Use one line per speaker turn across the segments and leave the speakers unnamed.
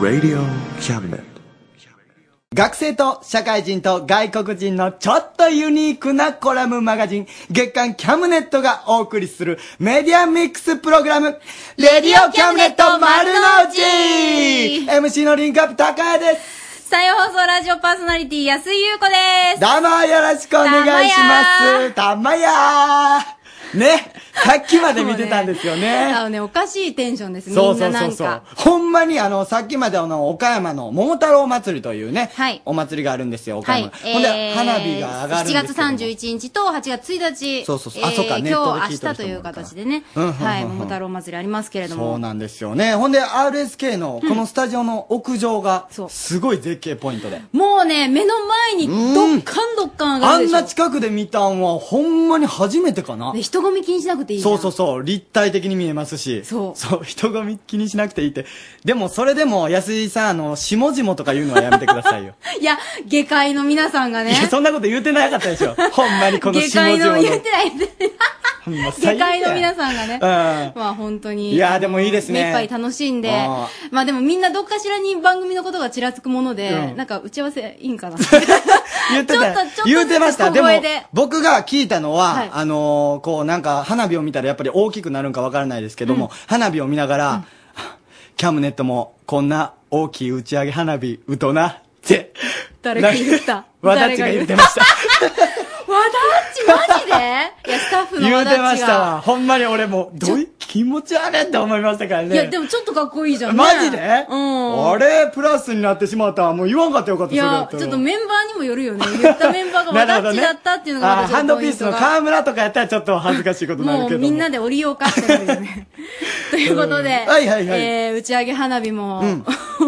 Radio Cabinet.
学生と社会人と外国人のちょっとユニークなコラムマガジン、月刊キャムネットがお送りするメディアミックスプログラム、レディオキャムネット丸の内 !MC のリンクアップ高谷です
再放送ラジオパーソナリティ、安井優子です。
どうもよろしくお願いしますたまやーね、さっきまで見てたんですよね。
あのね、おかしいテンションです。み
そうん
な
そう
な
そうんそう
か。。
ほんまにあの、さっきまであの、岡山の桃太郎祭りというね、お祭りがあるんですよ、岡
は
山。
い。
ほんで、花火が上がるん
7
で
月
すけど
31日と8月1日。
そうそうそうあそうか
えー
ネットで
今
聞い
日、
て
明日
る人
と
も
いう形でね。
うんうんうんうん
はい。桃太郎祭りありますけれども。
そうなんですよね。ほんで、RSK のこのスタジオの屋上が、すごい絶景ポイントで。
もうね、目の前にどっかんどっかん上がる
あ
で
ん
しょ。
な近くで見たんは、ほんまに初めてかな。
ね人混み気にしなくていいじゃん
そうそうそう、立体的に見えますし。そう。人混み気にしなくていいって。でも、それでも、安井さん、あの、下々とか言うのはやめてくださいよ。
いや、下界の皆さんがね
い。や、そんなこと言うてなかったでしょ。ほんまにこの
下
下
界
々
の、
の。
言ってない、言って
ほんま
な
最
い下
悪
界の皆
や
さんがね。
うん
まあ本当に。
いやでもいいですね
目いっぱい楽しんで
あ。
まあでもみんなどっかしらに番組のことがちらつくもので、
うん
なんか打ち合わせいいん かな。
言ってた
ちょっとちょっと
言うてました。
ずつ
で
小
も
声で、
僕が聞いたのは、
はい
あのーこう、なんか、花火を見たらやっぱり大きくなるんかわからないですけども、花火を見ながら、 キャムネットも、こんな大きい打ち上げ花火、うとな、って。
誰が言った
わだ
誰
ちが言っ
た
てました。
わだっちマジでいや、スタッフの
言
わ
う
だっち
て
が。
ましたわ。ほんまに俺も、どういう気持ち悪いって思いましたからね。
いや、でもちょっとかっこいいじゃんね。
マジで
うん。
あれプラスになってしまったわもう言わんかったよかった、
い
それ
や、
った
ち
ら
ょっとメンバーにもよるよね。言ったメンバーがわ
なる
だ
ほど
っち
ね
だったっていうのが
あ
ま
ー
たちょっ
ハ
と
ンド
ポイ
ピー
ン
ス
ト
の
が
河村とかやったらちょっと恥ずかしいことになる
も
け
う
ど
みんなで折りようかっていうね。 ということで、
うんはいはいはい
えー打ち上げ花火も、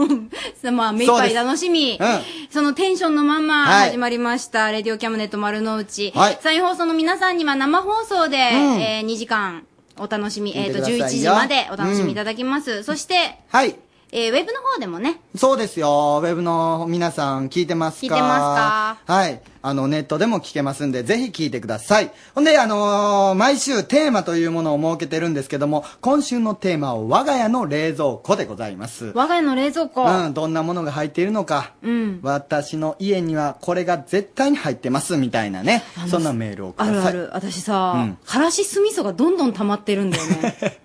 まあ、目いっ
そう
ぱ
で
い
す
楽しみ、
うん
そのテンションのまま
はい
始まりました、レディオキャムネット丸の内。
はい
再放送の皆さんには生放送で、
ん
えー2時間お楽しみ、
聞い
え
て
っ、
く
と、
ださ
11
いよ
時までお楽しみいただきます。そして、
はい。
えーウェブの方でもね、
そうですよ。ウェブの皆さん聞いてます
聞
か
いてます
かはい。あの、ネットでも聞けますんで、ぜひ聞いてください。ほんで、あのー毎週テーマというものを設けてるんですけども、今週のテーマは我が家の冷蔵庫でございます。
我が家の冷蔵庫。
うん、どんなものが入っているのか。
うん
私の家にはこれが絶対に入ってます、みたいなね
あ。の
そんなメールをくだ
あ
さい。
るある。私
う
さ
ん、
からし酢味噌がどんどん溜まってるんだよね。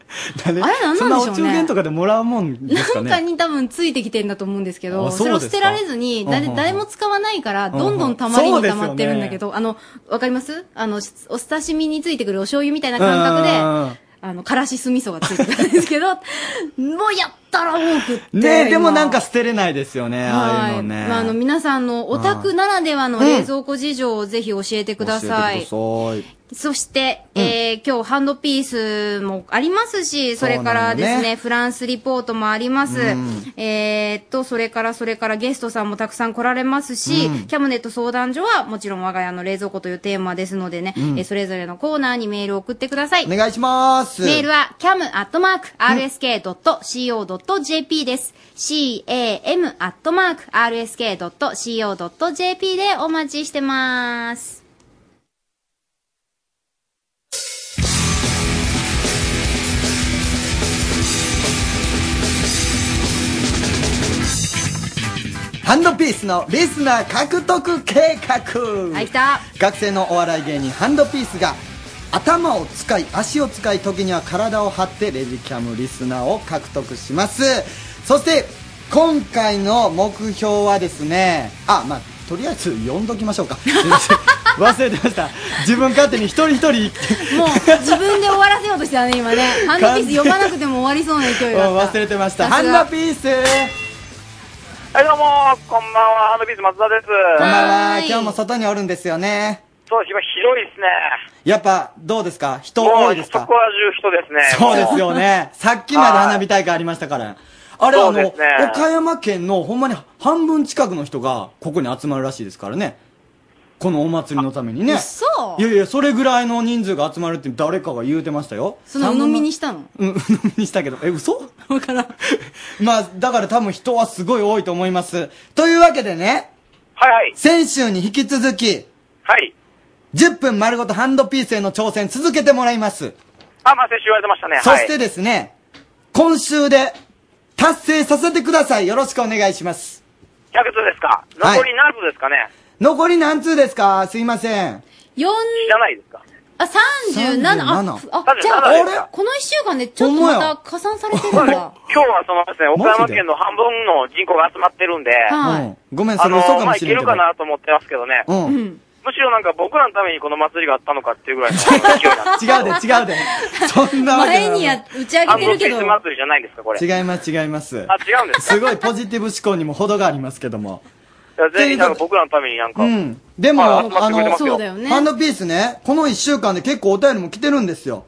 あれ
あれなんなんでしょうね
そんなお中元とかでもらうもんですか
なん
ね。
かに多分ついてきてんだと思うんですけど、
あ
そ
そう
れを
です
捨
か
てられずに、だ
うんうんうん
誰も使わないから、
うんうん
どんどん溜まりに溜まってるんだけど、あの、わかりますあの、しお刺身についてくるお醤油みたいな感覚
うんうんう
で、
ん
あの、からし酢味噌がついてくるんです けど、もうやったら多くって。
ねえ、でも
今
なんか捨てれないですよね、ああいうのね。
まあ、あの、皆さんのオタクならではの
うん
冷蔵庫事情をぜひ教えてください。
教えてください
そして、えー今日ハンドピースもありますし、それからです
そ
ね、
うなのね
フランスリポートもあります。
うん
えーっと、それからそれからゲストさんもたくさん来られますし、
うん
キャムネット相談所はもちろん我が家の冷蔵庫というテーマですのでね、
うん
えーそれぞれのコーナーにメールを送ってください。
お願いします。
メールは cam.rsk.co.jp です。cam.rsk.co.jp でお待ちしてます。
ハンドピースのリスナー獲得計画。
はい、来た。
学生のお笑い芸人ハンドピースが頭を使い足を使い時には体を張ってレジキャムリスナーを獲得しますそして今回の目標はですねあまあとりあえず読んどきましょ うか忘れてました自分勝手に一人一人
もう自分で終わらせようとしてたね、今ね。ハンドピース読まなくても終わりそうな勢いがあっ
忘
た。
れてました
さ
ハ
す
ン
が
ドピース
はい、どうも、こんばんは、ハンドビーズ松田です。こ
こんばんは今日も外におるんですよね
そう、今広いですね。
やっぱどうですか人
も
多
う、
いです
そ
か
こは中人ですね。
そうですよね。さっきまで花火大会ありましたから。あれ、あの、
そうですね
岡山県のほんまに半分近くの人がここに集まるらしいですからね。このお祭りのためにね。
嘘
いやいや、それぐらいの人数が集まるって誰かが言うてましたよ。
その鵜呑みにしたの
うん、鵜呑みにしたけど、え、嘘わからん。まあ、だから多分人はすごい多いと思います。というわけでね。
はいはい。
先週に引き続き。
はい。
10分丸ごとハンドピースへの挑戦続けてもらいます。
あ、まあ、先週言われてましたね。
そして
はい、
ですね、今週で達成させてください。よろしくお願いします。
100通ですか
はい
残り何分ですかね、
残り何通ですかすいません。
四
じゃないですか
あ、37。あ、
37
あじゃあ、
37ですか
この一週間でちょっと
ほんま
ま
や
た加算されてるんだ。
今日はそのですね、岡
マ
山
ジで
県の半分の人口が集まってるんで、
はい
うん。ごめん、
あ
それ
の
嘘か
ま
も
あ、
し
いけ
れん
る
けど
か。なと思ってますけどね、
うん。違う
むしろなんか僕らのためにこの祭りがあったのかっていうぐらいの勢いなんで
で、 違うで。そんなわけな
前
い
にや、打ち上
あ
げて
の、
る
ク
け
リ
ど
ス。祭りじゃないんですか、これ。
違います、違います。
あ、違うんですか
すごいポジティブ思考にも程がありますけども。
いやぜひなんか僕らのためになんか、
うん。でも、
まあ集まってくれてます
そう
よ
だよね。
ハンドピースね、この1週間で結構お便りも来てるんですよ。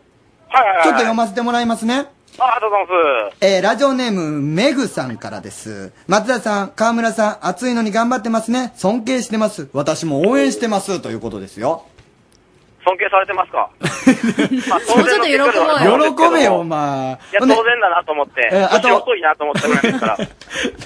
はいはいはい。
ちょっと読ませてもらいますね。
あ、ありがとうございます。
えー、ラジオネーム、メグさんからです。松田さん、河村さん、暑いのに頑張ってますね。尊敬してます。私も応援してます。ということですよ。
尊敬されてますか まあ当然の結果ではあ
喜
喜
るんですけど
べよ、お前。
いや、
ほ
当
んで
然だなと思って。
えあと
年遅いなと思ったぐらいです か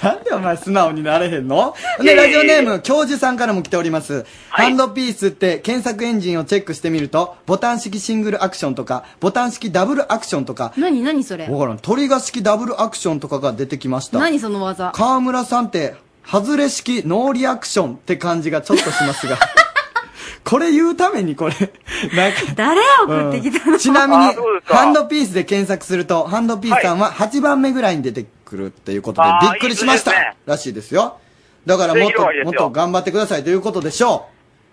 ら。
なんでお前素直になれへんの
いや
で、
いや
ラ
い
ジオ
や
ネーム、教授さんからも来ております。
はい
ハンドピースって検索エンジンをチェックしてみると、ボタン式シングルアクションとか、ボタン式ダブルアクションとか、
何何それ
わからん、トリガー式ダブルアクションとかが出てきました。
何その技
河村さんって、ハズレ式ノーリアクションって感じがちょっとしますが。 これ言うためにこれ、 なんか、
誰送ってきたの
ちなみ
あ
に
そうで、すか
ハンドピースで検索すると、ハンドピースさんは8番目ぐらいに出てくるっていうことで
あ、
び
ー
っくりしました
いいですね
らしいですよ。だからもっ
末広がり
と、
です
もっ
よ
と頑張ってくださいということでしょ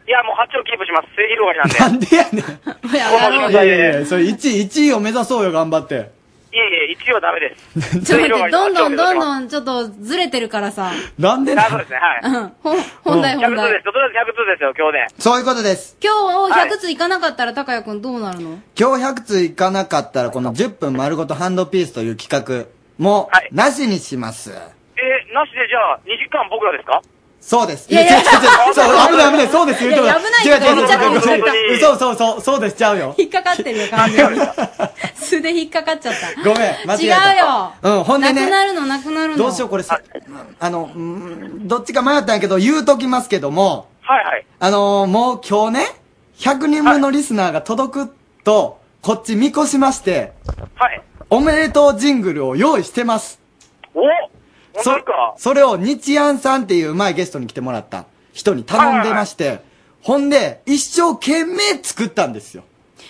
いや、もう8をキープします。末広がりな
う。
んで。
いややろ
なんでやねん。
う
い
よ
やいやいや、それ1位、1位を目指そうよ、頑張って。
いえいえ、1はダメです。
ちょっと
末広
待って、
がりの
どんどんどんど
8を
んちょっとずれてるからさ。
なんで
目指しますあ、
な
そ
うん、ほ
ん
うですね。はい。
ん本題本
100
題
通です。。とりあえず100通ですよ、今日で。
そういうことです。
今日
はい
100通いかなかったら、高谷くんどうなるの
今日100通いかなかったら、この10分丸ごとハンドピースという企画も
はい、
なしにします。
えー、なしでじゃあ、2時間僕らですか
そうです。
いやいや
違う違う違 うそう危ない危ない、そうです、言うてもらう
いや危ない
違う違う違う違う
言っちゃった
違う嘘嘘嘘、そうです、ちゃうよ。
引っかかってるよ、完全に。素で引っかかっちゃった。
ごめん間違えた
違うよ。
うんほんでね
なくなるの、なくなるの。
どうしよう、これさ、あの、うーんどっちか迷ったんやけど、言うときますけども、
はいはい。
あのーもう今日ね、100人分のリスナーが届くと、こっち見越しまして、
はい。
おめでとうジングルを用意してます。
お本当ですか
それを日安さんっていう前ゲストに来てもらった人に頼んでまして、ほんで、一生懸命作ったんですよ。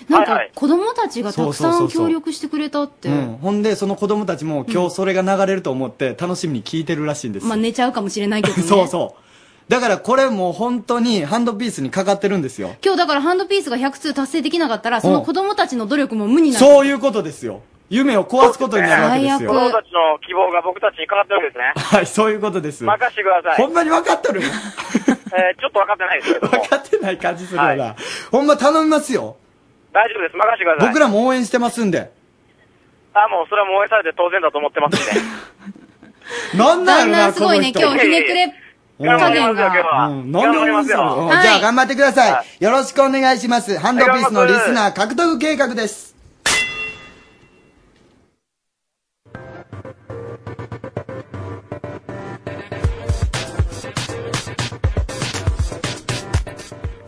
なん
はい
か
はい、
子供たちがたくさ
そうそ
ん
うそうそう
協力してくれたって
う。ん、ほんで、その子供たちも今日それが流れると思って楽しみに聞いてるらしいんですよ。
まあ、寝ちゃうかもしれないけどね。
そうそう。だからこれもう本当にハンドピースにかかってるんですよ。
今日だからハンドピースが100通達成できなかったら、その子供たちの努力も無になる。
そういうことですよ。夢を壊すことになるわけです
子
最
よ。
悪
供たちの希望が僕たちにかかってるわけですね。
はい、 そういうことです。
任してください。
ほんまに分かっ とる
えー、ちょっと分かってないですけ ど
分
も。
かってない感じするよな。
は
ほんま頼みますよ。
大丈夫です。任してください。
僕らも応援してますんで。
あ、もうそれはもう応援されて当然だと思ってますん で。
なんな
だ
んやろ
ん
な、
だんすごいね、
こ
今
の人
日ひねくれ
頑張
加
り
減
ますよ、今日
が。
は。
うん、なん
頑
で
張り
応
ま
援
す
するの
よ。
うん
はい
じゃあ頑張ってくださ。
はい
よろしくお願いします。ハンドピースのリスナー獲得計画です。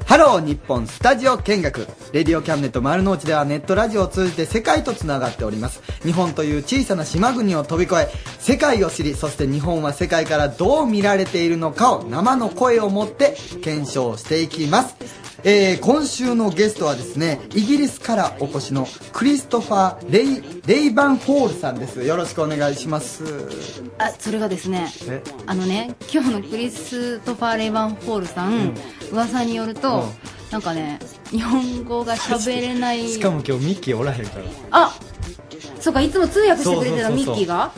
ハロー日本スタジオ見学レディオキャンネット丸の内ではネットラジオを通じて世界とつながっております日本という小さな島国を飛び越え世界を知りそして日本は世界からどう見られているのかを生の声を持って検証していきます、えー今週のゲストはですねイギリスからお越しのクリストファー・レイレイバンホールさんですよろしくお願いします
あ、それがですね
え、
あのね、今日のクリストファー・レイバンホールさん、噂によると、なんかね、日本語が喋れない。
も今日ミッキーおらへんから
あそうか、いつも通訳してくれてた
そうそう
ミ
そうそう
ッキーが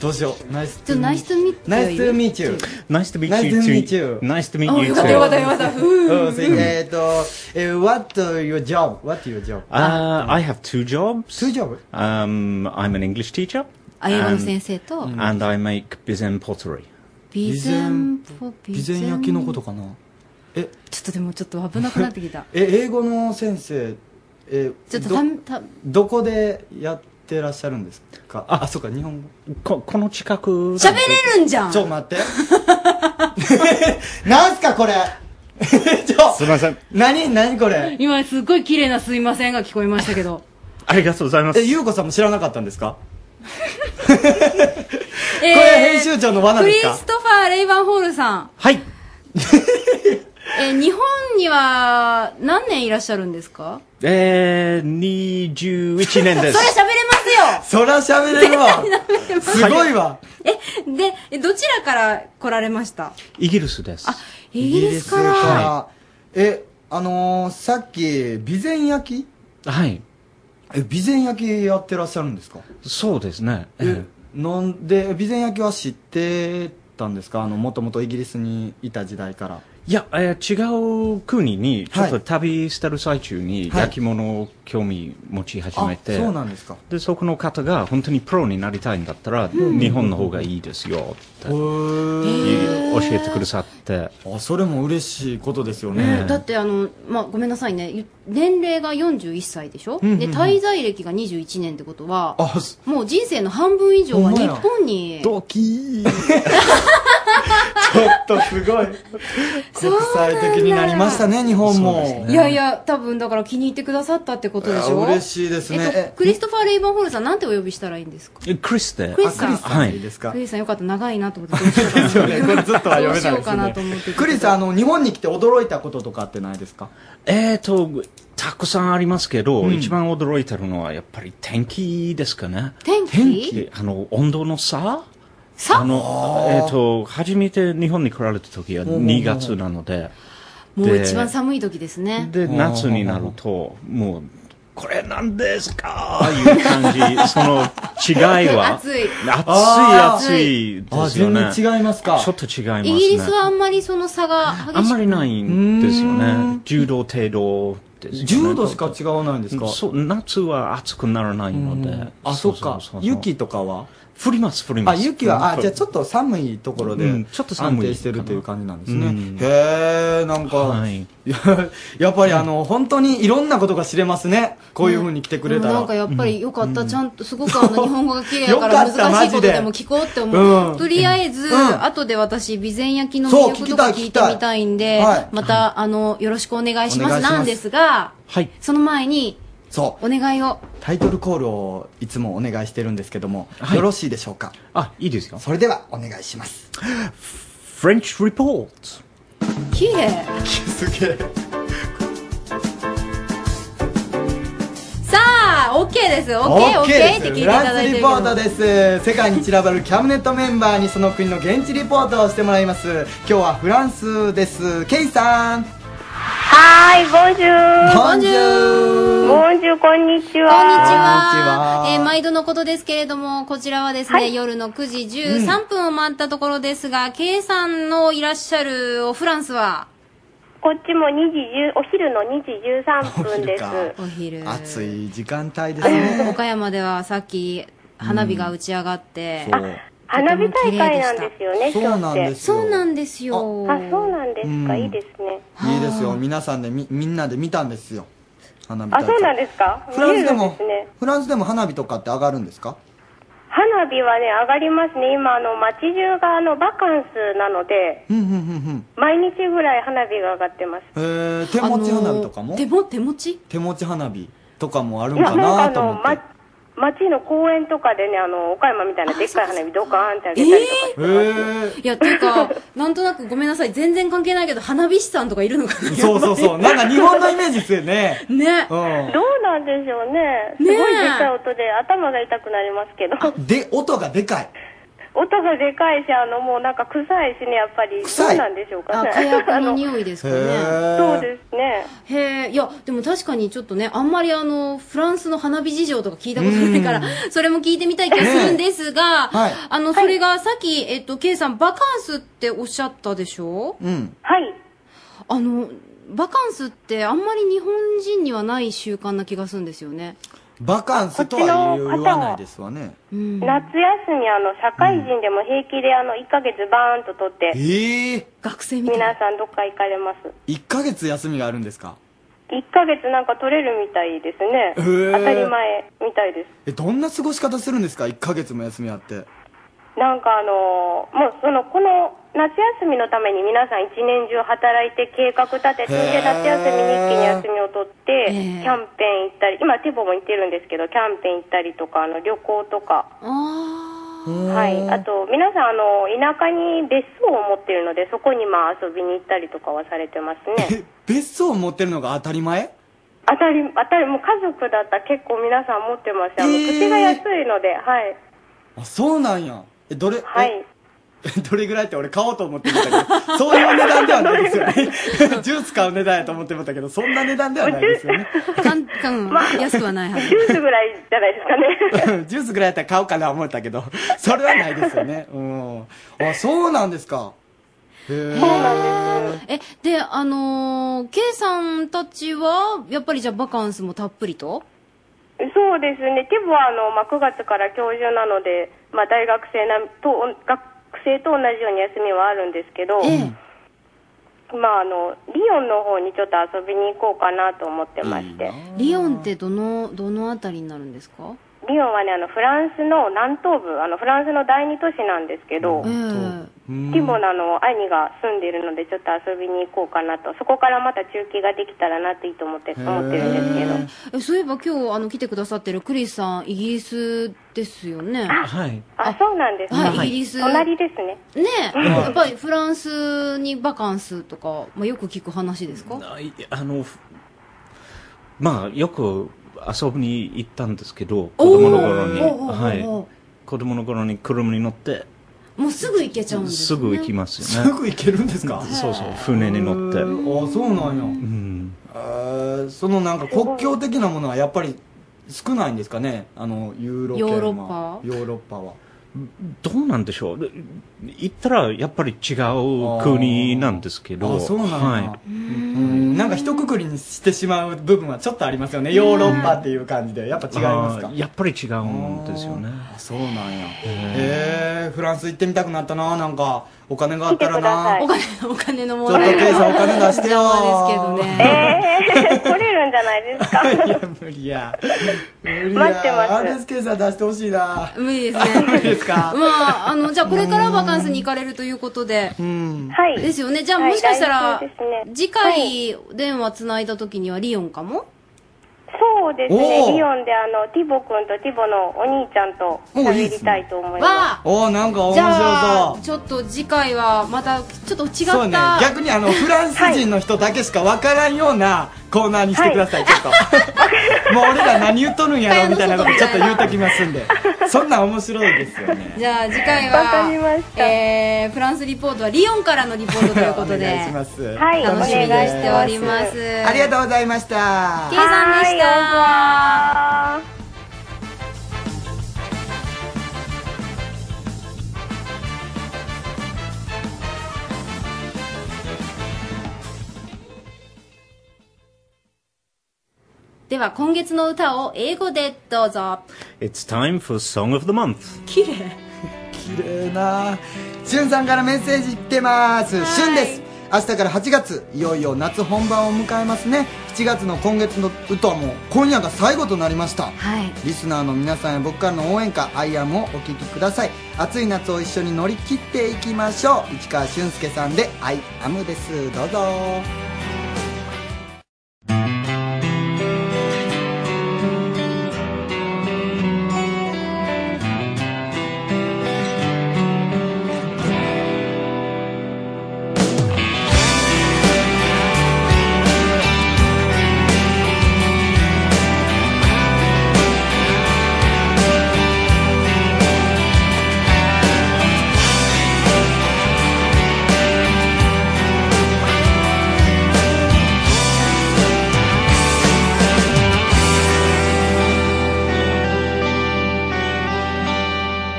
どうしようナイス
ちょっとナイスミッキー。
ナイスミーチュー
Nice to meet
Nice
you
to
too.
meet you.
Nice to meet
あ
you
よかったよかった
too.
よかった。ふう
Oh, thank you. Eh, と、えー what your job? What your job?
Uh, I have two jobs.
Two job?
Um, I'm an English teacher,
あ、英語の先生と、
and I make bizen pottery.
備前ポ、備
備前焼きのことかな。
ちょっとでもちょっと危なくなってきた
え、英語の先生、えー
ちょっと
ど
たんた
どこでやってらっしゃるんですかあ、そうか、日本語。
ここの近く
喋れるんじゃん
ちょ、待って。 なんすか、これ。 ちょ、
すみません。
何何これ。
今すっごい綺麗なすいませんが聞こえましたけど。
ありがとうございま
え、
す。
ゆうこさんも知らなかったんですか
これ
これ編集長の罠ですか
クリストファー・レイバンホールさん。
はい。
えー日本には何年いらっしゃるんですか
えー、21年です。
それ喋れますよ
そら喋れる わすごいわ
で、えどちらから来られました
イギリスです。
イギリスから。
えあのー、さっき備前焼
きはい
え備前焼きやってらっしゃるんですか
そうですね。
えなんで備前焼きは知ってたんですかあのもともとイギリスにいた時代から
いや、えー違う国に、ちょっと旅してる最中に、
はい
焼き物を興味持ち始めて、
あそうなんですか
で、そこの方が本当にプロになりたいんだったら、
うん
日本の方がいいですよって、教えてくださって。
あそれも嬉しいことですよ
ね
ね。
だってあの、まあ、ごめんなさいねゆ年齢が41歳でしょ、
うんうんうん
で滞在歴が21年ってことは
あ
もう人生の半分以上は
ほんま
日
や
本に
ドキーちょっと すごい国際的になりましたね日本も、
いやいや多分だから気に入ってくださったってことでしょ
いや嬉しいですね
えっ
え
と、クリストファー・レイバンホールさんなんてお呼びしたらいいんですか
えクリスで。
クリスさん
あはい。
クリスさんよかった長いなと思って
ですよねこれずっとは読めないです
どうしようかなと思って
クリスあの日本に来て驚いたこととかってないですか
えーと、たくさんありますけど、
うん
一番驚いてるのはやっぱり天気ですかね。
天気
あの、温度の差
差
あの、えーと、初めて日本に来られた時は
ほうほうほう
2月なので、
もう
で
一番寒い時ですね
で、夏になると、もう、これなんですかああいう感じ、 その違いは。
暑い
あー
暑い、暑いですよね。
あ全然違いますか
ちょっと違いますね。
イギリスはあんまりその差が
あ
激
ん
し
ま
く
りないんですよね。10度程度ですよね。
10度しか違わないんですか
そう、夏は暑くならないので。
あそっか雪とかは
降ります、降りま
あ
す。
雪はあじゃあちょ
っ
っと寒いところ
う
で
んちょっと寒い
安定してるという感じなんです
う
ね
ん
へえなんか
はい。
いややっぱりあの本当にいろんなことが知れますねこういうふうに来てくれ
で
た
も
ら
なんかやっぱりよかった、ちゃんとすごくあの日本語が綺麗だから
よかった
難しいこと
マジで
でも聞こうって思う、
うん
とりあえず、
うん
後で私備前焼きの
そう
魅力とか
聞
聞いて
きたい
みたいんで、
はい
また、あのよろしくお願いしま
お願
す
いします
なんですが、
はい
その前に
そう
お願いを
タイトルコールをいつもお願いしてるんですけども、よろしいでしょうか
あいいですよ
それではお願いします
French Report。
綺麗
すげえ
さあ OK です
オッ
OKOK
ケー
って聞いて
フ
いた
ランス
だいてる
リ
け
ポ
ど
ートです世界に散らばるキャムネットメンバーにその国の現地リポートをしてもらいます今日はフランスですケイさん
はーい、ボンジュール。
ボンジュール
ボンジュール、こんに
こんに
ち
ち
は。
は
こんにちは
えー毎度のことですけれども、こちらはですね、夜の9時13分を回ったところですが、K さんのいらっしゃるおフランスは
こっちも2時10、お昼の2時13分です。
お昼
暑い時間帯です ね
岡山ではさっき花火が打ち上がって、
そう
花火大会なんですよね、
そう
今日って。
なんですよ
そうなんですよ
あ、そうなんですか、
うん
いいですね。
いいですよ皆さんでみみんなで見たんですよ花火大
あ、
会
そうなんですか
フランスで
見える
も
んですね。
フランスでも花火とかって上がるんですか
花火はね、上がりますね。今、あの、街中があの、バカンスなので、
うんうんうん
毎日ぐらい花火が上がってます。
うんへえ手持ち花火とかも、
手も手持ち
手持ち花火とかもあるん
いや、
か
な
なんと
かあ
思
の、
って
ま、街の公園とかでね、あの、岡山みたいなでっかい花火ドカーンってあげたりとかしてます。
へ
いやっていうかなんとなくごめんなさい全然関係ないけど花火師さんとかいるのか
えそうそう そうなんか日本のイメージですよね
なね
うん
どうなんでしょうね。す
ねえ
ごいでかい音で頭が痛くなりますけど。
で音がでかい
音がでかいし、あの、もうなんか臭いしね、やっぱり。
臭い
そうなんでしょうか
あ
ね。
火薬の
の
匂いですかね
そう
へえ
ですね。
へえいやでも確かにちょっとねあんまりあのフランスの花火事情とか聞いたことないからそれも聞いてみたい気がするんですが、
はい
あのそれがさっき、えっと、K さんバカンスっておっしゃったでしょ
うん
はい。
あのバカンスってあんまり日本人にはない習慣な気がするんですよね。
バカンスとは言わないですわね
うん、
夏休み、あの、社会人でも平気で、あの、1ヶ月バーンと取って、
ええ
学生みたいな
皆。さんどっか行かれます。
一1ヶ月休みがあるんですか
1ヶ月なんか取れるみたいですね。
へえ
当たり前みたいです。
えどんな過ごし方するんですか1ヶ月も休みあって
なんかあのーもうそのこの夏休みのために皆さん一年中働いて計画立てて、
へー
で夏休みに一気に休みを取って、
へー
キャンペーン行ったり、今テボも行ってるんですけど、キャンペーン行ったりとか、あの旅行とか。
あー
はい、あと皆さんあの田舎に別荘を持ってるのでそこにまあ遊びに行ったりとかはされてますね
え別荘を持ってるのが当たり前
当たり当たりもう家族だったら結構皆さん持ってますあの
えー
土地が安いので、はい
あそうなんやえどれ、
は
え
い
どれぐらいって俺買おうと思ってみたけどそういう値段ではないですよね ジュース買う値段やと思ってもたけどそんな値段ではないですよね
かんかん、安くはないはず
ジュースぐらいじゃないですか ね
ジュースぐらいやったら買おうかな思ったけどそれはないですよねうんあそうなんですかへえ
そうなんです
えであのー、K さんたちはやっぱりじゃあバカンスもたっぷりと
そうですねテボはあの、まあ、9月から教授なので、まあ、大学生なと学生と同じように休みはあるんですけど、
ええ
まあ、あのリヨンの方にちょっと遊びに行こうかなと思ってまして。
リオンってどのどのあたりになるんですか
リヨンはねあのフランスの南東部あのフランスの第二都市なんですけど、
ええ
ティモナの兄が住んでいるのでちょっと遊びに行こうかなとそこからまた中継ができたらなっていいと思って思ってるんですけど
えそういえば今日あの来てくださってるクリスさんイギリスですよね
はい。
あそうなんです
はい、
ね
イギリス
隣ですね
ねえ、やっぱりフランスにバカンスとか、まあ、よく聞く話ですか
あいあの、ふまあ、よく遊びに行ったんですけど、子供の頃に。
おーおーおー
はい
おー。
子供の頃に車に乗って、
もうすぐ行けちゃうんです、
す
ね、
ぐ行き
ま
ます
す
よね。
ぐ行けるんですか
そうそう、船に乗って。
へ
う
ーあそうなんや、
ん。
えーそのなんか国境的なものはやっぱり少ないんですかねあのユーロ圏は
ヨーロッパ
ヨーロッパは
どうなんでしょうで行ったらやっぱり違う国なんですけど。
あそうなんや、
はい。
うんなんか一括りにしてしまう部分はちょっとありますよねヨーロッパっていう感じでやっぱ違いますか
あーやっぱり違うんですよね。
あそうなんやへえフランス行ってみたくなったななんかお金があったら
来
な
て
お
く
金お金の
ちょ
問
っと
題
ケイさんお金出して
邪
よ
魔ですけど
え
ね、
え来れるんじゃない ですか
いや無理や無理や
待ってます
アンデスケイさん出してほしいな
無理ですね
無理ですか
まああのじゃあこれからバカンスに行かれるということで
うん
はい
ですよねじゃあ
はい
もしかしたら、
来週ですね
次
はい
回電話つないだ時にはリオンかも
そうです
おー
ねリヨンであのティボ君とティボのお兄ちゃんと喋りたいと思います
は
おーなんか面
じ
白
ゃあ
そう
ちょっと次回はまたちょっと違
そう
っ
ね
た
逆にあのフランス人の人だけしかわからんようなコーナーにしてください、ちょ っともう俺ら何言っとるんやろみたいなことちょっと言うときますんでそんなん面白いですよ ね
じゃあ次回
わかりま
は
し、た
えー、フランスリポートはリヨンからのリポートということ
お願い
で
します、
はい
楽しみに
お願い
しております
ありがとうございました
ケイさんでした
はいお疲れ様
では今月の歌を英語でどうぞ
It's time for Song of the Month.
綺麗
綺麗なしゅんさんからメッセージ来てますしゅんです明日から8月いよいよ夏本番を迎えますね7月の今月の歌はもう今夜が最後となりました
はい
リスナーの皆さんや僕からの応援歌「アイアムをお聴きください暑い夏を一緒に乗り切っていきましょう市川俊介さんで「アイアムですどうぞ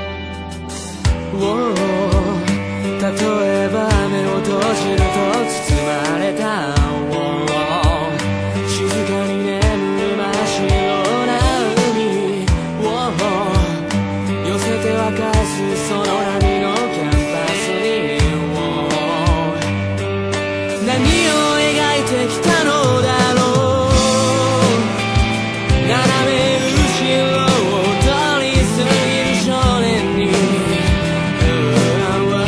「例えば目を閉じると包まれた」「静かに眠る真っ白な海」「寄せて沸かすその波のキャンパスに」「何を描いてきたのだろう」斜め後ろを通り過ぎる少年に Oh, oh, oh, oh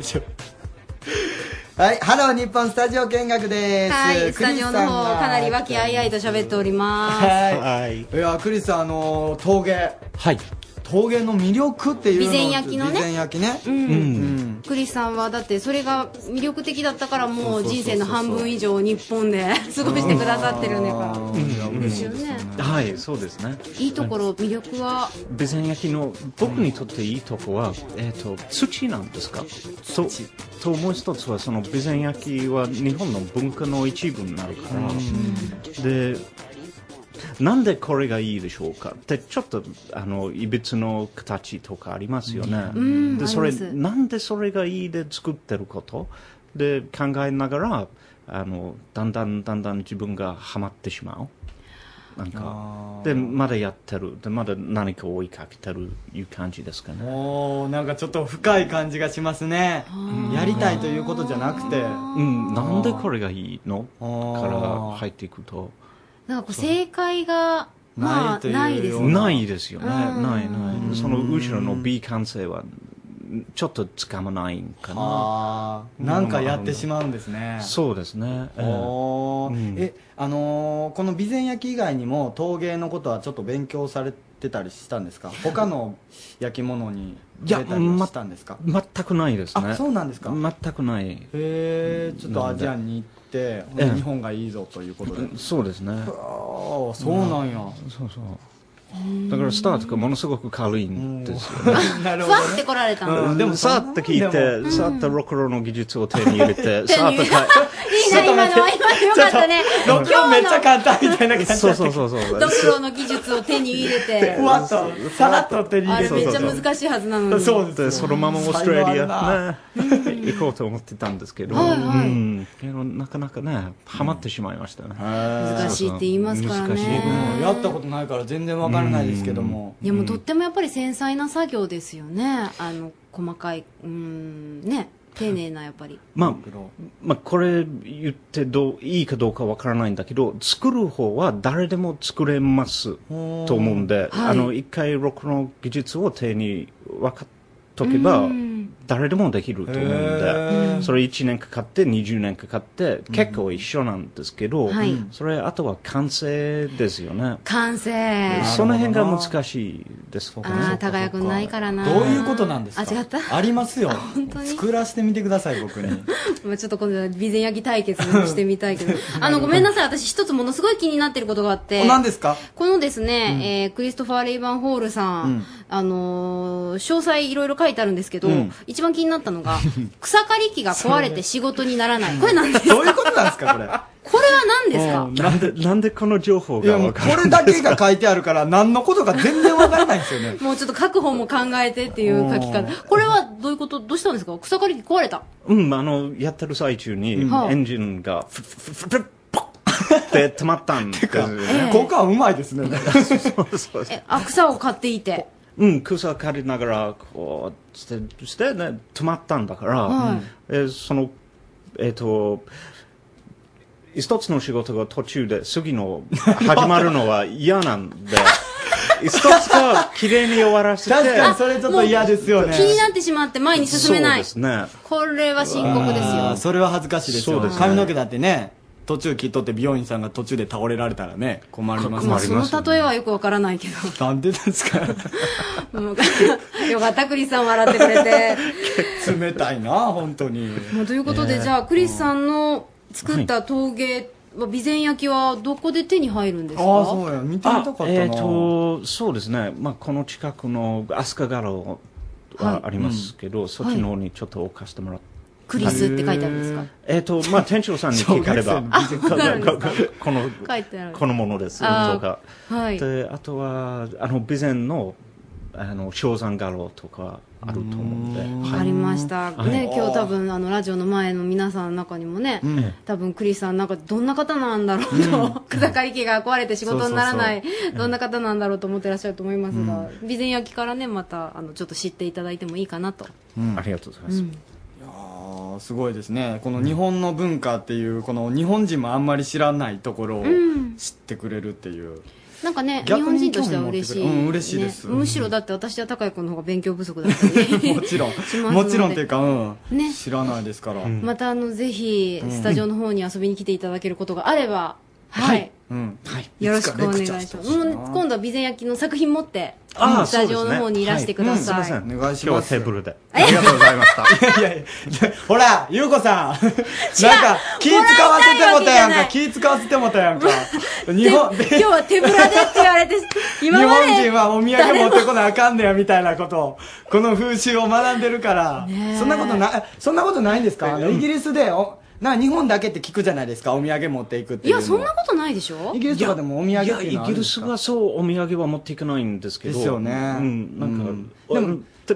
しょうはい、ハロー日本スタジオ見学です。
はい、ス
ク
タ
リス
ジ
さ
オ
ん
の
が
方、かなり和気あいあいと喋っております。
はい。いや、クリスさん、あのー、陶芸。
はい。
陶芸の魅力っていうのを
備前焼のね
備前焼きね。
うん
ん。
クリスさんはだってそれが魅力的だったからもう人生の半分以上を日本で 過ごしてくださってるんだか
うん
らですよね
はい、そうですね。
いいところ魅力は
備前焼きの僕にとっていいとこは、えー、と土なんですかとともう一つはその備前焼きは日本の文化の一部になるから、でなんでこれがいいでしょうかってちょっとあのいびつの形とかありますよね、
んあ
で
り
それ
ます
なんでそれがいいで作ってることで考えながらあのだんだんだんだん自分がハマってしまうなんかでまだやってるでまだ何か追いかけてるいう感じですかね
おー、なんかちょっと深い感じがしますね。やりたいということじゃなくて。
うんなんでこれがいいの
あ
か
ー
ら入っていくと
なんかこう正解がま
ない
あ
という
ないです
よう
ね
ないですよね
うん
ないないその後ろの B 感性はちょっとつかまないんかな
あー、なんかやってしまうんですね。
そうですねええ
おー
うん
えあのーこの備前焼き以外にも陶芸のことはちょっと勉強されてたりしたんですか他の焼き物に
いや
出たりはしたんですか、
全くないですね
あそうなんですか、
全くない
へえちょっとアジアに行って
ええ
日本がいいぞということで、
そうですね
ああそうなんや、
そうそうだからスタートがものすごく軽いんですよね
なる
ふわって来られたの
うんでも
さーって聞いてさーってロクロの技術を手に入れ てさーって帰
いいな今のは今のよかったね
ロケはめっちゃ
今
簡単みたいな感じだった
そうそうそうそう
ドクロの技術を手に入れて
ふわっとさらっと手に
あ
入
れ
れ
め
て
っちゃ難しいはずなのに
そうです
でそのままオーストラリ
才能あ
ア、ね、行こうと思ってたんですけど、
はいはい
うんけどなかなかねハマってしまいましたね、
難しいって言いますから
難しいね
うん
ね
やったことないから全然わからないですけども、
いやもうとってもやっぱり繊細な作業ですよねあの細かいうーんね丁寧なやっぱり
まあまあ、これ言ってどういいかどうかわからないんだけど作る方は誰でも作れますと思うんで、
はい
あの一回ロクの技術を手に分かっとけば
うん
誰でもできると思うんで、
へ
それ1年かかって20年かかって結構一緒なんですけど、
はい
それあとは完成ですよね、
完成
その辺が難しいです僕
ああ輝くんないからな
どういうことなんですか
あ違った
ありますよ
本当に
作らせてみてください僕に
まあちょっと今度は備前焼き対決してみたいけ どあのごめんなさい私一つものすごい気になってることがあって
何ですか
このですね、えークリストファー・レイバン・ホールさん、
うん
あのー詳細いろいろ書いてあるんですけど、
うん
一番気になったのが、草刈り機が壊れて仕事にならない。これなんですか
どういうことなんですかこれ
これは何ですか
なんでなんでこの情報
い
が
やもう
分
こ
かる
れだけが書いてあるから何のことか全然わからないんですよね
もうちょっと確保も考えてっていう書き方。これはどういうことどうしたんですか草刈り機壊れた。
うん、あのやってる最中に
ん
エンジンがフッフッフッフッポッって止まったんですよね
ええ
効果はうまいですね
そうそうそう
え、あ、草を買っていて。
うん、草刈りながらこうしてして、ね、止まったんだから、
はい
えーそのえっ、と一つの仕事が途中で次の始まるのは嫌なんで一つが綺麗に終わらせて
確かにそれちょっと嫌ですよね
気になってしまって前に進めない。
そうですね
これは深刻です
あー
よ。
それは恥ずかしいですよ
そうですね
髪の毛だってね途中切っとって美容院さんが途中で倒れられたらね困りま
ま
すも
あ、
ん
困
ね
り
そ
ます
の例えはよくわからない けど。
なんでなんです か
うんよかった、クリスさん笑ってくれて。
冷たいな本当に
もうということ で、じゃあ、クリスさんの作った陶芸は、備前焼きはどこで手に入るんですか
ああそうや見てみたかったな、
えっ、とそうですね、まあ、この近くの飛鳥柄を
はい
ありますけど、そっちの方にちょっと置かせてもらって。
クリスって書いてあるんですか
えっ、と、まあ、店長さんに聞かれば、
学生
この、
書いてある
このものです、
あー
とか。
はい。
で、あとは、あの、備前の、あの、正山画廊とかあると思うんで、
わ
は
か
い。
りまし
は
た。
い
ね、今日多分、あの、ラジオの前の皆さんの中にもね、多分、クリスさんなんか、どんな方なんだろう と、草刈り機が壊れて仕事にならない、どんな方なんだろうと思ってらっしゃると思いますが、備前焼きからね、また、あの、ちょっと知っていただいてもいいかなと。
ありがとうございます。
あーすごいですねこの日本 の文化っていうこの日本人もあんまり知らないところを知ってくれるっていう、
なんかね、日
逆
本
に
人
興
とし
味
ては
持って
嬉
く
し
れ
い、
るうん嬉しいです
ねむしろだって私は高い子の方が勉強不足だったり
もちろん
しますので
もちろんっていうか、うん
ね
知らないですから、
ん
またあのぜひスタジオの方に遊びに来ていただけることがあれば、
は
はいい、
うんはい
よろしくお願いし
い
ま
つ
す。
かレクチャーしてほしい
も
な
う今度は備前焼きの作品持って、
ああ
スタジオの方にいらしてください。
そうですねは
お願いします
今日はテーブルで。
ありがとうございました。いやいや、ほら、ゆうこさん。なんか、気使わせてもたやん
もら
か。
いた
気使わせてもたやんか。日
で
本、で
今日は手ぶらでって言われて、
日
今ま
本
で。
人はお土産持ってこなあかんねや、みたいなことを。この風習を学んでるから
ね。え
そんなことな、そんなことないんですかあの、イギリスで、おなんか日本だけって聞くじゃないですか。お土産持っていくって
い
いうの。
や、そんなことないでしょ
イギリスとかでもお土
い
産って
や、
いう
イ
のはあ
ギ
る
リ
んです
ス
か
はそうお土産は持っていかないんですけど。
ですよね
うん、なんか、
うん
でも、た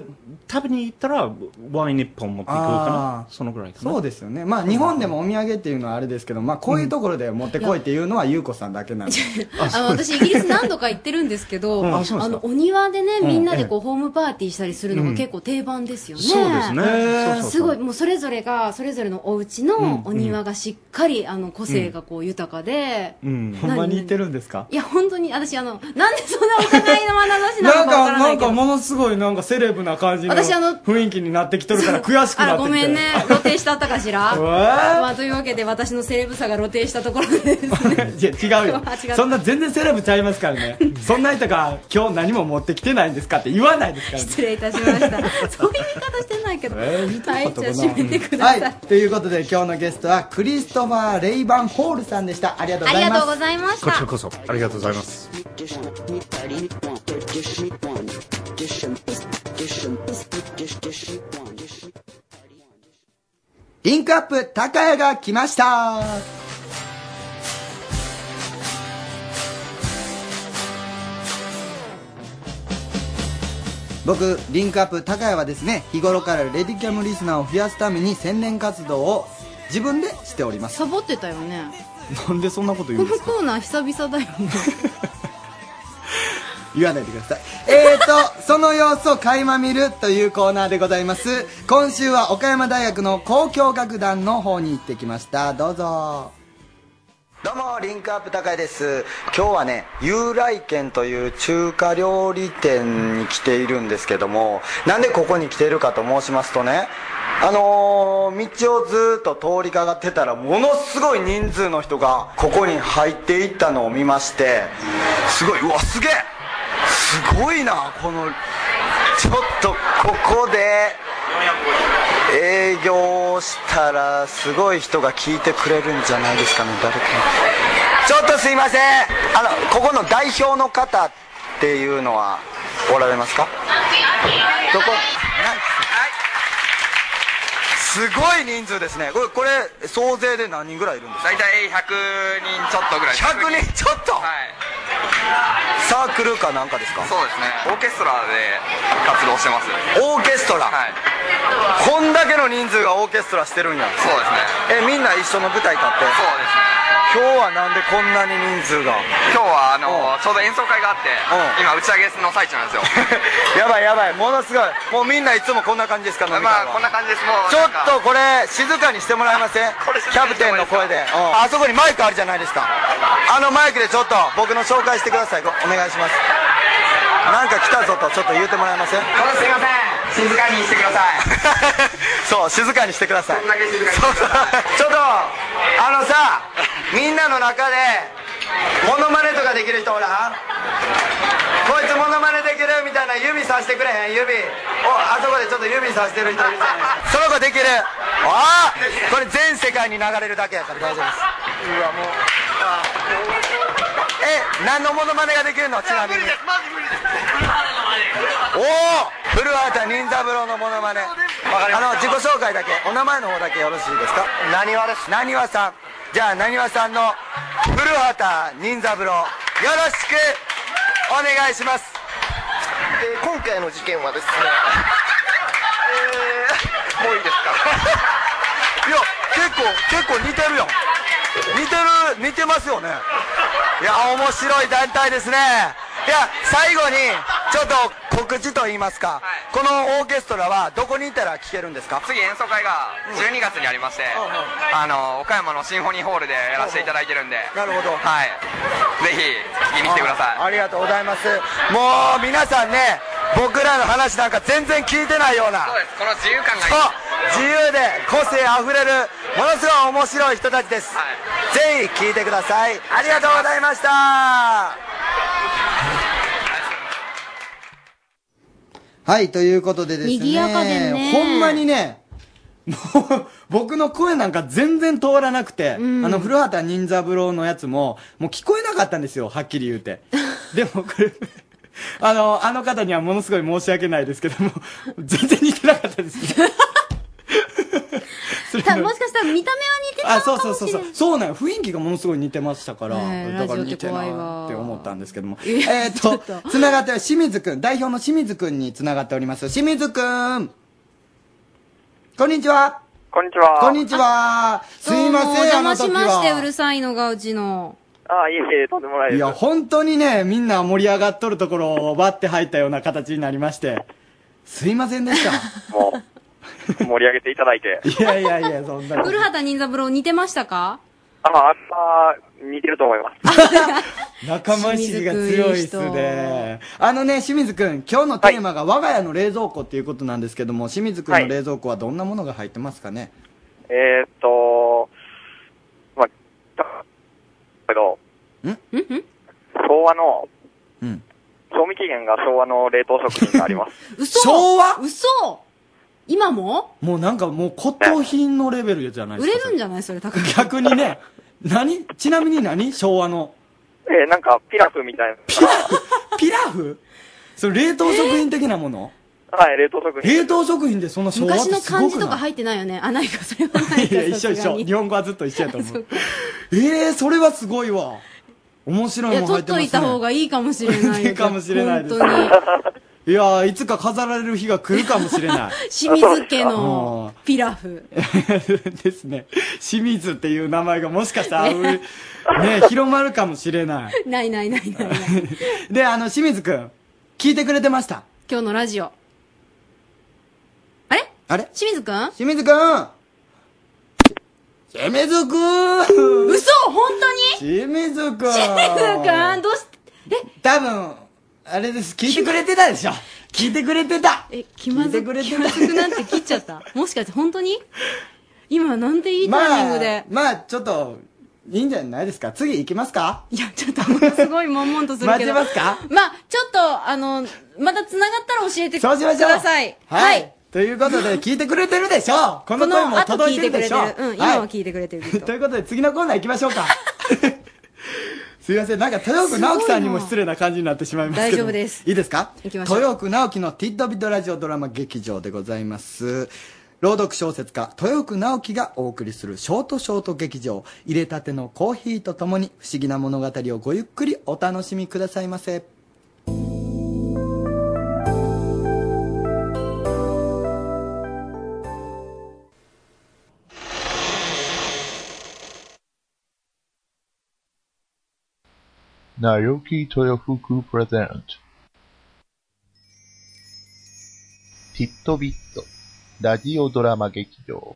食べに行ったらワイン一本持っていく
あ
か
ー
な。そのぐらいかな。
そうですよね。まあ、日本でもお土産っていうのはあれですけど、まあ、こういうところで持ってこいっていうのは、ゆうこさんだけな んで。
あの私、イギリス何度か行ってるんですけど、
ん
あ
あそうですか
の、お庭でね、みんなでこう、ホームパーティーしたりするのが結構定番ですよね。
そうですね。そうそうそう
すごい、もうそれぞれが、それぞれのお家のお庭がしっかり、あの、個性がこう、豊かで、
うん。
ほんまに言ってるんですか
いや、本当に、私、あの、なんでそんなお互いの眼差しな
な
の
ん
かわか
からな
ない
ん
けど
か。ものすごいなんかセレブな感じの
私あの
雰囲気になってきとるから悔しく
あ
なってきて
ごめんね露呈しちゃったかしら
う
ま
わ
あというわけで私のセレブさが露呈したところでですね
ーいや違うよ
あ違った
そんな全然セレブちゃいますか らねそんな人が今日何も持ってきてないんですかって言わないですからね
失礼いたしましたそういう言い方してないけど、 はいじゃあ締めてください、
はいということで今日のゲストはクリストファー・レイバン・ホールさんでしたありがとうご
あ
ざい
りが
ま
とうご
す
ざいまし
こち
た
らこそありがとうございます。
インクアップ高谷が来ました僕リンクアップ高谷はですね日頃からレディキャムリスナーを増やすために宣伝活動を自分でしております
サボってたよね
なんでそんなこと言
このコーナー久々だよね
言わないでくださいえーとその様子を垣間見るというコーナーでございます今週は岡山大学の交響楽団の方に行ってきましたどうぞどうもリンクアップ高井です今日はね由来軒という中華料理店に来ているんですけどもなんでここに来ているかと申しますとねあのー道をずーっと通りかかってたらものすごい人数の人がここに入っていったのを見ましてすごいうわすげえすごいなこのちょっとここで営業したらすごい人が聞いてくれるんじゃないですかね誰かちょっとすいませんあのここの代表の方っていうのはおられますかどこなんすごい人数ですねこれこれ総勢で何人ぐらいいるんですか
大体100人ちょっとぐらいです
100人ちょっと
はい
サークルかなんかですか
そうですねオーケストラで活動してますは
オーケストラ、
い
こんだけの人数がオーケストラしてるんや
そうですね
えみんな一緒の舞台立っ
そ
て
うですね
今日はなんでこんなに人数が
今日はあ
う
の
ん
ちょうど演奏会があって
うん
今打ち上げの最中 なんですよ
やばいやばいものすごいもうみんないつもこんな感じですか飲み会
まあこ
は
んな感じですもう
ちょ
な
っ
んか
とこれ静かにしてもらえません
これ静
キ
か
ャ
にして
プテン
もらえま
の
すか
声で、うんあそこにマイクあるじゃないですかあのマイクでちょっと僕の紹介してくださいごお願いしますなんか来たぞとちょっと言うてもらえません
ちょっとすいません静かにしてください
そう静かにしてください
こんだけ静かにして
そう
く
そう
ださい
ちょっとあ のさみんなの中でモノマネとかできる人おらんこいつモノマネできるみたいな指さしてくれへん指おあそこでちょっと指さしてる人いるじゃない その子できるああこれ全世界に流れるだけやから大丈夫ですうわもうえ何のモノマネができるのちなみに
マジ無理です
おお古畑任三郎のモノマネあの自己紹介だけお名前の方だけよろしいですかなにわですなにわさんじゃあなにわさんの古畑任三郎よろしくお願いします
今回の事件はですねもういいですか
いや結構結構似てるよ似てる似てますよねいや面白い団体ですねいや最後にちょっと告知と言いますか、
い
このオーケストラはどこにいたら聴けるんですか
次演奏会が12月にありまして、
んうん
あの岡山のシンフォニーホールでやらせていただいてるんで、
なるほど
はいぜひ聞きに来てください
ありがとうございますもう皆さんね僕らの話なんか全然聞いてないような
そうですこの自由感がいい
そう自由で個性あふれるものすごい面白い人たちです、ぜひ聞いてくださいありがとうございました
はい、ということでですね。
賑やかでね
ほんまにね、もう、僕の声なんか全然通らなくて、
うん
あの、古畑任三郎のやつも、もう聞こえなかったんですよ、はっきり言うて。でも、これ、あの、あの方にはものすごい申し訳ないですけども、全然似てなかったです。それ
たもしかしたら見た目は
あ
似てた
そ
の
う
か
そう
もし
そ
れ
う
な
そ
いう
そうなんよ雰囲気がものすごい似てましたから、
ねえ
だか
ラ
ら
ジオ
似
って
て
怖い
な
わ
って思ったんですけども
いや
えっ、
ちょ
ー、
っと
とつながってる清水くん代表の清水くんにつながっております清水くんこんにちは
こんにちは
こんにちはすいません
どう
あ
もお
の
邪
時
魔しましてう
は
るさいのがうちの
ああ、いいえ、とんでもないです。
いや
い
本当にねみんな盛り上がっとるところをバッて入ったような形になりましてすいませんでした
もう、盛り上げていただいて。
いやいやいやそんな
古畑任三郎似てましたか
ああ、あんま似てると思います。
仲間意識が強いっすね。あのね、清水くん、今日のテーマが我が家の冷蔵庫っていうことなんですけども、清水くんの冷蔵庫はどんなものが入ってますかね、
えーっと、まあ、だけど、
うんうん
昭和の、
うん
賞味期限が昭和の冷凍食品があ ります。
嘘
昭和
嘘今も
もうなんかもう骨董品のレベルじゃないで
売
す
れ
か。
るんじゃないそれ高木
逆にね、何ちなみに何昭和の。
えー、なんか、ピラフみたいな。
ピラフそれ冷凍食品的なもの、
はい、冷凍食品。
冷凍食品でそんな昭和って
昔の
すご
漢字
く
とか
ない
入ってないよねあないかそれはない
い
か
や、一緒
さ
一
すが
緒。
に
日本語はずっと一緒やと思
そう
う。ええー、それはすごいわ。面白
い
い
や
もん
取
入っ
って
ます
と
ね。
いた方がいいかもしれない
いいかもしれないです
本当に
いやーいつか飾られる日が来るかもしれない。
清水家のピラフ
ですね。清水っていう名前がもし かしたら、ね、広まるかもしれない。
ないないないないない
で、あの、清水くん、聞いてくれてました
今日のラジオあれ
あれ
清水くん
清水くん清水くん
嘘本当に
清水くん
清水くんどうし
多分、あれです。聞いてくれてたでしょ聞いてくれてた
え気ま
聞
ず
いてく
く
れて
気
た
まずくなって切っちゃったもしかして本当に今なんていいタイミングで、
まあ、まあ、ちょっと、いいんじゃないですか次行きますか
いやちょっとものすごい悶々とする
待
け
ち
ど
ますか
まあ、ちょっと、あの、また繋がったら教えてく
そうしましょう。
ださい。
はい。。ということで、聞いてくれてるでしょう。
こ
この
の
声も
後
届
聞
い
い
て
て
る
く
で
れ
してょ
る。うん、今は
はい
聞いてくれてるきっと
ということで、次のコーナー行きましょうか。 すいません、なんか豊奥直樹さんにも失礼な感じになってしまいますけど。
大丈夫です
いいですか
行きましょう
豊奥直樹のティッドビットラジオドラマ劇場でございます。朗読小説家、豊奥直樹がお送りするショートショート劇場、入れたてのコーヒーとともに不思議な物語をごゆっくりお楽しみくださいませ。
Naoki Toyofuku present ティットビットラジオドラマ劇場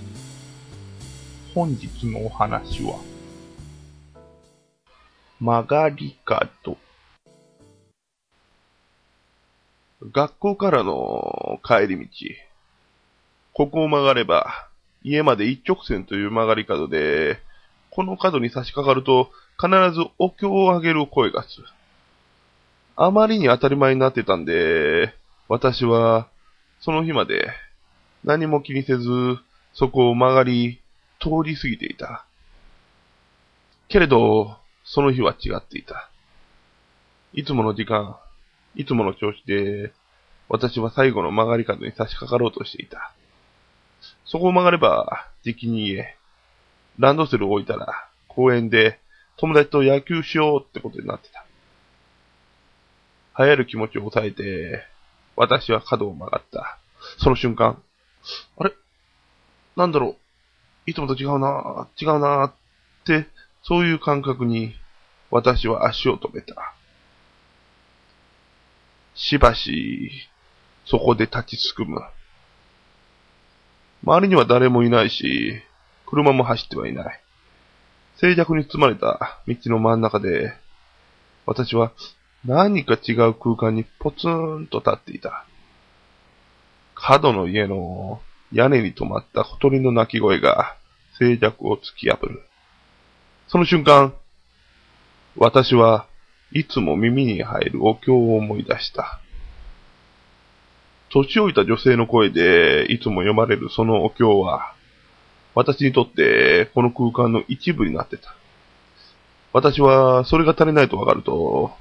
本日のお話は、曲がり角。
学校からの帰り道。ここを曲がれば、家まで一直線という曲がり角で、この角に差し掛かると、必ずお経をあげる声がする。あまりに当たり前になってたんで、私は、その日まで何も気にせず、そこを曲がり、通り過ぎていた。けれど、その日は違っていた。いつもの時間、いつもの調子で、私は最後の曲がり角に差し掛かろうとしていた。そこを曲がれば、じきに言え、ランドセルを置いたら、公園で友達と野球しようってことになってた。流行る気持ちを抑えて、私は角を曲がった。その瞬間、あれなんだろういつもと違うな違うなって、そういう感覚に、私は足を止めた。しばし、そこで立ちすくむ。周りには誰もいないし、車も走ってはいない。静寂に包まれた道の真ん中で、私は何か違う空間にポツンと立っていた。角の家の屋根に止まった小鳥の鳴き声が静寂を突き破る。その瞬間、私はいつも耳に入るお経を思い出した。年老いた女性の声でいつも読まれるそのお経は、私にとってこの空間の一部になってた。私はそれが足りないとわかると、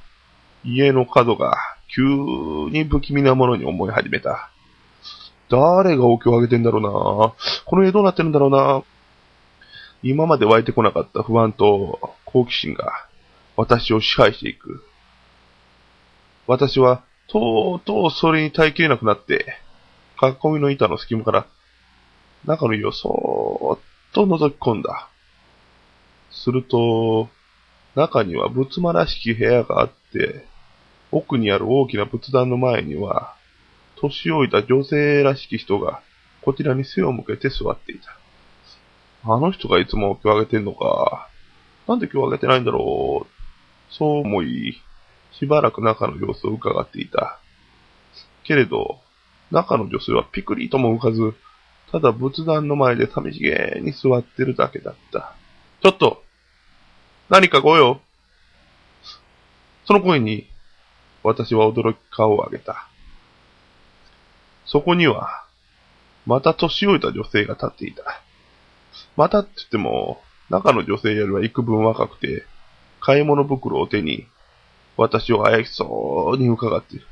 家の角が急に不気味なものに思い始めた。誰がお経をあげてんだろうなこの家どうなってるんだろうな今まで湧いてこなかった不安と好奇心が私を支配していく。私はとうとうそれに耐えきれなくなって、囲いの板の隙間から中の家をそーっと覗き込んだ。すると、中には仏間らしき部屋があって、奥にある大きな仏壇の前には、年老いた女性らしき人が、こちらに背を向けて座っていた。あの人がいつも今日あげてんのか、なんで今日あげてないんだろう、そう思い、しばらく中の様子を伺っていた。けれど、中の女性はピクリとも浮かず、ただ仏壇の前で寂しげに座ってるだけだった。ちょっと何かご用その声に、私は驚き顔を上げた。そこには、また年老いた女性が立っていた。またって言っても、中の女性よりは幾分若くて、買い物袋を手に、私を怪しそうに伺っている。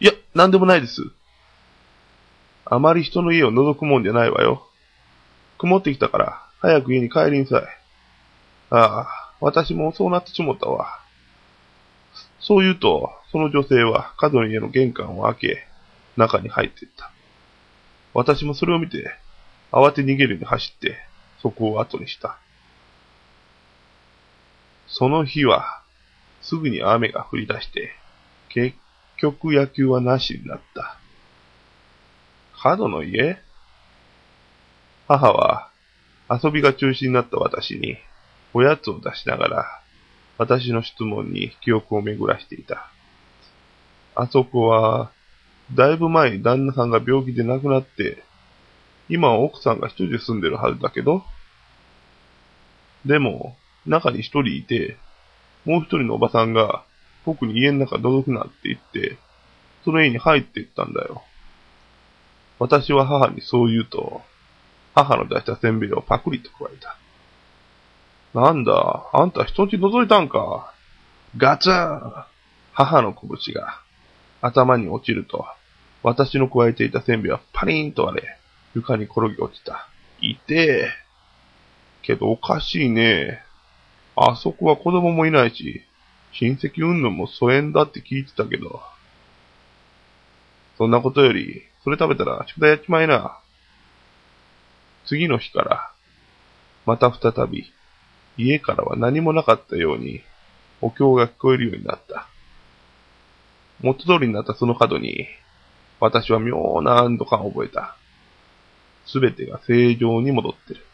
いや、なんでもないです。あまり人の家を覗くもんじゃないわよ。曇ってきたから、早く家に帰りんさい。ああ、私もそうなってしもったわ。そう言うと、その女性は角の家の玄関を開け、中に入っていった。私もそれを見て、慌て逃げるように走って、そこを後にした。その日は、すぐに雨が降り出して、結局野球はなしになった。角の家母は、遊びが中止になった私に、おやつを出しながら、私の質問に記憶を巡らしていた。あそこは、だいぶ前に旦那さんが病気で亡くなって、今は奥さんが一人で住んでるはずだけど、でも、中に一人いて、もう一人のおばさんが、僕に家の中覗くなって言って、その家に入っていったんだよ。私は母にそう言うと、母の出したせんべいをパクリと加えた。なんだ、あんた人んち覗いたんか。ガツン母の拳が頭に落ちると、私の加えていたせんべいはパリーンと割れ、床に転げ落ちた。いてえ。けどおかしいね。あそこは子供もいないし、親戚うんぬんも疎遠だって聞いてたけど。そんなことより、それ食べたら宿題やっちまいな。次の日から、また再び、家からは何もなかったように、お経が聞こえるようになった。元通りになったその角に、私は妙な安堵感を覚えた。すべてが正常に戻ってる。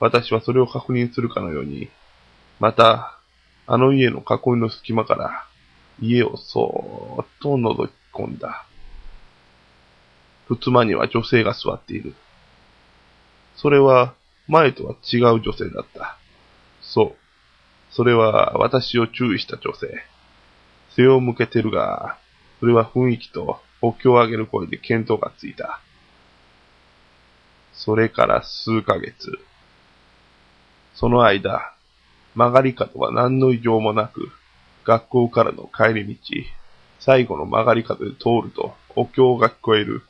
私はそれを確認するかのように、また、あの家の囲いの隙間から、家をそーっと覗き込んだ。仏間には女性が座っている。それは、前とは違う女性だった。そう。それは、私を注意した女性。背を向けてるが、それは雰囲気と国境を上げる声で見当がついた。それから数ヶ月。その間、曲がり角は何の異常もなく、学校からの帰り道、最後の曲がり角で通るとお経が聞こえる、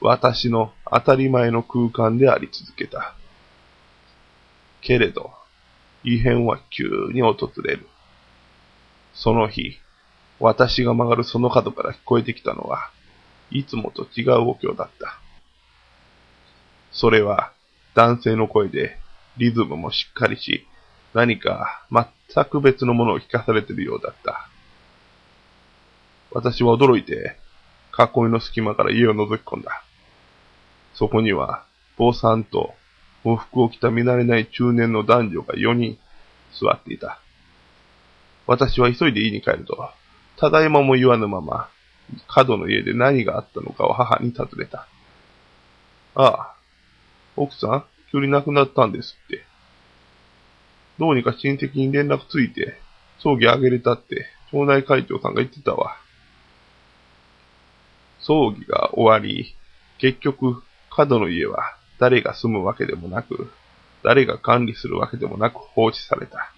私の当たり前の空間であり続けた。けれど、異変は急に訪れる。その日、私が曲がるその角から聞こえてきたのは、いつもと違うお経だった。それは、男性の声で、リズムもしっかりし、何か全く別のものを聞かされているようだった。私は驚いて、囲いの隙間から家を覗き込んだ。そこには、坊さんと、喪服を着た見慣れない中年の男女が4人座っていた。私は急いで家に帰ると、ただいまも言わぬまま、角の家で何があったのかを母に尋ねた。ああ、奥さん、急に亡くなったんですって。どうにか親戚に連絡ついて、葬儀あげれたって、町内会長さんが言ってたわ。葬儀が終わり、結局、角の家は誰が住むわけでもなく、誰が管理するわけでもなく放置された。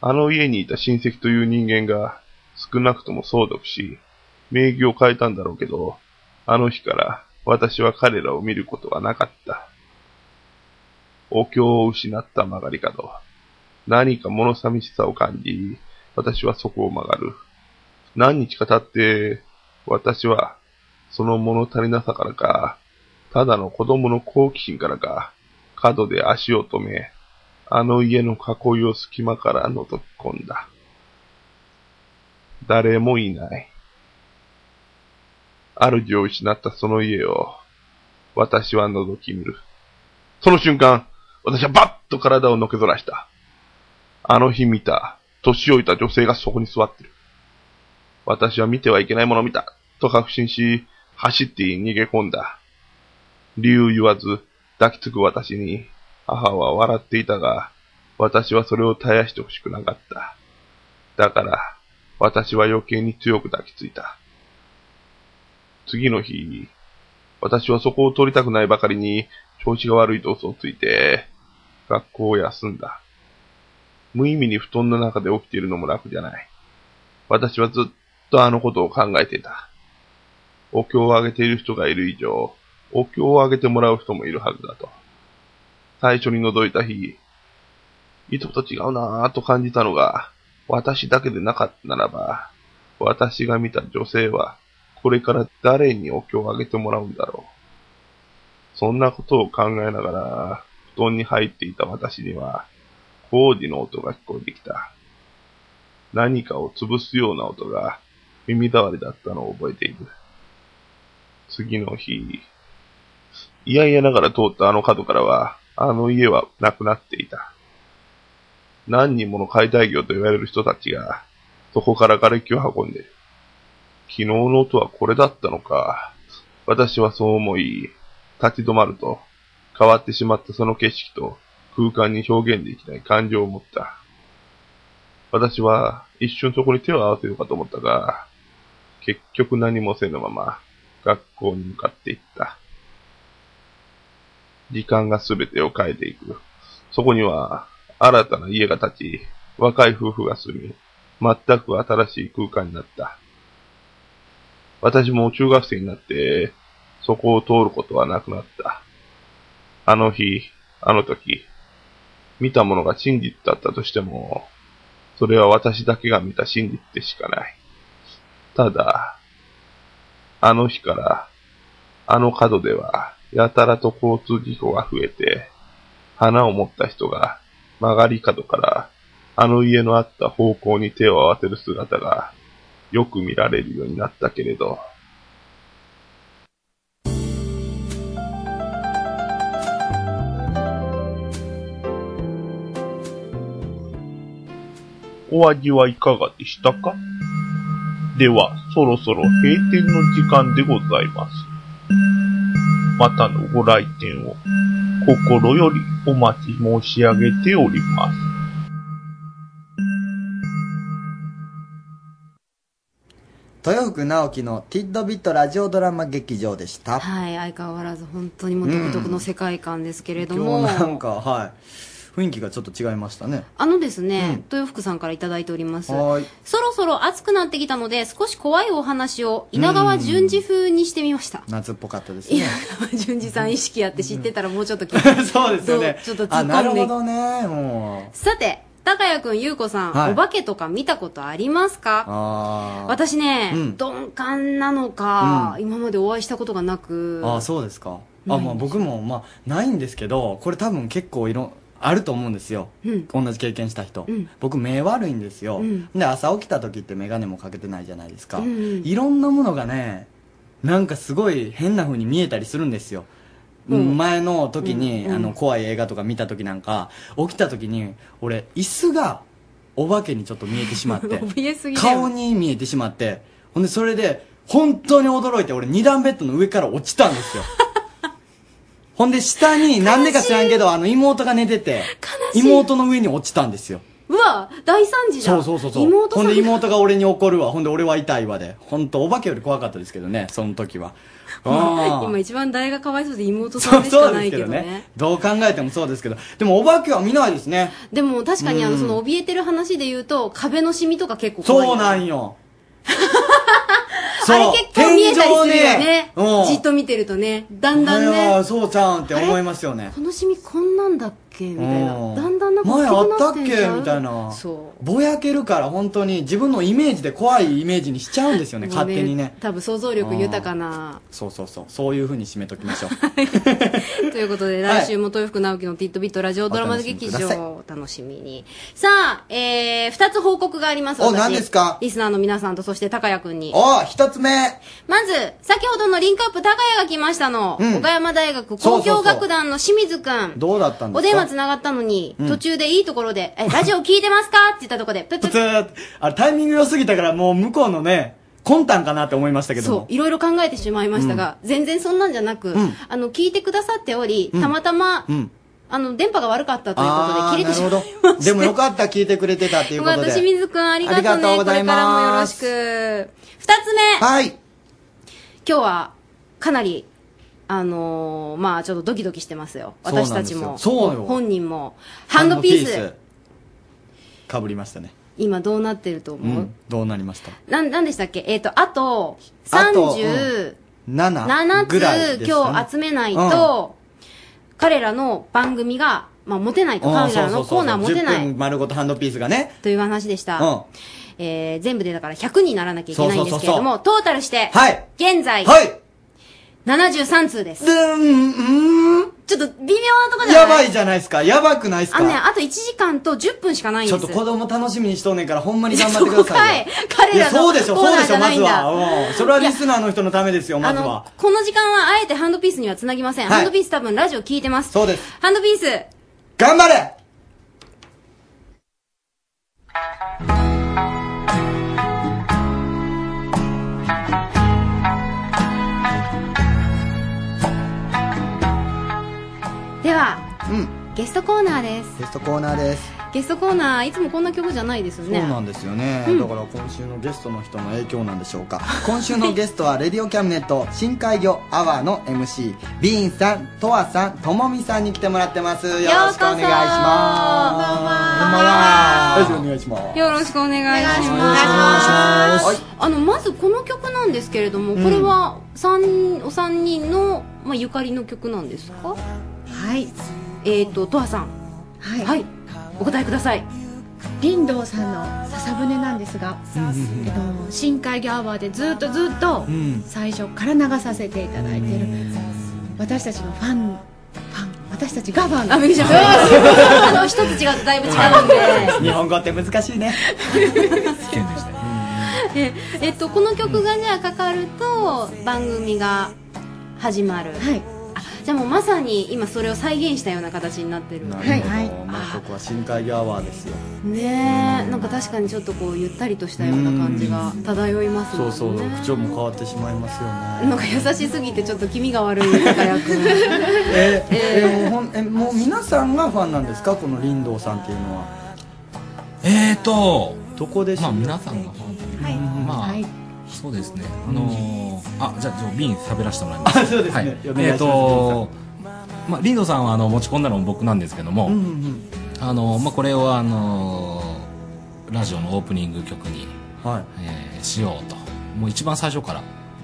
あの家にいた親戚という人間が少なくとも相続し、名義を変えたんだろうけど、あの日から私は彼らを見ることはなかった。お経を失った曲がり角。何か物寂しさを感じ、私はそこを曲がる。何日か経って、私はその物足りなさからか、ただの子供の好奇心からか、角で足を止め、あの家の囲いを隙間から覗き込んだ。誰もいない。主を失ったその家を、私は覗き見る。その瞬間、私はバッと体をのけぞらした。あの日見た、年老いた女性がそこに座ってる。私は見てはいけないものを見た、と確信し、走って逃げ込んだ。理由言わず、抱きつく私に、母は笑っていたが、私はそれを絶やしてほしくなかった。だから、私は余計に強く抱きついた。次の日、私はそこを通りたくないばかりに、調子が悪いと嘘をついて、学校を休んだ。無意味に布団の中で起きているのも楽じゃない。私はずっとあのことを考えていた。お経をあげている人がいる以上、お経をあげてもらう人もいるはずだと。最初に覗いた日、いつもと違うなぁと感じたのが、私だけでなかったならば、私が見た女性は、これから誰にお経をあげてもらうんだろう。そんなことを考えながら、布団に入っていた私には、工事の音が聞こえてきた。何かを潰すような音が耳障りだったのを覚えている。次の日、いやいやながら通ったあの角からは、あの家はなくなっていた。何人もの解体業と言われる人たちが、そこから瓦礫を運んでいる。昨日の音はこれだったのか。私はそう思い、立ち止まると、変わってしまったその景色と空間に表現できない感情を持った。私は一瞬そこに手を合わせようかと思ったが、結局何もせぬまま学校に向かっていった。時間が全てを変えていく。そこには新たな家が建ち、若い夫婦が住み、全く新しい空間になった。私も中学生になって、そこを通ることはなくなった。あの日、あの時、見たものが真実だったとしても、それは私だけが見た真実でしかない。ただ、あの日から、あの角では、やたらと交通事故が増えて、花を持った人が曲がり角から、あの家のあった方向に手を合わせる姿が、よく見られるようになったけれど、
お味はいかがでしたかでは、そろそろ閉店の時間でございます。またのご来店を心よりお待ち申し上げております。
豊福直樹のティッドビットラジオドラマ劇場でした。
はい、相変わらず本当にもう独特の世界観ですけれども、
今日なんか、はい。雰囲気がちょっと違いましたね。
あのですね、豊福さんからいただいております。
はい。
そろそろ暑くなってきたので、少し怖いお話を稲川淳二風にしてみま した。
夏っぽかったですね。
淳二さん意識やって知ってたらもうちょっと聞いて
そうですよね。
どうちょっと突
あ、
っ
なる
込ん
ほ
で
どね、も う。
さて、高谷くん、ゆうこさん、
はい
お化けとか見たことありますか
あー
私ね、
うん
鈍感なのか、
う
今までお会いしたことがなく、
あそうですかあ、まあ、僕も、まあ、ないんですけどこれ多分結構いろんあると思うんですよ、
うん
同じ経験した人、
うん
僕目悪いんですよ、
うん
で朝起きた時って眼鏡もかけてないじゃないですか、
うんうん
いろんなものがねなんかすごい変な風に見えたりするんですよ、
うん
前の時に、
うんうん
あの怖い映画とか見た時なんか起きた時に俺椅子がお化けにちょっと見えてしまって
怯えすぎだよ
顔に見えてしまってほんでそれで本当に驚いて俺二段ベッドの上から落ちた んですよほんで下になんでか知らんけどあの妹が寝てて妹の上に落ちたんですよ
うわ大惨事だ
そうそうそうそう
妹さ
ほ
ん
ん
が
で妹が俺に怒るわほんで俺は痛いわで本当お化けより怖かったですけどねその時 はあー
今一番大がかわいそうで妹さ
そ
ん
う
でしか
そう
な
です
い
け
けど
ど
ね
ねどう考えてもそうですけどでもお化けは見ないですね
でも確かにあ
う
の
ん
その怯えてる話で言うと壁のシミとか結構怖い
そうな んよ
あれ結構見えたりするよね
天井ねうん
じっと見てるとねだんだん
あれは
ね
そうちゃうんって思いますよね
このシミこんなんだっけみたい
うん
なだんだんなんか
前あ
大き
っ
くな
たっ
って
け
んちゃう
みたいな
そ
ぼやけるから本当に自分のイメージで怖いイメージにしちゃうんですよ
う
ね
もう
勝手にね
多分想像力豊かな
そうそうそうそういうふうに締めときま しょう
ということで、
はい
来週も豊福直樹のティットビットラジオドラマ劇場をお楽しみに。さあ、えー、二つ報告があります。
お
私
何ですか
リスナーの皆さんと、そして高谷くんに。
お一つ目
まず、先ほどのリンクアップ高谷が来ましたの、
うん
岡山大学
そうそ
工
うそ
業
う
楽団の清水くん。
どうだったんですか
お電話繋がったのに、
うん
途中でいいところで、え、ラジオ聞いてますかって言ったところで、プップ
普通あれタイミング良すぎたからもう向こうのね魂胆かなって思いましたけど
そ
も
ういろいろ考えてしまいましたが、全然そんなんじゃなく、
うん
あの聞いてくださっており、
うん
たまたま、
うん
あの電波が悪かったということ
あ
で切
ー
れて
な
し
る
まいま
ほど
した
でもよかった聞いてくれてたっていう
よ
こ
か
と
っ
で
た清水くんありがとうね
ありがとうご
こ
ざい
れからもよ
ま
ろ
す
しく二つ目
はい
今日はかなりあのーまあちょっとドキドキしてますよ
そうなんです
私
よ
たちも
そうよ
本人もハンドピース
かぶりましたね
今どうなってると
う
思う、
んどうなりました
なんなんでしたっけえっ、とあと
あと
37
7ぐらい
つ、
ですかね
今日集めないと、彼らの番組が、まあ、持てないと
うん
彼らのコーナー持てな
10
い
分丸ごとハンドピースがね
という話でし
う
た、
んは
えー全部でだから100にならなきゃいけないんですけれども、トータルして、
はい
現在、
い
73通です。ちょっと微妙なとこじゃ
や
な
ば
い
いじゃないですかやばくないです
あのね、
か
あと1時間と10分しかないん
ちょ
で
っ
す。
と子供楽しみにしとんねんからほんまに頑張ってくださいよ
そこかい彼らの
そうでしょ
コー
そう
ナ
で
ー
し
じゃ
ょ
な
ま
い
ず
んだ
はうんそれはリスナーの人のためですよま
あ
ず
の
は、
この時間はあえてハンドピースには繋ぎません。
はい
ハンドピース多分ラジオ聞いてます。
そうです
ハンドピース、
頑張れ
では、ゲストコーナーです。
ゲストコーナーです
ゲストコーナー、いつもこんな曲じゃないですよ
そう
ね。
なんですよね、
うん
だから今週のゲストの人の影響なんでしょうか 今週のゲストはレディオキャムネット 深海魚アワーの MC ビーンさんとわさんともみさんに来てもらってますよろしくお願いしますこんばんはよろしくお願いします
よろしくお願いします。あのまずこの曲なんですけれども、
うん
これは三お三人のまあゆかりの曲なんですか？はい。えっ、ととわさん。はい。お答えください。
林道さんの笹舟なんですが、えっと、深海魚アワーでずっとずっと
うん
最初から流させていただいてる、私たちのファンファン私たちがファン
あびっくりした
うん
あの一つ違うとだいぶ違うんで。
日本語って難しいね
ええっとこの曲がじゃあかかると番組が始まる。はい。じゃあもうまさに今それを再現したような形になってる。
なるほど、もうここは深海魚アワーですよ
ねえなんか確かにちょっとこうゆったりとしたような感じが漂いますもん
そう
ね
そう口調も変わってしまいますよね
なんか優しすぎてちょっと気味が悪い高谷君
えーえーもうほんえもう皆さんがファンなんですかこの林道さんっていうのは
えーと
どこで
まあ皆さんがファンというかまあ
そうですね。あのーあ、じゃあ、じゃあ瓶食べらせてもらいます。
あそうですね
はい、えっ、
お願いします
とまあ、リードさんはあの持ち込んだのも僕なんですけども、あのまあ、これをあのラジオのオープニング曲に、えーしようともう一番最初から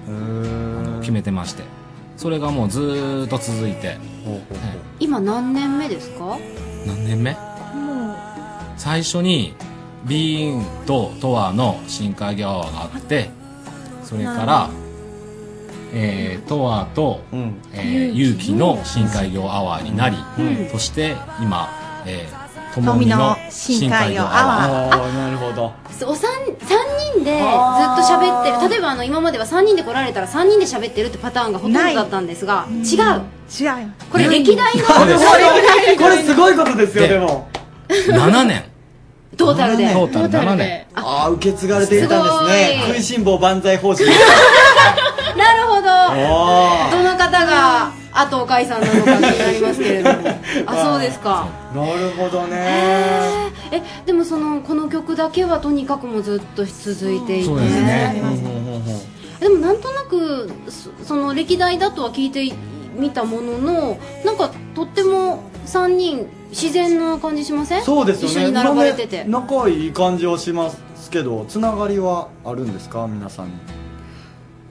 あの決めてましてそれがもうずーっと続いて、え
今何年目ですか
ー何年目
も
最初にビーンとトアの深海魚アワーがあってそれか
なる
ら、えー、トアと、えー
ゆ
ゆ
う
う
き
きの深海魚アワーになり、
うん
そして今、えー、ともみの深海魚アワーなるほど
うお三三人でずっと喋ってる例えばあの今までは3人で来られたら3人で喋ってるってパターンがほとんどだったんですが違う
違う
これ歴 代の
これ
歴代の
これすごいことですよでも
7年
トータルで
トータル
トータル
7
で
年ああ受け継がれていたんですね
すごい
食いしん坊万歳方針
なるほ
おー
どどの方が後お解散なのか気になりますけれど もあそうですか
なるほどね
えでもそのこの曲だけはとにかくもうずっと続いていて
そうですね
でもなんとなくそその歴代だとは聞いてみたもののなんかとっても3人自然な感じしません
そうですよね
一緒に並ばれてて、
なんかね仲いい感じはしますけどつながりはあるんですか皆さんに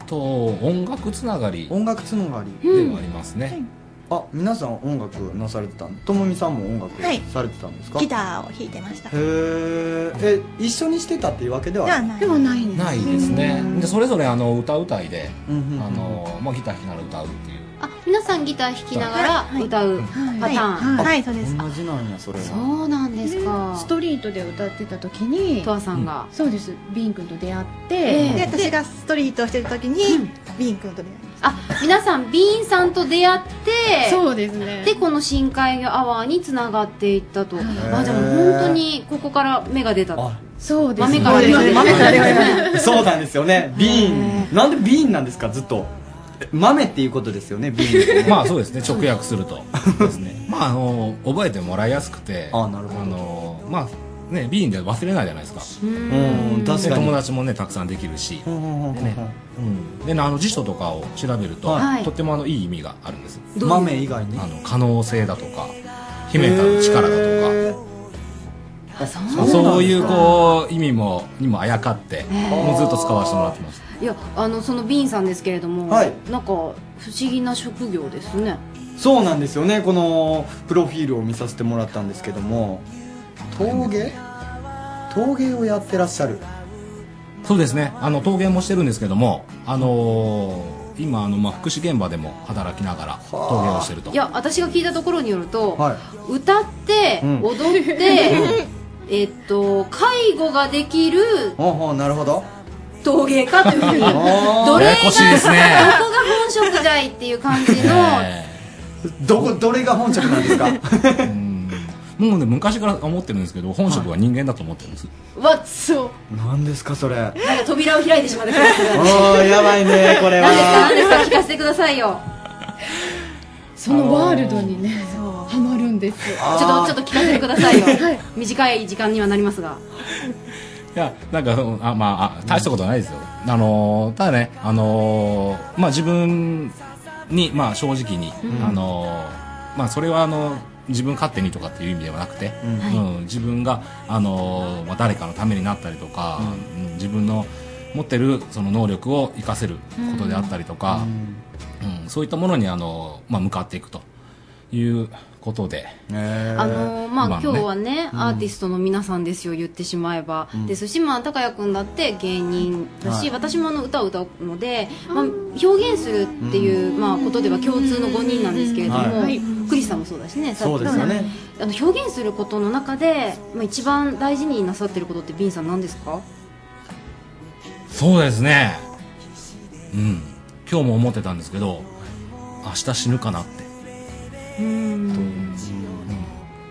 と音楽つながり
音楽つながり
ではありますね、
あ皆さん音楽なされてたんともみさんも音楽
はい
されてたんですか、
ギターを弾いてました
へーえ一緒にしてたっていうわけでは
ではないでもないん
ないですねでそれぞれあの歌うたいで、あのまあ、ギター弾きながら歌うっていう
あ皆さんギター弾きながら歌うパターン、
はいそうです
同じなんやそれは
そうなんですか
ストリートで歌ってた時に
とわさんが
そうですビン君と出会って、
ええ
で
で私がストリートをしてる時に、ビン君と出会い
あ皆さんビーンさんと出会って
そうですね
でこの深海魚アワーにつながっていったと
ー
あじゃあもう本当にここから芽が出たと
そう
ですね豆から出て
豆から出て
豆から出
そうなんですよねビーンなんでビーンなんですかずっとえ豆っていうことですよねビーンってね
まあそうですね直訳するとです ねまああの覚えてもらいやすくてあのまあねビーンで忘れないじゃないですか
うんうん確か
で
に
友達もねたくさんできるし
でね
うんでねあの辞書とかを調べると、
はい
とってもあのいい意味があるんです
どういう豆以外ね
あの可能性だとか秘めた力だとか
あそう
まあそういうこう意味もにもあやかって
へー
もうずっと使わせてもらってます
いやあのそのビーンさんですけれども、
はい
なんか不思議な職業ですね
そうなんですよねこのプロフィールを見させてもらったんですけども陶芸陶芸をやってらっしゃる
そうですねあの陶芸もしてるんですけどもあのー今あの、まあ、福祉現場でも働きながら陶芸をしてると
いや私が聞いたところによると、
は
歌って、
うん
踊 ってえっと介護ができる
ほうほうなるほど
陶芸家というふうにどれ
や
が
やこしいですね
どこが本職じゃいっていう感じの
どこどれが本職なんですか
もうね昔から思ってるんですけど本職は人間だと思ってるんです、
わっそう
何ですかそ れあ
なんか扉を開いてしまった気がする
ーやばいねこれは
何ですか何ですか聞かせてくださいよ
そのワールドにねハマるんですよ
ちょっとちょっと聞かせてくださいよ短い時間にはなりますが
いやなんかそのあまああ大したことないですよ、あのーただねあのーまあ自分にまあ正直に、
うん
あのーまあそれはあの自分勝手にとかっていう意味ではなくて、うん自分があのーまあ誰かのためになったりとか、うん自分の持ってるその能力を生かせることであったりとか、うんそういったものにあのーまあ向かっていくということで、
あのーまあ、今日はね、アーティ
ス
ストの皆さんですよ言ってしまえば、
うん
ですし、まあ、高谷君だって芸人だし、
はい
私もあの歌を歌うので、まあ、表現するっていう、まあ、ことでは共通の5人なんですけれども、
はい
クリスさんもそうだしねさっ
そう
き
で
の
すよね
あの表現することの中で、まあ、一番大事になさってることってビンさん何ですか
そうですねうん今日も思ってたんですけど明日死ぬかなって
うん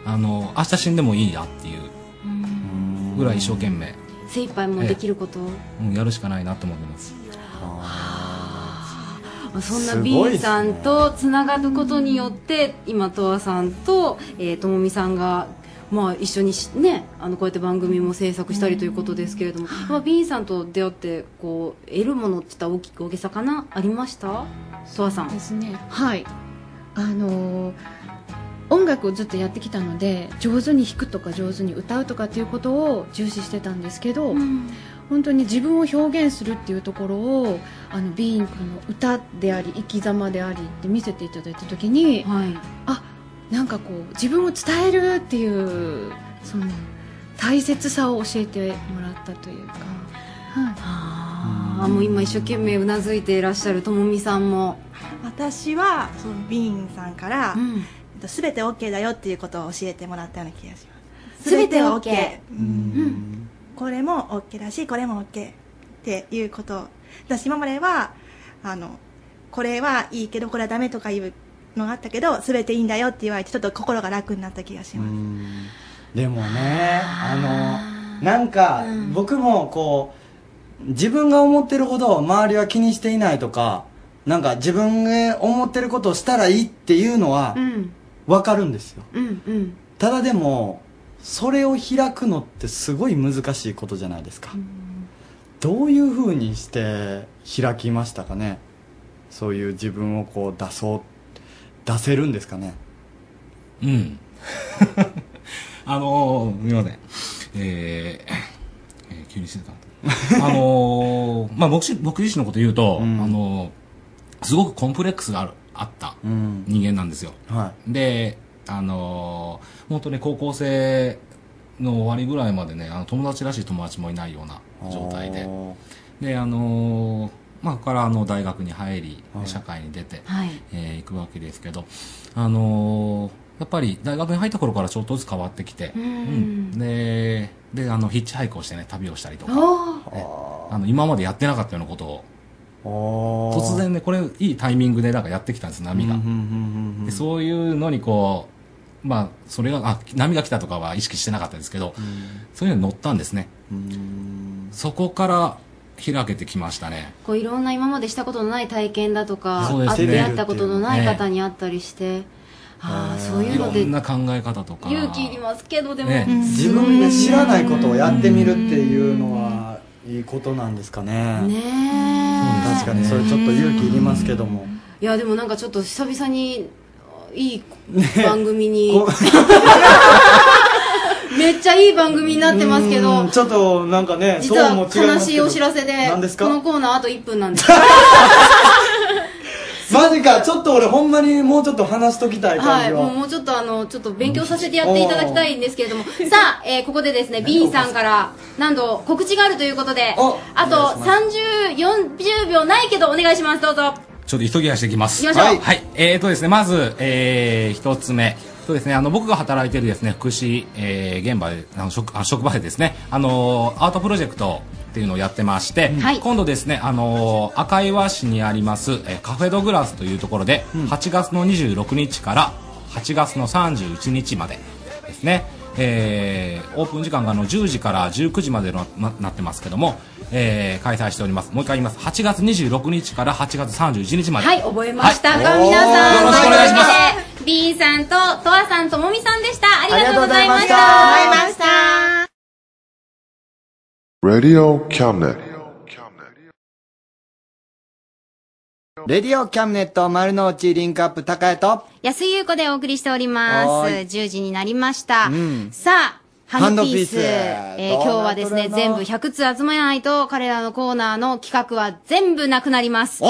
あの明日死んでもいいやっていうぐらい一生懸命、
精一杯もうできることを、
うん、やるしかないなと思ってます
まあそんな
す
ビ
ご
ン
いっすね
さんとつながることによって今とわさんとえーともみさんがまあ、一緒にし、ね、あのこうやって番組も制作したりということですけれども、まあ、ビンさんと出会ってこう得るものって言ったら大きく大げさかなありましたとわさん
ですねはいあのー音楽をずっとやってきたので上手に弾くとか上手に歌うとかっていうことを重視してたんですけど、本当に自分を表現するっていうところをあのビーン君の歌であり生き様でありって見せていただいた時に、あなんかこう自分を伝えるっていうその大切さを教えてもらったというか、はい、
あーもう今一生懸命うなずいていらっしゃるともみさんも
私はそのビーンさんから、えっと全て OK だよっていうことを教えてもらったような気がします
全て
は
OK
うんこれも OK だしこれも OK っていうこと私今まではあのこれはいいけどこれはダメとかいうのがあったけど全ていいんだよって言われてちょっと心が楽になった気がします、
でもねあのなんか僕もこう自分が思ってるほど周りは気にしていないとかなんか自分が思ってることをしたらいいっていうのは
うん
分かるんですよ
うんうん
ただでもそれを開くのってすごい難しいことじゃないですかどういうふうにして開きましたかねそういう自分をこう出そう出せるんですかね
うん。あのー、すみません。えーえー急にしてた。あの ー、まあ僕し、僕自身のこと言うと、あのー、すごくコンプレックスがある、あった
うん
人間なんですよ。
は
で、あのー、本当に高校生の終わりぐらいまでね、あの友達らしい友達もいないような状態で。で、あのー、まあ、ここからあの大学に入り、社会に出て、
はい
えー行くわけですけど、あのーやっぱり大学に入った頃からちょっとずつ変わってきて、
うん
うんでであのヒッチハイクをしてね旅をしたりとか、
お
ねあの今までやってなかったようなこと
を
突然ねこれいいタイミングでなんかやってきたんです波が、でそういうのにこうまあそれがあ波が来たとかは意識してなかったですけど、そういうのに乗ったんですね、そこから開けてきましたね
こういろんな今までしたことのない体験だとか、
そうです
会っ
ね
て会ったことのない方に会ったりして、ああそういうので
ろんな考え方とか
勇気いりますけどでも、
ね
うん
自分で知らないことをやってみるっていうのはいいことなんですかね
ねえ
確かにそれちょっと勇気いりますけども
いやでもなんかちょっと久々にいい番組に、めっちゃいい番組になってますけど
うんちょっとなんかね
実
そうも
は
違い
悲
ます
し
け
い
ど
お知らせで
何ですか
このコーナーあと1分なんです
マジかちょっと俺ほんまにもうちょっと話しときたい感
は
じ
い、もう
は
もうちょっとあのちょっと勉強させてやっていただきたいんですけれどもさあ、えーここでですねビーンさんからなんと告知があるということであと3040秒ないけどお願いしますどうぞ
ちょっと急ぎ足してきます。
行きましょう
はい。はいえーとですね、まず、えー、一つ目。そうですね、あの、僕が働いてるですね、福祉、えー、現場で、あの、職、あ職場でですね、あのー、アートプロジェクトっていうのをやってまして、今度ですね、あのー、赤岩市にあります、えーカフェドグラスというところで、8月の26日から8月の31日までですね、えーオープン時間があの10時から19時までのななってますけども、えー開催しておりますもう一回言います8月26日から8月31日まで
はい覚えました
はい
か皆さん
よろしくお願いします
すビーンさんととわさんともみさんでしたありがとうございました
ありがとうござい
ました
Radio Cabinet.
レディオキャムネット丸の内リンクアップ高江と
安井優子でお送りしております。
はーい
10時になりました。
ん
さあ、ハンドピース。
ハンドピース
えー
どうな
今
っ
日
とるの
はですね、全部100通集めないと、彼らのコーナーの企画は全部なくなります。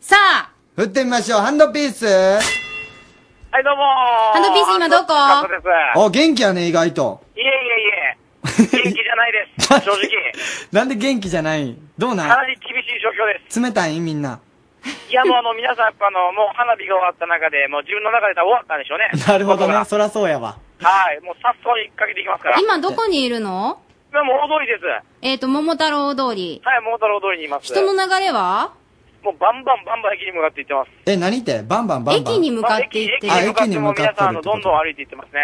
さあ、
振ってみましょうハンドピース
はい、どうも
ハンドピース今どこ
ハンドピース
お元気やね意外と
いえい えいえ、元気じゃないです。正直。
なんで元気じゃないどう
か
な
なんり厳しい状況です。
冷たいみんない
や、もうあの、皆さん、やっぱあの、もう花火が終わった中で、もう自分の中で多分終わったんでしょうね。
なるほどねそらそうやわ
はい、もう早速引っ掛けていきますから。
今どこにいるの
今もう大通りです。
えっ、と、桃太郎通り。
はい、桃太郎通りにいます。
人の流れは
もうバンバンバンバン駅に向かって行ってます。
え何ってバンバンバンバン
駅に向かっていってる
あ
駅
駅に
に向
向
か
か
っても皆さん、
っ
あ
てる
の、
って
ど
こ
ん
と
どん歩いていってますね。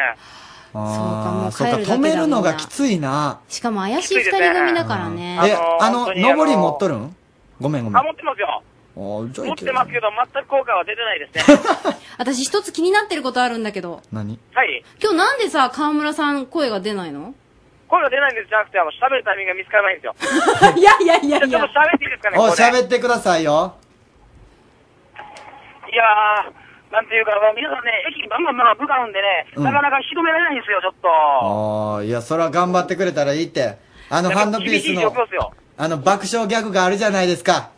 あー
そうかもう帰るだけだ
止めるのがきついな
しかも怪しい二人組だからね。
え、あ
本
の、
当にあの
上り持っとるんごめんごめん。
あ、持ってますよ。
じゃあ
持
い
っ
け
て
る
ますけど、全く効果は出てないですね。
私一つ気になってることあるんだけど。
何
はい。
今日なんでさ、河村さん声が出ないの
声が出ないんですじゃなくて、あの、喋るタイミングが見つからないんですよ。
いやいやいやい
ちょっ
や
と。喋っていいですかね、
お
ここで。
喋ってくださいよ
いやー、なんていうか、もう皆さんね、駅にバンバンバンバンぶかうんでね、
うん
なかなか広められないんですよ、ちょっと。
ああいやそれは頑張ってくれたらいいってあのハンドピース
厳しい状
の
況ですよ。
あの爆笑ギャグがあるじゃないですか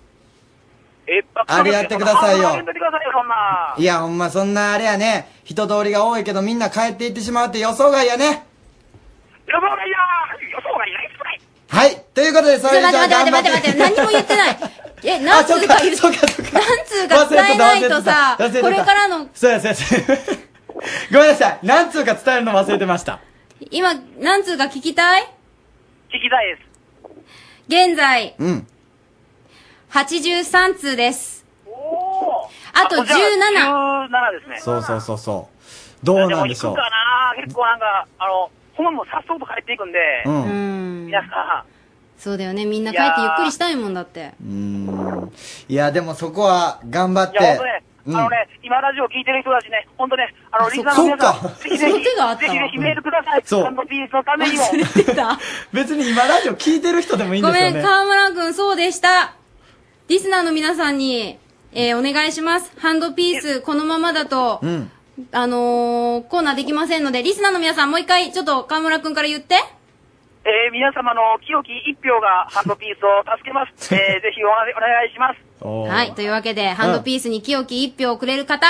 え、
あれやってくださいよ
やめてくださいよ、そんな。
いやほんまそんなあれやね人通りが多いけどみんな帰っていってしまうって予想外やね
予想外やー予想外ないっすかい
はいということで
ちょ
そ
っと
れじゃあ
待って待って
頑張っ
待って待
て
って、何も言って ない。え、なんつうか言う、なんつうか伝えないとさ、
忘れてた忘れてた
これからの、
そうやそうやそうや ごめんなさい何通か伝えるの忘れてました
今、なんつうか聞きたい
聞きたい
です。現在、
うん
83通です。
お
あと17。
17ですね。
そうそうそうそうどうなんでしょ
行
う
くかな結構なんか、あの、ほんまもうさっそうと帰っていくんで、
うん
皆さん、
そうだよね、みんな帰ってゆっくりしたいもんだって。
うーんいやでもそこは頑張っ
いや、本
て
当ね、
うん
あのね、今ラジオ聞いてる人たちね、本当ね、あの、
あそ
リスナーの皆さ
そっ
ん、
か
ぜひぜひ、
その
ぜ
手があった
ひぜひメールください。
そう
サンドピースのためにも。
別に今ラジオ聞いてる人でもいいん
ご
ですよ
め
ね
ん、河村くん、そうでした。リスナーの皆さんに、えーお願いします。ハンドピース、このままだと、
うん
あのー、コーナーできませんので、リスナーの皆さん、もう一回、ちょっと河村くんから言って。
えー皆様の清き一票がハンドピースを助 けます。えーぜひお願いお願いします。
はい。というわけで、ハンドピースに清き一票をくれる方、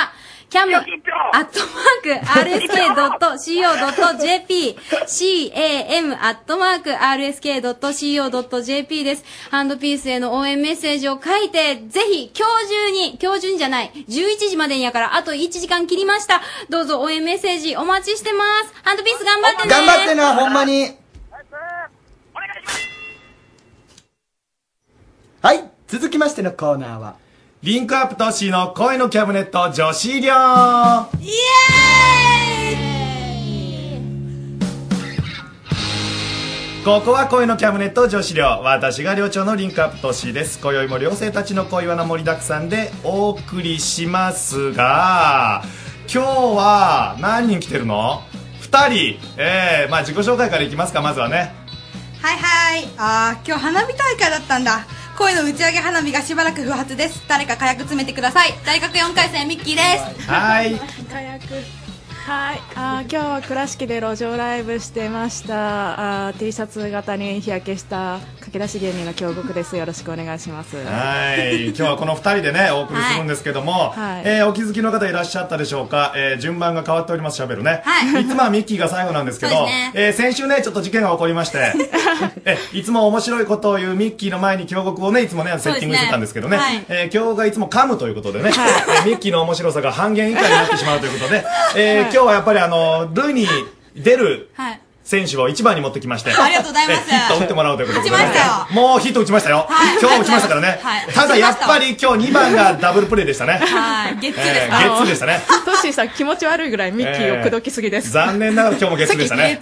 キャンプ、アットマーク、rsk.co.jp、cam、アットマーク、rsk.co.jp です。ハンドピースへの応援メッセージを書いて、ぜひ、今日中に、今日中にじゃない、11時までにやから、あと1時間切りました。どうぞ応援メッセージお待ちしてます。ハンドピース頑張ってね
頑張ってなほんまにはい続きましてのコーナーは
リンクアップトッシーの声のキャブネット女子寮
イ
ここは恋のキャムネット女子寮私が寮長のリンクアップトシーです今宵も寮生たちの恋はな盛りだくさんでお送りしますが今日は何人来てるの ?2 人ええまあ自己紹介からいきますかまずはね
はいはいあー今日花火大会だったんだ恋の打ち上げ花火がしばらく不発です誰か火薬詰めてください大学4回生ミッキーです
はい
火薬はいあー今日は倉敷で路上ライブしてましたあー T シャツ型に日焼けした駆け出し芸人の京極ですよろしくお願いします
はい今日はこの2人でねお送りするんですけども、
はい
えーお気づきの方いらっしゃったでしょうか、えー順番が変わっておりますしゃべるね、い、つもはミッキーが最後なんですけど
そうですね
えー先週ねちょっと事件が起こりましてえいつも面白いことを言うミッキーの前に京極をねいつもねセッティングしてたんですけどね
そうです
えー京極がいつも噛むということでね、えーミッキーの面白さが半減以下になってしまうということで、えー今日はやっぱりあのルに出る
はい
選手を一番に持ってきまして。
ありがとうございます
えヒット打ってもらおうということで。
打ちました
もうヒット打ちましたよ。
はい
今日打ちましたからね。
はい
ただやっぱり今日2番 がダブルプレーでしたね。
はいゲッツーです
えーゲッツーでしたね。
トッシーさん気持ち悪いぐらいミッキーを口説きすぎです、
残念ながら今日もゲッツーでしたね。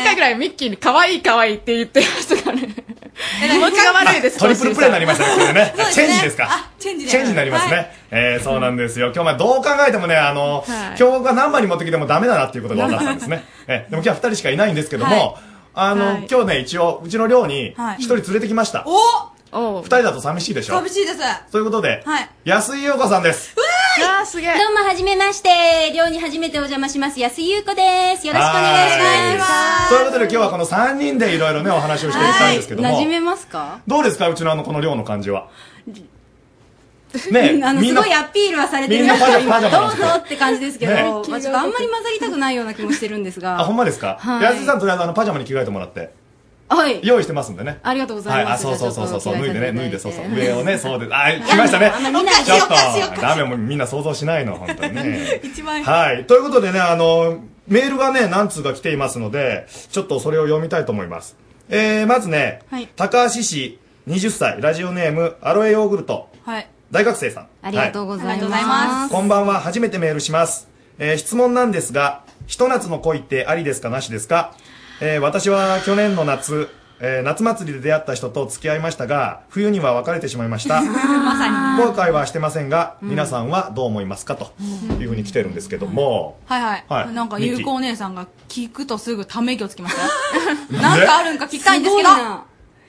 3回ぐらいミッキーに可愛い可愛いって言ってましたからね気持ちが悪いです
トリプルプレーになりましたね、これね。
そうです
チ
ね
ェンジですか。
チェンジで
チェンジになりますね。えーそうなんですよ。今日まあどう考えてもね、あの、
はい
今日が何番に持ってきてもダメだなっていうことが分かったんです ね。えーでも今日は2人しかいないんですけども、
はい
あの、
はい
今日ね、一応、うちの寮に
はい
1人連れてきました。
お
2人だと寂しいでしょ。
寂しいですは
ということで、
い
安井陽子さんです。
わーすげえ
どうもはじめまして寮に初めてお邪魔します安井優子ですよろしくお願いします
はいということで今日はこの3人でいろいろね、お話をしていきたいんですけども
馴、染めますか
どうですかうちのあの、この寮の感じ は。
あの
み
す
んな
ごいアピールはされてる
みんなパジャ
今
パジャマ
どうん
なです
ぞ
よ
って感じですけど、
ね
まあ、ちょっとあんまり混ざりたくないような気もしてるんです
あ、ほ
が
んまですか
はい
安井さんとりあえずあの、パジャマに着替えてもらって。
はい
用意してますんでね。
ありがとうございます
はあ、そうそうそうそう、
じゃあ
脱
ちょ
い
っと
でね、脱いで、そうそう。
い
上を ね、そうです。あ、来ましたね
あんま見ない。
ちょっ
おかしいおかし
と、ダメもうみんな想像しないの、本当 にね。
一番
はい。ということでね、あの、メールがね、何通か来ていますので、ちょっとそれを読みたいと思います。えー、まずね、
はい
高橋市20歳、ラジオネーム、アロエヨーグルト、
はい
大学生さん。
ありがとうご
は
ざい
ありがとうご
ま
ざ
す,、
います
こんばんは、初めてメールします。えー質問なんですが、ひと夏の恋ってありですかなしですか、えー私は去年の夏、えー夏祭りで出会った人と付き合いましたが冬には別れてしまいました
まさに
後悔はしてませんが、
うん
皆さんはどう思いますかというふうに来てるんですけども、
はいはい、
はい
なんか
ミキ
有効お姉さんが聞くとすぐため息をつきましたよなんかあるんか聞きたいんですけど
すごいな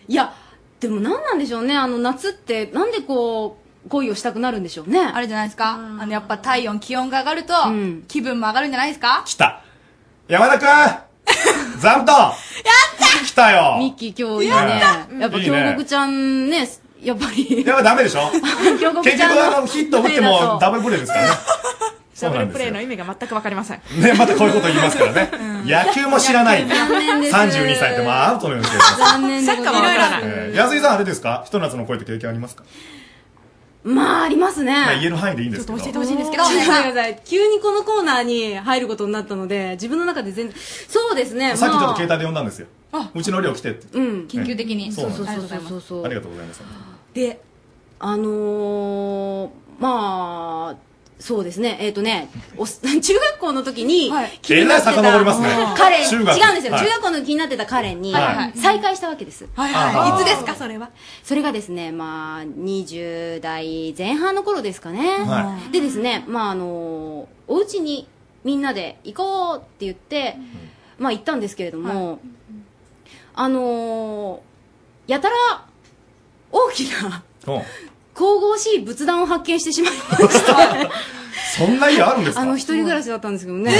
いやでも何なんでしょうねあの夏ってなんでこう恋をしたくなるんでしょうねあ
れじゃないですかあのやっぱ体温気温が上がると、気分も上がるんじゃないですか
来た山田君座布団やった来たよ
ミッキー今日いいね
やった
やっぱ
いいね
京極ちゃんねやっぱり
でもダメでしょ
京極
結
ちゃん
局あのヒット打ってもダブルプレーですからね
ダ
そう
ブ
な
ル
んで
プレ
す
ー
よ
の意味が全くわかりません。
ねまたこういうこと言いますか らね、野球も知らない
残念です
32歳ってまあアウトのように
残念でございます
えー安井さんあれですかひと夏の恋って経験ありますか、
まあありますね
まあ、言える範囲でいいんですけど
てほしいんですけどちょっと待ってください急にこのコーナーに入ることになったので自分の中で全然そうですね
さっきちょっ
ま
と
あ
携帯で呼んだんですよ
あ
うちの寮来てって
うん
緊急
的に
そうそうそ
あり
う
がとうございます
そうそう
ありがとうございます
であのー、まあそうですねえっ、とねお 中学校の時に気になってた、
えらい遡りますね
彼違う
中
ん
学
ですよ、
はい
中学校の時気になってた彼に
はいはい
再会したわけです、
はい
はいあーいつ
ですかそれは
それがですねまあ20代前半の頃ですかね、
は
でですねまああのーお家にみんなで行こうって言って、まあ行ったんですけれども、あのーやたら大きな
うん
神々しい仏壇を発見してしまいました
そんな家あるんですか
あの一人暮らしだったんですけどね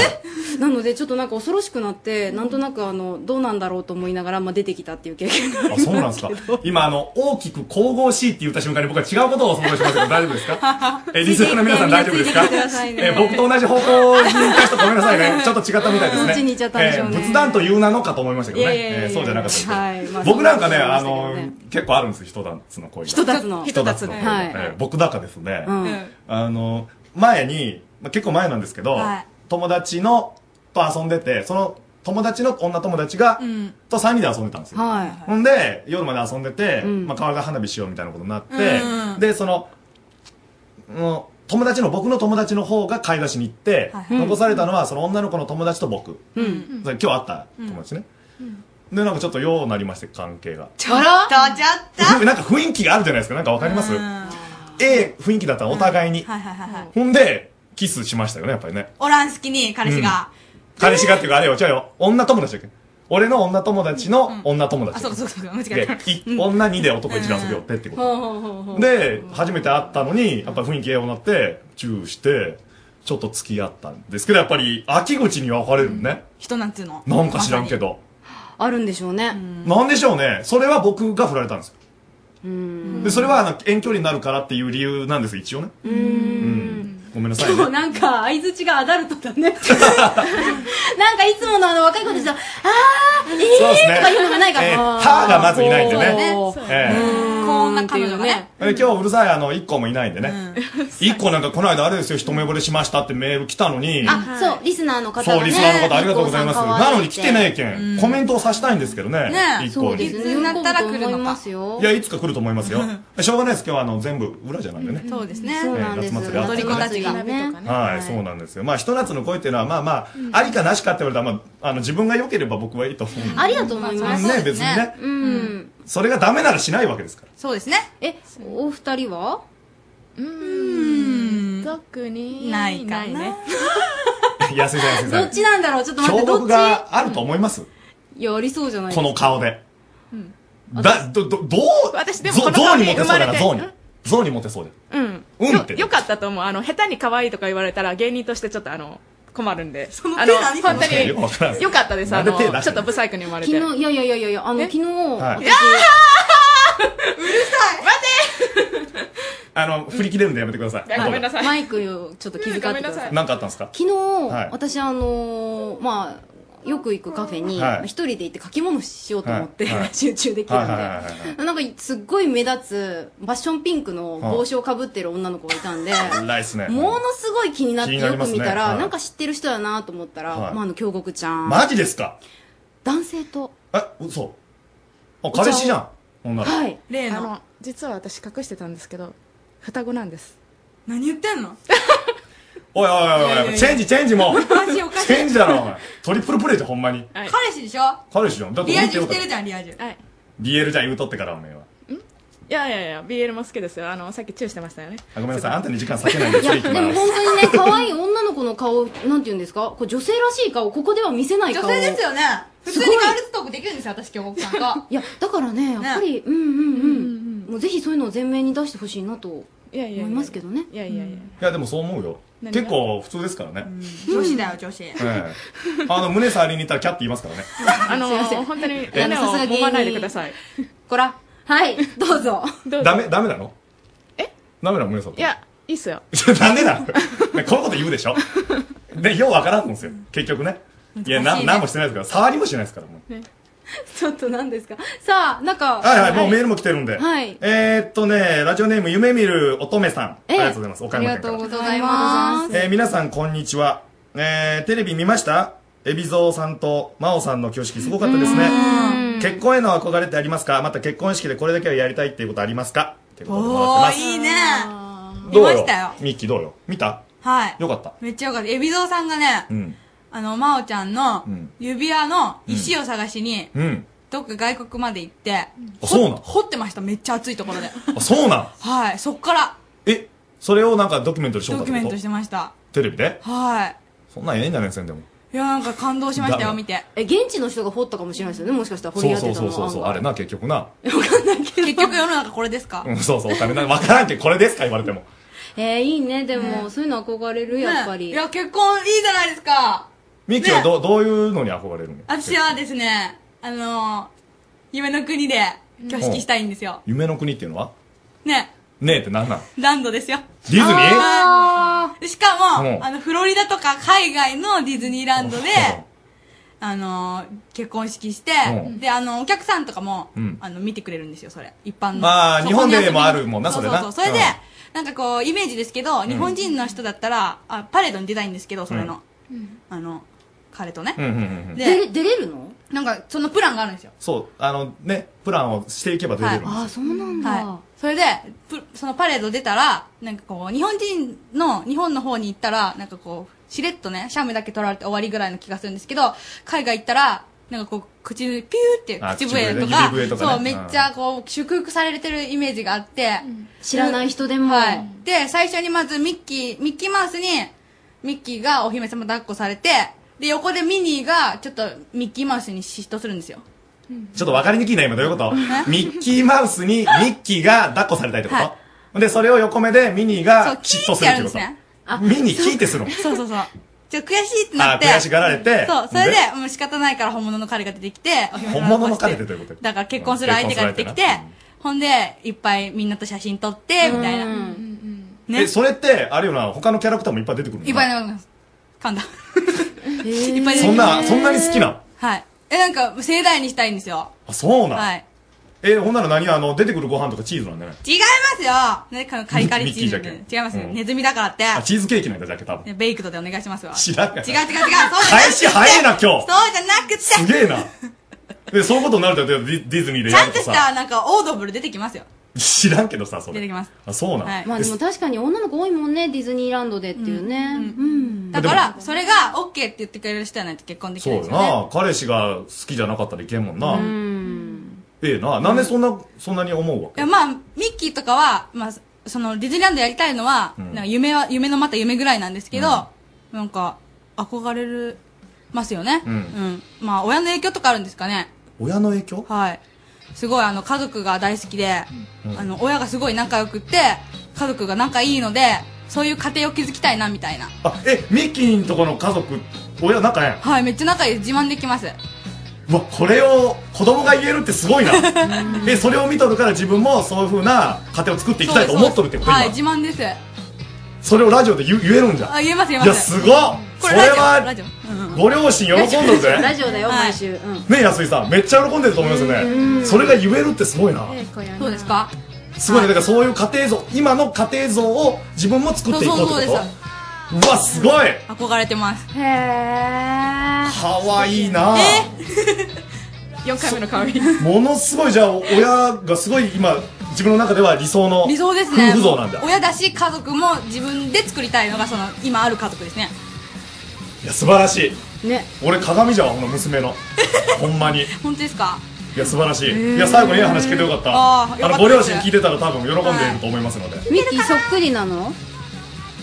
なのでちょっとなんか恐ろしくなってなんとなくあのどうなんだろうと思いながら、まあ、出てきたっていう経験があり
あ
ます
そうなんですか今あの大きく神々しいって言った瞬間に僕は違うことを想像してますけど大丈夫です かえリスナーの皆さん大丈夫です
つ
か
いてきてくださいね
え僕と同じ方向に行った人ごめんなさいねちょっと違ったみたいですね
どっちに行っちゃったんでしょうね
え仏壇という名のかと思いましたけどね
いやいやいやいや
えーそうじゃなかったです
はいまあ
僕なんかね
そう
あ
なんですけど
の結構あるんですよ人だつの恋が
人だつの
人だつの
はい
恋がえー僕だかですね
うん
あの前にまあ結構前なんですけど
はい
友達のと遊んでてその友達の女友達が
うん
と3人で遊んでたんですよ
は
ほんで、夜まで遊んでて、まあ、川が花火しようみたいなことになって、
うん
で、その、うん友達の、僕の友達の方が買い出しに行って、
はいはい
残されたのは、その女の子の友達と僕。
うん
それ今日会った友達ね。で、なんかちょっとようなりまして、関係が。
ちょっとちょっと
なんか雰囲気があるじゃないですか。なんかわかりますええ雰囲気だったの、お互いに。
はいはいはいはい
ほんで、キスしましたよね、やっぱりね。
オランスキに彼氏が、
彼氏がっていうか、あれよ、違うよ。女友達だっけ俺の女友達の女友
あ
達。
そうかそうかそうか間違え
で
た、
い女2で男1で遊びよってってこと。
ほうほうほうほう
で、初めて会ったのに、やっぱ雰囲気英語になって、チューして、ちょっと付き合ったんですけど、やっぱり、秋口に分かれるのね。
人なんつうの
なんか知らんけど。
あるんでしょうね
なんでしょうね。それは僕が振られたんですよ。
うん
で、それはあの遠距離になるからっていう理由なんです、一応ね。
うーん
ごめんなさい
今日
ね。
なんか相づちがアダルトだねなんかいつものあの若い子たちが「あー
そうです
えー」
ね
とかいうのがないから
えー
あー
歯がまずいないんでね
そう
ええ
こんな彼女がね
え今日うるさいあの、1個もいないんでね。1個 なんかこの間あれですよ、一目惚れしましたってメール来たのに。
あそうリスナーの方がね
そう、リスナーの方ありがとうございます。
リコさん可愛
なの
い
に
っ
来てないけん、コメントをさしたいんですけどね、
ね
一向
そうです
に。
ね喜ぶと思いますよ
いや、いつか来ると思いますよ。しょうがないです、今日はあの、全部裏じゃないんでね。
そうですね
そうなんです
夏祭りあったり
踊り子たちがね
はい、そうなんですよ。まあ、ひと夏の恋っていうのは、まあまあ、ありかなしかって言われたら、まあ、あの、自分が良ければ僕はいいと思うんで。
ありだと思います
ね、別にね。
うん
それがダメならしないわけですから。
そうですね。え、お二人は
特に
ないかな
ね。
安井さん、安井さ
どっ
ん。
ちなんだろうちょっと待って、
彫
どっ
刻
ちい
があると思います
や、ありそうじゃない
この顔で。
うん
だ、ど、ど、どう、
私でも
ゾ
この
象
顔
に
に
モテ
生
そ
ま
う
れ
だな、
て
象に。象にモテそうで。
うん。
うんって
よよかったと思う。あの、下手に可愛いとか言われたら芸人としてちょっとあの、困るんで。その
手
あの、
何
本
確かによくわから
当
ん
に、よかったです。あ
なんで
の、
手出してんの
ちょっとブサイクに生まれて。
昨日、いやいやいやいやいや、あの、昨日、
はい
私
いやあの、振り切れるんでやめてください。
さい。マイクをちょっと気遣ってください。
なんかあったんですか
昨日、
はい
私あのーまあ、よく行くカフェに、
はい
まあ一人で行って書き物しようと思って、
はいはい
集中できるんで。
はいはいはいはい
なんか、すっごい目立つ、ファッションピンクの帽子をかぶってる女の子がいたんで、
偉いっすね。
ものすごい気になって
気にな
よ
りま
く
すね
見たら、
はい
なんか知ってる人だなと思ったら、
はい
まあ、あの京極ちゃん
マジですか
男性と
え、嘘。あ、彼氏じゃん。ほんなら。
はい
例のあの実は私隠してたんですけど双子なんです
何言ってんの
お
い
いおい
やい
おい
や
お
い
い、
や
チェンジチェンジもう。
マジおかしい
チェンジだろ、お前。トリプルプレイじゃほんまに。
彼氏でしょ
彼氏じゃん。だって
リ
俺
ア
見て
充し
よかってた
るじゃんリア充
BL じゃん言うとってからおめえはい
やいやいや BL も好きですよあのさっきチューしてましたよね
あごめんなさいあんたに時間割けないんで
いや
次
で
行き
も
ま
本
す
当にね可愛い女の子の顔なんて言うんですかこう女性らしい顔ここでは見せない
女
顔
性ですよね普通
すご
に
い
ガールズトークできるんですよ私京極さんと
いやだからねやっぱり、うんうんうんもうぜひそういうのを前面に出してほしいなと思いますけどねいやいやいや
いやでもそう思うよ
何が
結構普通ですからね、
女子だよ女子
ええあの胸触りに行ったらキャッて言いますからね
あの
すいません
本当に
え
胸を揉まないでください
こら はいどうぞ
ダメダメなのえダメなの胸触っ
い やいいっすよ
てなんでなのねこのこと言うでしょでようわからんのですよ結局ねいや
難しい
な
ね
何もしてないですから触りもしないですからもう
ちょっと何ですかさあなんか
はいはい、もうメールも来てるんで。
はい
えーっとね、ラジオネーム、夢見る乙女さん。あ
え
り
え
がとうございます。岡山県から。
ありがとうございます
えー皆さん、こんにちは。えー、テレビ見ました海老蔵さんと真央さんの挙式すごかったですね。結婚への憧れってありますかまた結婚式でこれだけはやりたいっていうことありますかっていうことでも
お
ら
ー
って
いいね
ます。
見
どう
ま
よ
したよ
ミッキーどうよ見た
はい
よかった。
めっちゃよかった海老蔵さんがね
うん。
あの真央ちゃんの
うん
指輪の石を探しに
うん。
どっか外国まで行って
あ、そうなの
掘ってましためっちゃ暑いところで
あ、そうなん
はいそっから
え、それをなんかドキュメントでしよう
ド
か
キ
っ
ュ
て
メン
こ
トして
と
ました
テレビで
はい
そんなんええんじゃないですかでも。
いやなんか感動しましたよ見て
え現地の人が掘ったかもしれないですよねもしかしたら掘
そ
り
う
当
そ
て
う
た
そ
の
うそうそう、あれな、結局な。
結局世の中これですか
うん、そうそう、お金ない。わからんけど、これですか言われても。
えー、いいねでも、そういうの憧れるやっぱり、
いや結婚いいじゃないですか
ミッキーはど,、うどういうのに憧れるの
私はですねあのー、夢の国で挙式したいんですよ
夢の国っていうのは
ね
ねえってなんなん
ランドですよ
ディズニー
はいでしか
うん
もあのフロリダとか海外のディズニーランドであのー、結婚式して
うん
であのお客さんとかも、
うん
あの見てくれるんですよそれ一般の
まあ
そこに
日本でも
遊びに
あるもんな
そう
それな
そうそうそれで、
うん
なんかこうイメージですけど日本人の人だったら、あパレードに出たいんですけどそれの、あの彼とね、
うんうんうんうん
で出れるのなんかそのプランがあるんですよ
そう、あのね、プランをしていけば出れるんですよ。
はい、
そうなんだ、
それでプそのパレード出たらなんかこう日本人の日本の方に行ったらなんかこうしれっとねシャムだけ取られて終わりぐらいの気がするんですけど海外行ったらなんかこう口ピューって
あ
口笛と
口
か
笛とかね
そうめっちゃこう祝福されてるイメージがあって、
知らない人でも、
はい、で最初にまずミッキーミッキーマウスにミッキーがお姫様抱っこされてで横でミニーがちょっとミッキーマウスに嫉妬するんですよ
ちょっと分かりにくいな、今どういうことミッキーマウスにミッキーが抱っこされたいってこと、
は
で、それを横目でミニーが嫉妬する
や
って
るん
こ
です
と、
ね
ミニー聞いてするの
そうそうそう。ちょっと悔しいってなって。
あー悔しがられて
そう、それで
で、
もう仕方ないから本物の彼が出てきて、
本物の彼ってどういうこと
だから結婚する相手が出てきて、ほんで、いっぱいみんなと写真撮って、みたいな。
え、それって、あれよな、他のキャラクターもいっぱい出てくるの
いっぱい飲みます。噛んだ。いっぱい出てきて
そんな、そんなに好きなの
はい。え、なんか、盛大にしたいんですよ。
あ、そうなん、
はい。
え、ほんなら何あの、出てくるご飯とかチーズなんじゃない
違いますよね、このカリカリチーズ
ミッキー
違いますよ。
うん
ネズミだからって。
あ、チーズケーキなんだ、じゃけ多分。
ねベイクドでお願いしますわ。
知らんがな
違う違う違う。そうじゃなくて
返し早いな今日
そうじゃなくて。
すげえな。で、そういうことになると、ディディズニーで
ちゃ
や
ん
る
と
と
した、
さ、
なんか、オードブル出てきますよ。
知らんけどさ、そ
出
れ。
てきます。
あ、そうなの、
はい
まあでも確かに女の子多いもんねディズニーランドでっていうねうん、
だから、それが OK って言ってくれる人じゃないと結婚でき
そ
ない
うよ
ですよね。
な。彼氏が好きじゃなかったらいけんもんな。
うん。
ええな。なんでそんな、そんなに思うわ
いや、まあ、ミッキーとかは、まあ、その、ディズニーランドやりたいのは、
うん
なんか夢は、夢のまた夢ぐらいなんですけど、なんか、憧れる、ますよね。
うん
まあ、親の影響とかあるんですかね。
親の影響
はい。すごい、あの、家族が大好きで、
うん
あの、親がすごい仲良くって、家族が仲いいので、そういう家庭を築きたいな、みたいな。
あ、え、ミッキーんとこの家族、親仲やん。
はい、めっちゃ仲いい。自慢できます。
うわ、これを子供が言えるってすごいな。え、それを見とるから自分もそういう風な家庭を作っていきたいと思っとるってこと
はい、
今。
自慢です。
それをラジオで言う言えるんじゃん。
あ、言えます、言えま
い
す。
や、すごっ
こ
そ
れ
れ
ラジオ
は、
ラジオ
ご両親喜んどるぜ。
ラジオだよ毎週、
ね安井さんめっちゃ喜んでると思いますよねそれが言えるってすごいな
うん
そうですか
すごいねだからそういう家庭像今の家庭像を自分も作っていこうってこと
そうそうそう
うわすごい
憧れてます
へえ
かわいい な
4回目の香り
ものすごいじゃあ親がすごい今自分の中では理想の
理想です
夫
ね
婦像なんだ
親だし家族も自分で作りたいのがその今ある家族ですね
いや素晴らしい
ね
俺鏡じゃんこの娘のほんまに
本当ですか
いや素晴らしい、
へー
いや最後にいい話聞けてよかった
あーよかった
の
です
ご両親聞いてたら多分喜んでいると思いますので、
ミキそっくりなの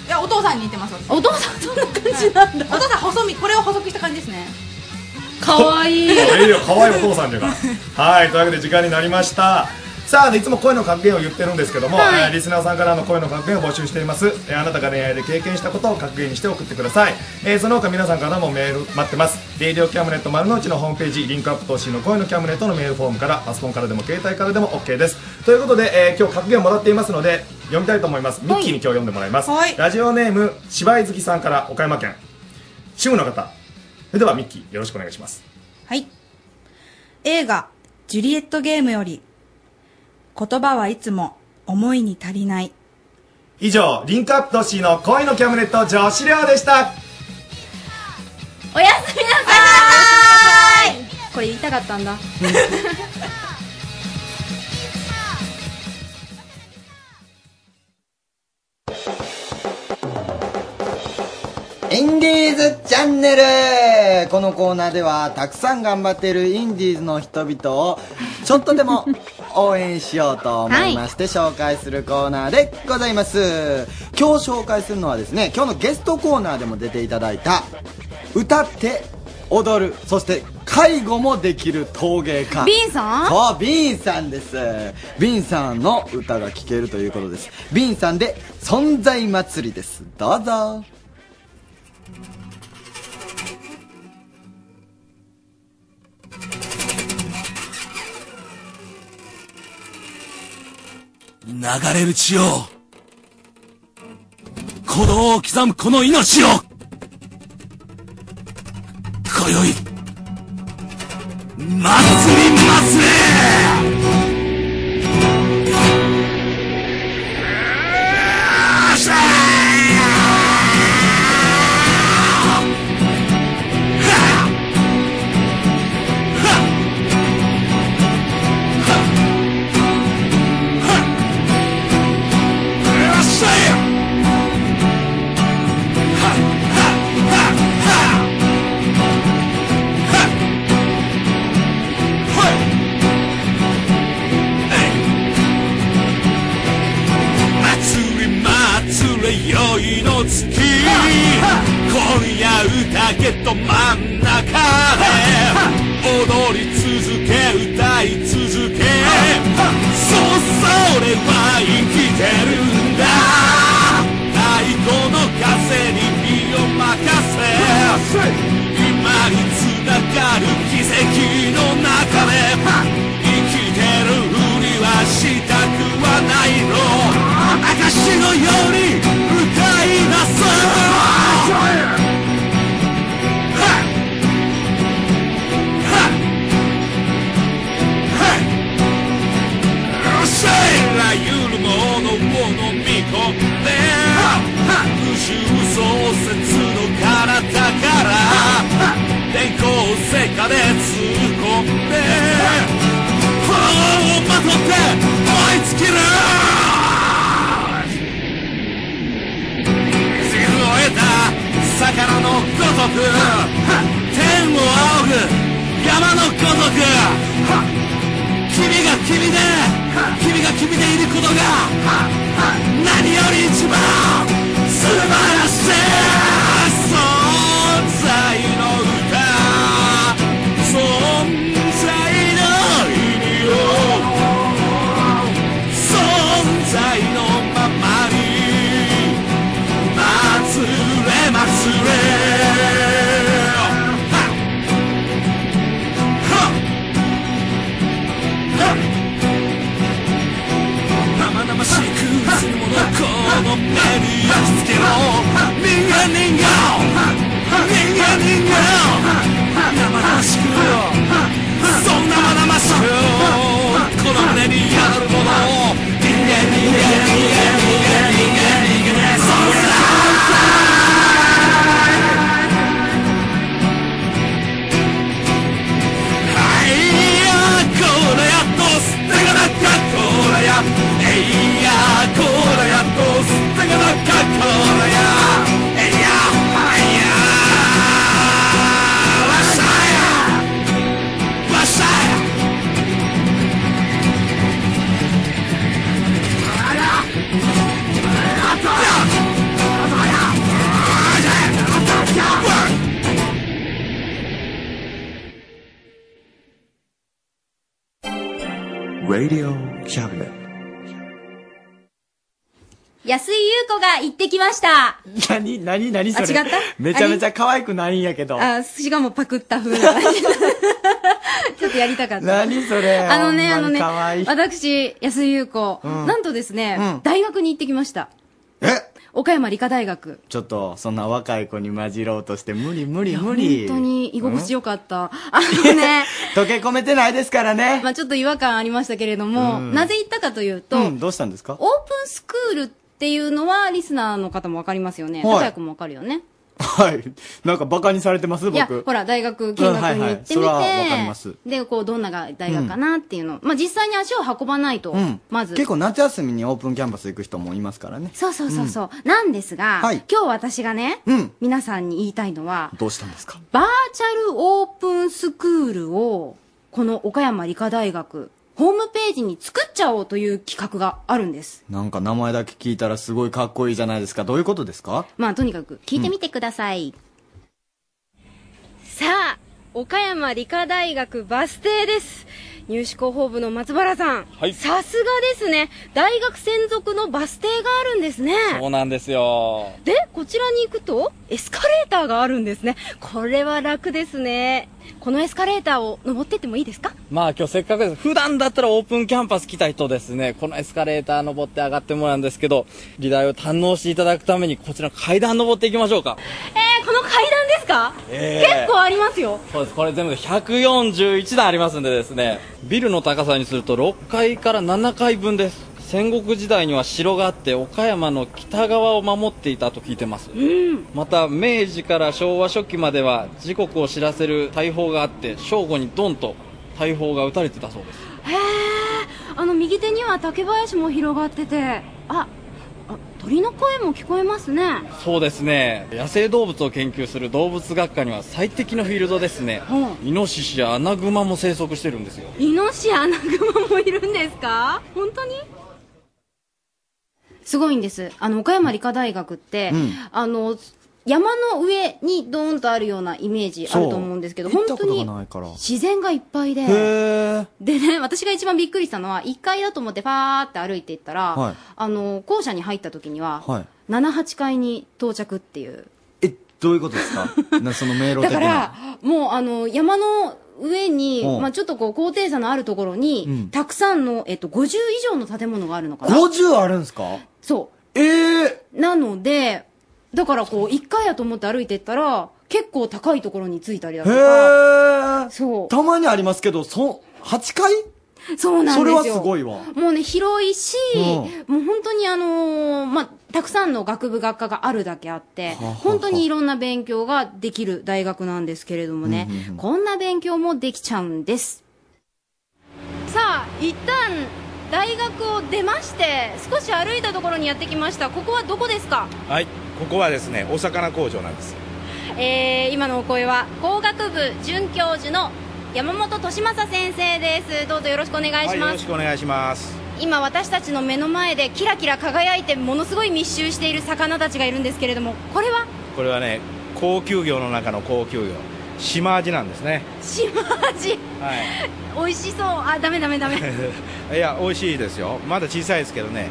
いやお父さんに似てます
お父さんそんな感じなんだ、
お父さん細身これを細くした感じですね
かわいい
いいよ可愛いお父さんじゃがはいというわけで時間になりましたさあでいつも声の格言を言ってるんですけども、
はい
えーリスナーさんからの声の格言を募集しています、えーあなたが恋愛で経験したことを格言にして送ってください、えーその他皆さんからもメール待ってます「レイディオキャムネット丸の内」のホームページリンクアップ投資の声のキャムネットのメールフォームからパソコンからでも携帯からでも OK ですということで、えー今日格言をもらっていますので読みたいと思いますミッキーに今日読んでもらいます、ラジオネーム芝居好きさんから岡山県主婦の方それではミッキーよろしくお願いします
はい。映画、ジュリエットゲームより、言葉はいつも思いに足りない。
以上リンクアップ都市の恋のキャムネット女子寮でした
おやすみなさいこれ言いたかったん だ
インディーズチャンネルこのコーナーではたくさん頑張ってるインディーズの人々をちょっとでも応援しようと思いまして紹介するコーナーでございます今日紹介するのはですね今日のゲストコーナーでも出ていただいた歌って踊るそして介護もできる陶芸家
ビンさん
そうビンさんですビンさんの歌が聴けるということですビンさんで「存在祭り」ですどうぞ
流れる血を、鼓動を刻むこの命を、今宵、祭りますよっしゃい祭り祭れ宵の月今夜宴と真ん中で踊り続け歌い続けそうそれは生きてるんだ太鼓の風に身を任せ今につながる奇跡の中で生きてるふりはしたくはないの証のように歌い出すせいらゆるものを飲み込んで無臭創設の体から電光石火で突っ込んで炎をまとって燃え尽きる水を得た魚のごとく天を仰ぐ山のごとく君が君で君が君でいることが何より一番素晴らしい存在の歌存在の意味を存在のままに祭れ祭れ生々しく映るものこの目に
Radio Cabinet.
安井優子が行ってきました。
何何何それ
あ違った
めちゃめちゃ可愛くないんやけど。
あ、しかもパクった 風な感じ。ちょっとやりたかった。
何それ
あのね、あ
ほ
の
んまに
ね
可愛い、
私、安井優子、
うん
なんとですね、
うん
大学に行ってきました。え岡山理科大学。
ちょっと、そんな若い子に混じろうとして、無理無理無
本
理。
当に居心地
よ。
よかった。あのね、
溶け込めてないですからね。
まあちょっと違和感ありましたけれども、
うん
なぜ行ったかというと、
うん、どうしたんですか
オープンスクールっていうのはリスナーの方もわかりますよね。
はい
高谷君もわかるよね。
はい。なんかバカにされてます僕。
いや、ほら、大学見学に行ってみ
う
て、
んはいはいそれはわかります
で、こう、どんなが大学かなっていうの。まあ、実際に足を運ばないと、
うん。
まず。
結構夏休みにオープンキャンパス行く人もいますからね。
そうそうそうそう。なんですが、
はい
今日私がね、皆さんに言いたいのは、
どうしたんですか
バーチャルオープンスクールを、この岡山理科大学、ホームページに作っちゃおうという企画があるんです。
なんか名前だけ聞いたらすごいかっこいいじゃないですか。どういうことですか
まあ、とにかく聞いてみてください。さあ、岡山理科大学バス停です。入試広報部の松原さん。
はい
さすがですね。大学専属のバス停があるんですね。
そうなんですよ。
で、こちらに行くと、エスカレーターがあるんですね。これは楽ですね。このエスカレーターを登ってってもいいですか
まあ今日せっかくです。普段だったらオープンキャンパス来た人ですね、このエスカレーター登って上がってもらうんですけど、議題を堪能していただくためにこちらの階段登っていきましょうか。
えー、この階段ですか、
ええ
結構ありますよ。
そうです。これ全部で141段ありますんでですね、ビルの高さにすると6階から7階分です。戦国時代には城があって岡山の北側を守っていたと聞いてます。また明治から昭和初期までは時刻を知らせる大砲があって正午にドンと大砲が撃たれてたそうです。
あの、右手には竹林も広がってて、あ、あ鳥の声も聞こえますね。
そうですね野生動物を研究する動物学科には最適のフィールドですね、イノシシやアナグマも生息してるんですよ
イノシアナグマもいるんですか本当にすごいんです。あの、岡山理科大学って、
うん
あの、山の上にドーンとあるようなイメージあると思うんですけど、
そ
本
う行った
当
こと
に
がないから。
自然がいっぱい
へ
で、
ー。
でね、私が一番びっくりしたのは、1階だと思ってファーって歩いていったら、
はい
あの、校舎に入った時には、
はい。
7、8階に到着っていう。
どういうことですかなその迷路
だ
的
か
な。
ら、もうあの、山の上に
う、ん
まあちょっとこう、高低差のあるところ
う
に
ん、
たくさんの、えっと、50以上の建物があるのかな。
50あるんですか
そう。
え
なので、だからこう、一回やと思って歩いてったら、結構高いところに着いたりだ
へ
とか、
ー。
そう。
たまにありますけど、そ、8回
そうなんですよ
それはすごいわ。
もうね、広いし、
うん
もう本当にあのーまあ、たくさんの学部学科があるだけあって、
ははは
本当にいろんな勉強ができる大学なんですけれどもね、
うんうんうん
こんな勉強もできちゃうんです。さあ、一旦、大学を出まして、少し歩いたところにやってきました。ここはどこですか
はい、ここはですね、お魚工場なんです。
えー、今のお声は工学部准教授の山本俊正先生ですどうぞよろしくお願いし
はよ
ま
ろ
す
し、くお願いします。
今私たちの目の前でキラキラ輝いてものすごい密集している魚たちがいるんですけれどもこれは
これはね、高級魚の中の高級魚、島味なんですね。
シマアジ
は
美味しそうあダメダメ ダメ
い。いや、美味しいですよ。まだ小さいですけどね、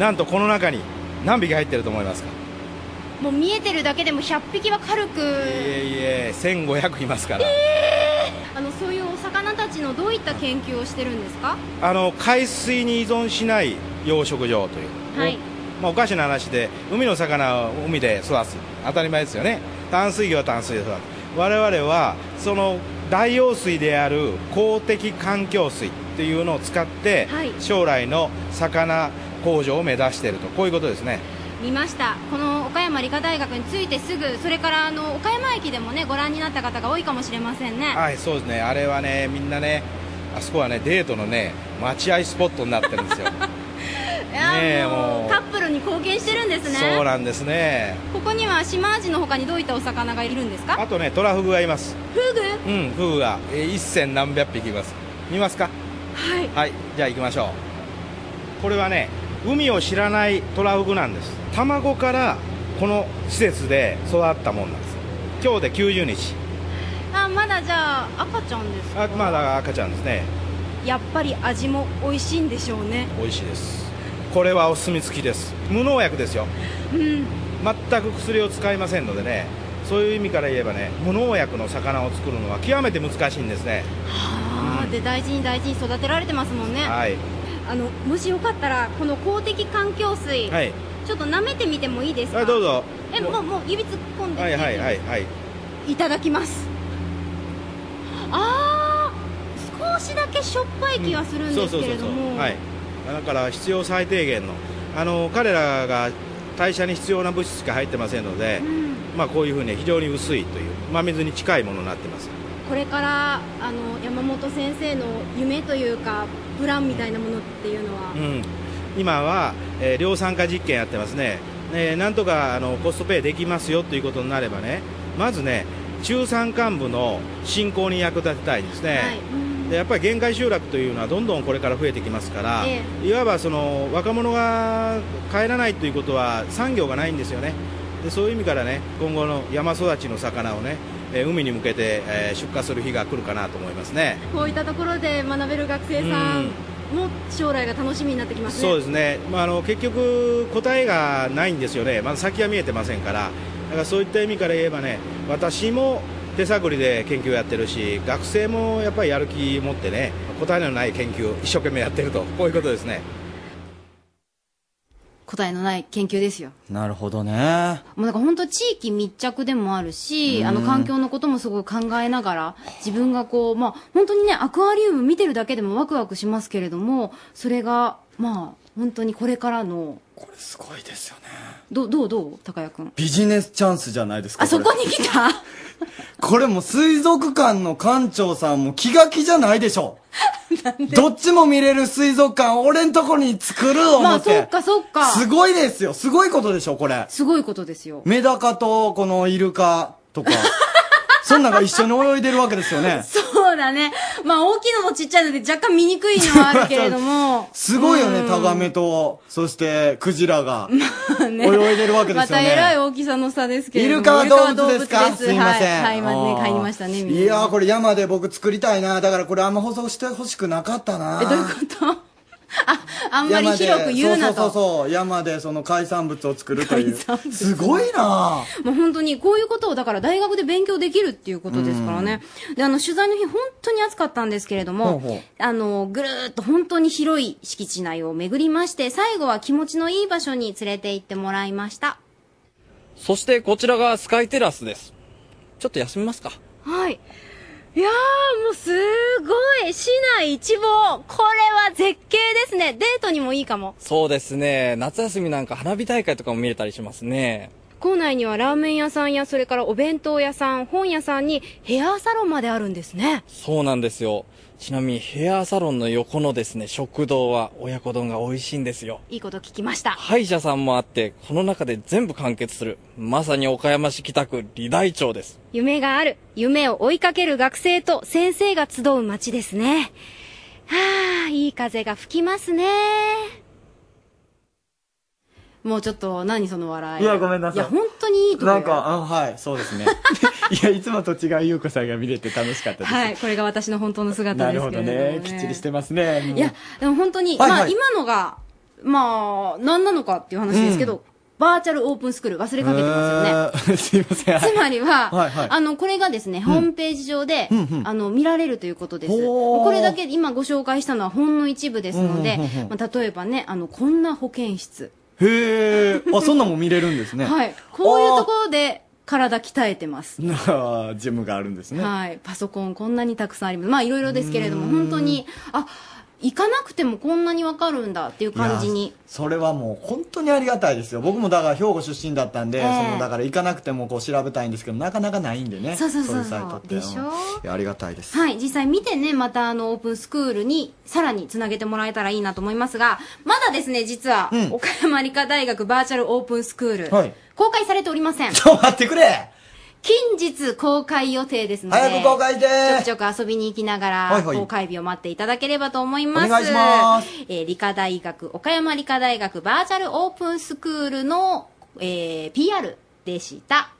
なんとこの中に何匹入ってると思いますか。
もう見えてるだけでも100匹は軽く
いえいえ、1500いますから。
あのそういうお魚たちのどういった研究をしてるんですか
あの海水に依存しない養殖場という。
はい
まあ、おかしな話で海の魚を海で育つ当たり前ですよね淡水魚は淡水で育つ我々はその大用水である公的環境水っていうのを使って、
はい
将来の魚工場を目指しているとこういうことですね
見ましたこの岡山理科大学についてすぐそれからあの岡山駅でもねご覧になった方が多いかもしれませんね
はいそうですねあれはねみんなねあそこはねデートのね待合スポットになってる んですよね
いやー
え
も
も
う
う
カップルに貢献してるんですね
そうなんですね
ここには島アジの他にどういったお魚がいるんですか
あとねトラフグがいます
フグ
うんフグがえー一千何百匹います見ますか
はい
はい、じゃあ行きましょう。これはね、海を知らないトラフグなんです。卵からこの施設で育ったもんなんです。今日で90日。
あまだじゃあ赤ちゃんです
あまだ赤ちゃんですね。
やっぱり味も美味しいんでしょうね
美味しいですこれはお墨付きです無農薬ですよ
うん
全く薬を使いませんのでねそういう意味から言えばね無農薬の魚を作るのは極めて難しいんですね
あーで大事に大事に育てられてますもんね、
はい
あのもしよかったらこの公的環境水、
はい
ちょっと舐めてみてもいいですか
あどうぞ
えもうもう指突っ込んで、
はいはいはいはい
いただきますあー少しだけしょっぱい気がするん
そ
で
う
す
そう
けれ
そうそ
ど
う
も
はいだから必要最低限のあの彼らが代謝に必要な物質しか入ってませんので、まあこういうふうに非常に薄いという真水に近いものになってます
これからあの山本先生の夢というかプランみたいなものっていうのは、
うん、今は、えー量産化実験やってますね、ねなんとかあのコストペイできますよということになればね、まずね、中山幹部の振興に役立てたいんですね。でやっぱり限界集落というのはどんどんこれから増えてきますから、
え
いわばその若者が帰らないということは産業がないんですよねでそういう意味からね今後の山育ちの魚をね、えー海に向けて、えー出荷する日が来るかなと思いますね。
こういったところで学べる学生さんも将来が楽しみになってきますね
そうですね、まあ、あの結局、答えがないんですよね、まだ先は見えてませんから、だからそういった意味から言えばね、私も手探りで研究やってるし、学生もやっぱりやる気持ってね、答えのない研究を一生懸命やってると、こういうことですね。
答えのない研究ですよ
なるほどね。
もうなんか本当地域密着でもあるし、
うん
あの環境のこともすごい考えながら、自分がこう、まあ本当にね、アクアリウム見てるだけでもワクワクしますけれども、それが、まあ本当にこれからの。これすごいですよね。どう、どう、どう高谷くん。
ビジネスチャンスじゃないですか。
あそこに来た
これもう水族館の館長さんも気が気じゃないで しょ。どっちも見れる水族館、俺んとこに作る
ま
思
あ
って。
そっかそっか。
すごいですよ。すごいことでしょ、これ。
すごいことですよ。
メダカと、このイルカ とか。そんなんが一緒に泳いでるわけですよね。。
そうだね。まあ大きいのもちっちゃいので若干見にくいのはあるけれども
すごいよね、
うん
タガメと、そして、クジラが。
ね
泳いでるわけですよね
またえらい大きさの差ですけれども。
イルカは動物ですか
イルカは動物です
いませ
はい、
ん
はい、ま
あー
ね、帰りましたね、みんない
やー、これ山で僕作りたいな。だからこれあんま放送してほしくなかったな。え、どういうこと
あんまり広く言うなと。
そうそうそうそう山でその海産物を作るというすごいな
もう本当にこういうことをだから大学で勉強できるっていうことですからね。で、あの取材の日本当に暑かったんですけれど
ほう
も
ほう、
あの、ぐるーっと本当に広い敷地内を巡りまして、最後は気持ちのいい場所に連れて行ってもらいました。
そしてこちらがスカイテラスです。ちょっと休みますか。
はいいやーもうすごい市内一望これは絶景ですねデートにもいいかも
そうですね。夏休みなんか花火大会とかも見れたりしますね。
校内にはラーメン屋さんやそれからお弁当屋さん本屋さんにヘアサロンまであるんですね
そうなんですよ。ちなみにヘアサロンの横のですね、食堂は親子丼が美味しいんですよ。
いいこと聞きました
歯医者さんもあって、この中で全部完結する。まさに岡山市北区理大町です。
夢がある夢を追いかける学生と先生が集う街ですねはあいい風が吹きますねもうちょっと何その笑い
いやごめんなさい
いや本当にいいところ
なんかあはいそうで すねいやいつもと違う優子さんが見れて楽しかったです、
はいこれが私の本当の姿
な
で
る
す
ほ
け
ど
れども、
ねきっちりしてますねもう
いや、でも本当に、
はいはい
まあ今のが、まあ何なのかっていう話ですけど、バーチャルオープンスクール忘れかけてますよね。
ねすいません
つまりは、
はいはい
あの、これがですね、ホームページ上で、
うんうん
あの、見られるということです。
ほー
これだけ今ご紹介したのはほんの一部ですので
うんうんうんう
ま
ん、
あ、例えばね、あの、こんな保健室。
へえあそんなんも見れるんですね
はい。こういうところで体鍛えてます。
なあジムがあるんですね、
はい。パソコンこんなにたくさんあります。まあいろいろですけれども、本当に、あ、行かなくてもこんなにわかるんだっていう感じに
いや。それはもう本当にありがたいですよ僕もだから兵庫出身だったんで、
ええ
そのだから行かなくてもこう調べたいんですけどなかなかないんでね
そうそうそうそう
いうサイトって
でしょ
うんいやありがたいです
はい、実際見てね、またあの、オープンスクールに、さらにつなげてもらえたらいいなと思いますが、まだですね、実は、
うん
岡山理科大学バーチャルオープンスクール、
はい
公開されておりません。
ちょっと待ってくれ
近日公開予定ですので、
早く公開して
ちょくちょく遊びに行きながら、
はいはい
公開日を待っていただければと思います。
お願いします。
えー理科大学、岡山理科大学バーチャルオープンスクールの、えー PR でした。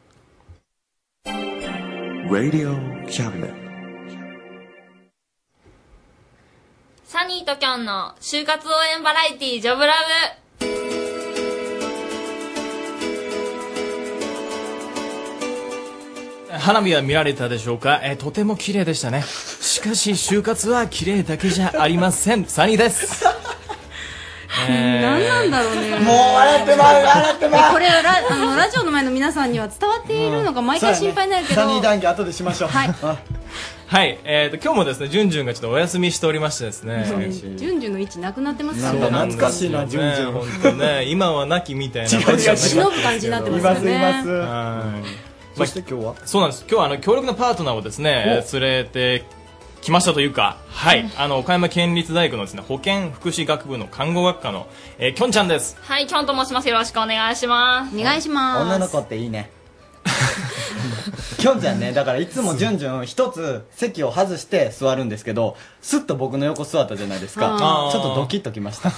Radio Cabinet.
サニーとキョンの就活応援バラエティジョブラ
花火は見られたでしょうか、えーとても綺麗でしたねしかし就活は綺麗だけじゃありませんサニーです、えー
何なんだろうね
もう笑ってまう笑ってまう
これラあのラジオの前の皆さんには伝わっているのか毎回心配になるけど、
サニー談義後でしましょう。
はい。
はい、えーと今日もですねジュンジュンがちょっとお休みしておりましてですね
ジュンジュンの位置なくなってます
そう
ね
なんですよね本当ね今は亡きみたいな感じになってますけど
忍ぶ感じになってますよねいますいます
はい
そして今日は
そうなんです今日はあの強力なパートナーをですね連れてきましたというか、はい、あの岡山県立大学のですね保健福祉学部の看護学科の、えー、きょんちゃんです。
はいキョンと申しますよろしくお願いします
お願いしま
女の子っていいね。きょんちゃんね、だからいつもじゅんじゅん一つ席を外して座るんですけど、すっと僕の横座ったじゃないですか
あ。ー
ちょっとドキッときました。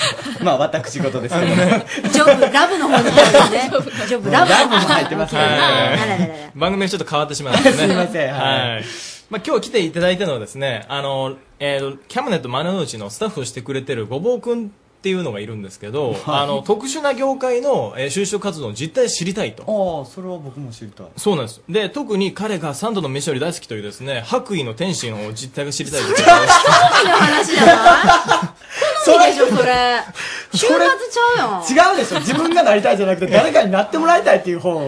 まあ私事ですけど ね。
ジョブラブの方に入ってるねジョブラブの方
ラブも入ってますね
はい
あらら
番組がちょっと変わってしまいましたね。
すいませんはい
はい。まあ今日来ていただいたのはですね、あの、えーキャムネット丸の内のスタッフをしてくれてるごぼうくんっていうのがいるんですけど、
はい
あの、特殊な業界の、えー就職活動の実態を知りたいと。
ああ、それは僕も知りたい。
そうなんです。で、特に彼がサンドの飯より大好きというですね、白衣の天使の実態が知りたい です。
好みの話じゃない好みでしょそれ
そ
就
れ
活ちゃうやん
違うでしょ自分がなりたいじゃなくて誰かになってもらいたいっていう方。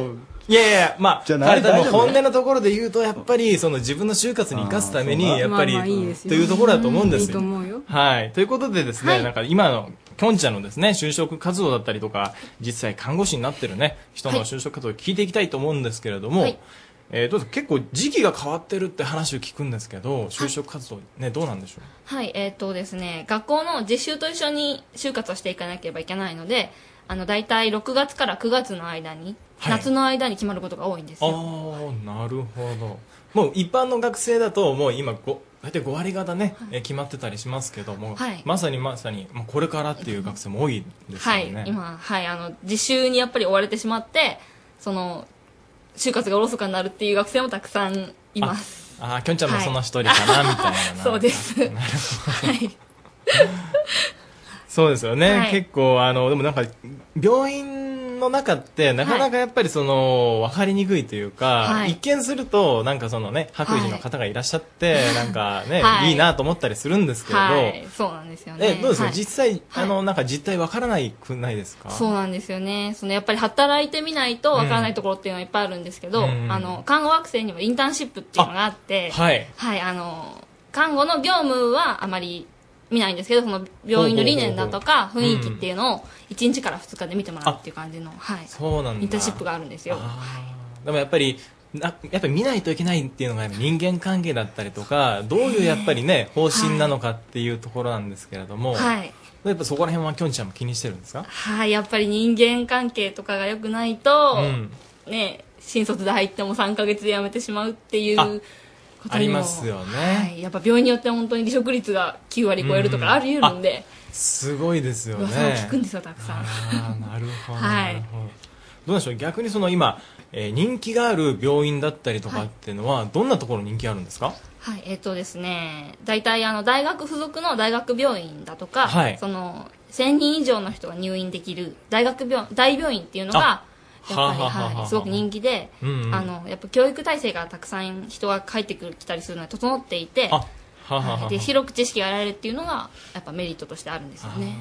いやいや、まあ、
ない
彼との
大丈夫
本音のところで言うと、やっぱり、その自分の就活に生かすため
あーそう
に、
だ
やっぱ
まあまあいいで
り、
すよ
というところだと思うんで
いい
す
と
よ。
思うよ
はい。ということでですね、
はい
なんか今の、きょんちゃんのですね、就職活動だったりとか、実際看護師になってるね、人の就職活動を聞いていきたいと思うんですけれども、
はい
えーどうぞ結構時期が変わってるって話を聞くんですけど、就職活動ね、どうなんでしょ
はいえっ、とですね学校の実習と一緒に就活をしていかなければいけないのであの大体6月から9月の間に、夏の間に決まることが多いんです
う。あ
よ
ー、なるほど。もう一般の学生だと、もう今ご、大体5割方ね、えー決まってたりしますけども、
はい
まさにまさに、もうこれからっていう学生も多いですよ
は
ね。
い今はいあの実習にやっぱり追われてしまってその就活がおろそかになるっていう学生もたくさんいます
ああ、きょんちゃんもその一人かな、みたいな。
そうです
そうですよね。
はい
結構、あの、でもなんか、病院の中って、なかなかやっぱりその、わ、かりにくいというか、
はい
一見すると、なんかそのね、白衣の方がいらっしゃって、なんかね、
はい
い、いなと思ったりするんですけれど、
はいそうなんですよね
え、どうですか、
はい
実際、あの、なんか実態わからないくないですか
そうなんですよねそのやっぱり働いてみないとわからないところっていうのはいっぱいあるんですけど、
うん
あの看護学生にはインターンシップっていうのがあって
はい
はい、あの看護の業務はあまり見ないんですけどその病院の理念だとか
ほうほうほう
雰囲気っていうのを1日から2日で見てもらうっていう感じの、はい、
そうなんだ
インターンシップがあるんですよ
でもやっぱり、なやっぱり見ないといけないっていうのがやっぱ人間関係だったりとか、どういうやっぱりね、方針なのかっていうところなんですけれども、
はい、
やっぱそこら辺はきょんちゃんも気にしてるんですか
はい、やっぱり人間関係とかが良くないと、
うん
ね新卒で入っても3ヶ月で辞めてしまうっていう
あ
ことにも
ありますよね、
はい、やっぱ病院によって本当に離職率が9割超えると
うん
かあり得るんで、
すごいですよね。
噂を聞くんですよたくさん
あーなるほど。
はい
なるほどどうでしょう逆にその今、えー人気がある病院だったりとかっていうのは、どんなところに人気あるんですか
はい、えっ、とですね、大体あの大学附属の大学病院だとか、
はい
その1000人以上の人が入院できる大学病大病院っていうのがやっぱり
はははは
はいすごく人気で、
うんうん
あのやっぱ教育体制がたくさん人が帰ってくる来たりするので整っていて、
あはははは
で広く知識が得られるっていうのがやっぱメリットとしてあるんですよね。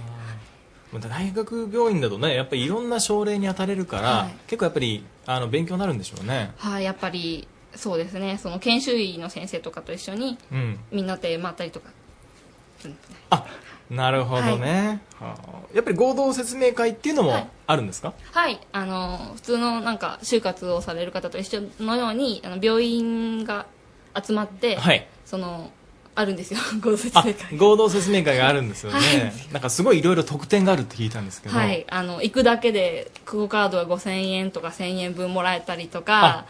また大学病院だとねやっぱりいろんな症例に当たれるから、結構やっぱりあの勉強になるんでしょうね
はい、やっぱりそうですね、その研修医の先生とかと一緒に
うん
みんなで回ったりとか、
なるほどね、はあやっぱり合同説明会っていうのもあるんですか、
はい、あの普通のなんか就活をされる方と一緒のようにあの病院が集まって、
はい
そのあるんですよ ご説
あ
明
合同説明会があるんですよね、
はい
なんかすごいいろいろ特典があるって聞いたんですけど、
はいあの行くだけでクオ・カードが5000円とか1000円分もらえたりとか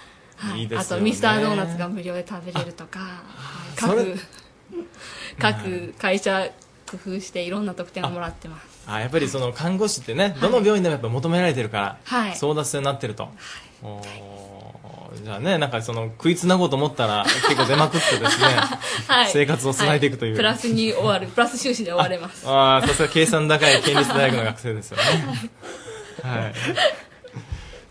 いい
あ,、
ですよ
と
ね
ミスタードーナツが無料で食べれるとかはい
それ
各 各会社工夫していろんな特典をもらってます
あやっぱりその看護師ってね、どの病院でもやっぱ求められてるから、
はい
争奪戦になってると、おーじゃあね、なんかその食いつなごうと思ったら結構出まくってですね。
はい、
生活をつないでいくという
はプラスに終わるプラス収支で終われ ます
ああ、さすが計算高い県立大学の学生ですよね。はい。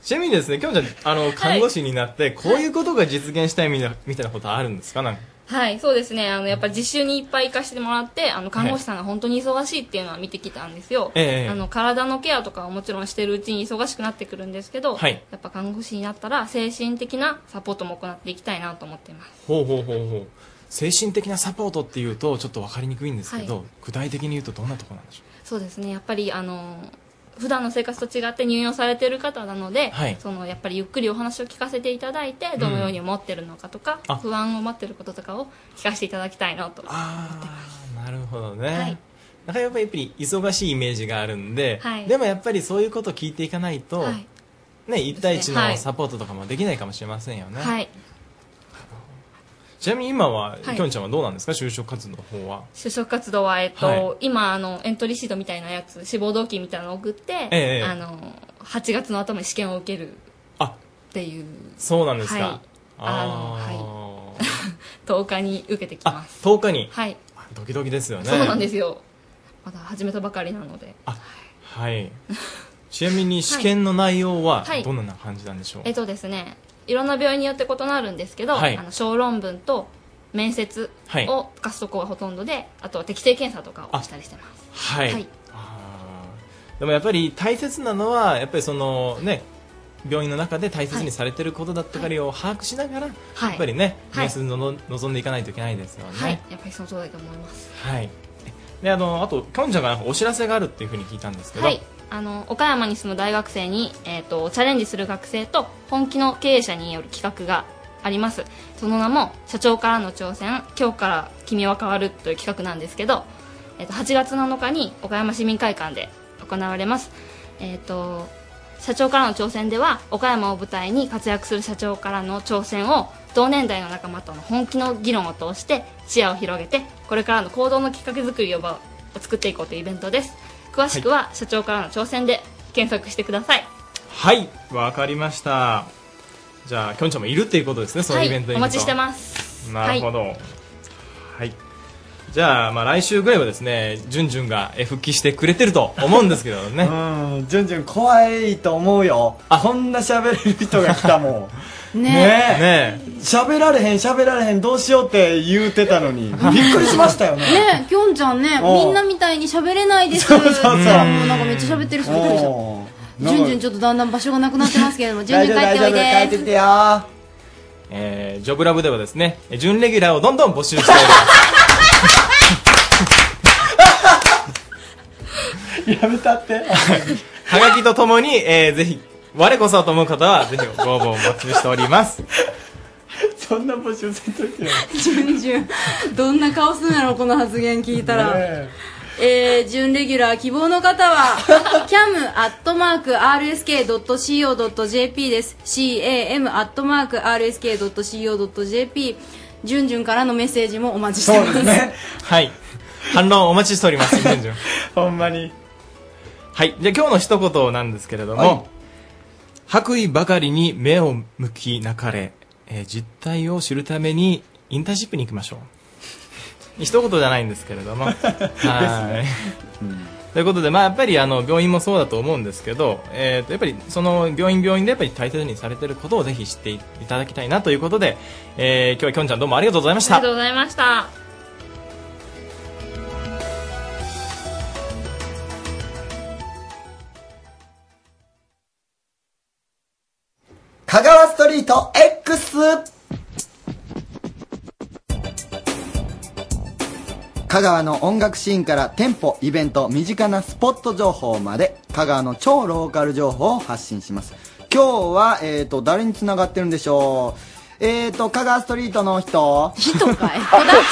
ちなみにですね、きょんちゃん、あの、看護師になって、こういうことが実現したいみたいなみたいなことあるんですかなんか。
はい、そうですね。あの、やっぱ実習にいっぱい行かせてもらって、あの、看護師さんが本当に忙しいっていうのは見てきたんですよ。
ええ
あの、体のケアとかはもちろんしてるうちに忙しくなってくるんですけど、
はい
やっぱ看護師になったら精神的なサポートも行っていきたいなと思っています。
ほうほうほうほう。精神的なサポートっていうと、ちょっとわかりにくいんですけど、
はい
具体的に言うとどんなところなんでしょ
そうですね。やっぱり、あの、普段の生活と違って入院をされている方なので、
はい
そのやっぱりゆっくりお話を聞かせていただいてどのように思ってるのかとか、
うんあ
不安を待ってることとかを聞かせていただきたいなと思ってます。
うなるほどね。
はい
なんかやっぱり忙しいイメージがあるんで、
はい
でもやっぱりそういうことを聞いていかないと、
はい
ね、一対一
は
の
い
サポートとかもできないかもしれませんよね。
はい
ちなみに今は、
はい
きょんちゃんはどうなんですか就職活動の方は。
就職活動は、えっと
はい
今あのエントリーシートみたいなやつ志望動機みたいなのを送って、
ええ
あの8月の頭に試験を受けるっていう
そうなんですか。
はいあのはい10日に受けてきます
10日に、
はい、
ドキドキですよね。
そうなんですよまだ始めたばかりなので
はい。ちなみに試験の内容は
はい
どんな感じなんでしょう、
えっとですねいろんな病院によって異なるんですけど、
はい
あの小論文と面接
はい
を課すとこはほとんどで、あとは適正検査とかをしたりしてます
はい、
はい
あーでもやっぱり大切なのはやっぱりそのね病院の中で大切にされてることだったりを把握しながら、
はい
やっぱりね、
はい
面接のの望んでいかないといけないですよね。
はい、やっぱりその通りだと思います
はい。であのあときょんちゃんがなんかお知らせがあるっていうふうに聞いたんですけど、
はい、あの岡山に住む大学生に、えー、とチャレンジする学生と本気の経営者による企画がありますその名も「社長からの挑戦今日から君は変わる」という企画なんですけど、えー、と8月7日に岡山市民会館で行われます、えー、と社長からの挑戦では岡山を舞台に活躍する社長からの挑戦を同年代の仲間との本気の議論を通して視野を広げてこれからの行動のきっかけ作りをばを作っていこうというイベントです詳しくは社長からの挑戦で検索してください、
はいわかりました。じゃあきょんちゃんもいるっていうことですねそ
は
の
い
イベントに
お待ちして
す
ます
なるほど。はい。じゃあ、まあ来週ぐらいはですね、じゅんじゅんがえ復帰してくれてると思うんですけど ね。
うん、じゅんじゅん怖いと思うよ。こんな喋れる人が来たもん。
ね
え。喋られへん、喋られへん、どうしようって言うてたのに、びっくりしましたよね。
ねえきょんちゃんね
おう
みんなみたいに喋れないです
そうそうそう
って言ったらもうなんかめっちゃ喋ってるしびっくりした
うん
じゅんじゅんちょっとだんだん場所がなくなってますけれどもじゅんじゅん帰っておいで
大丈夫大丈夫帰ってきてよ
えー、ジョブラブではですね、え準レギュラーをどんどん募集しております。
やめたって。
はがきとともに、えーぜひ、我こそと思う方は、ぜひご応募を募集しております。
そんな募集せんといて よ。
じゅんじゅんどんな顔すんやろこの発言聞いたら、
ね
えー、準レギュラー希望の方 は cam.rsk.co.jp です cam.rsk.co.jp じゅんじゅんからのメッセージもお待ちしてます
はい。反論お待ちしております、じゅんじゅん。
ほんまに。
はい。じゃあ今日の一言なんですけれども、白衣ばかりに目を向きなかれ、えー実態を知るためにインターンシップに行きましょう。一言じゃないんですけれども。はい。ということで、まあ、やっぱりあの病院もそうだと思うんですけど、えーとやっぱりその病院、病院でやっぱり大切にされていることをぜひ知っていただきたいなということで、えー今日はきょんちゃんどうもありがとうございまし
あり
た
がと。うございました
香川ストリート X! 香川の音楽シーンから店舗、イベント、身近なスポット情報まで香川の超ローカル情報を発信します。今日は、えー、と、誰に繋がってるんでしょうえー、と、香川ストリートの人人 かい
戸田っ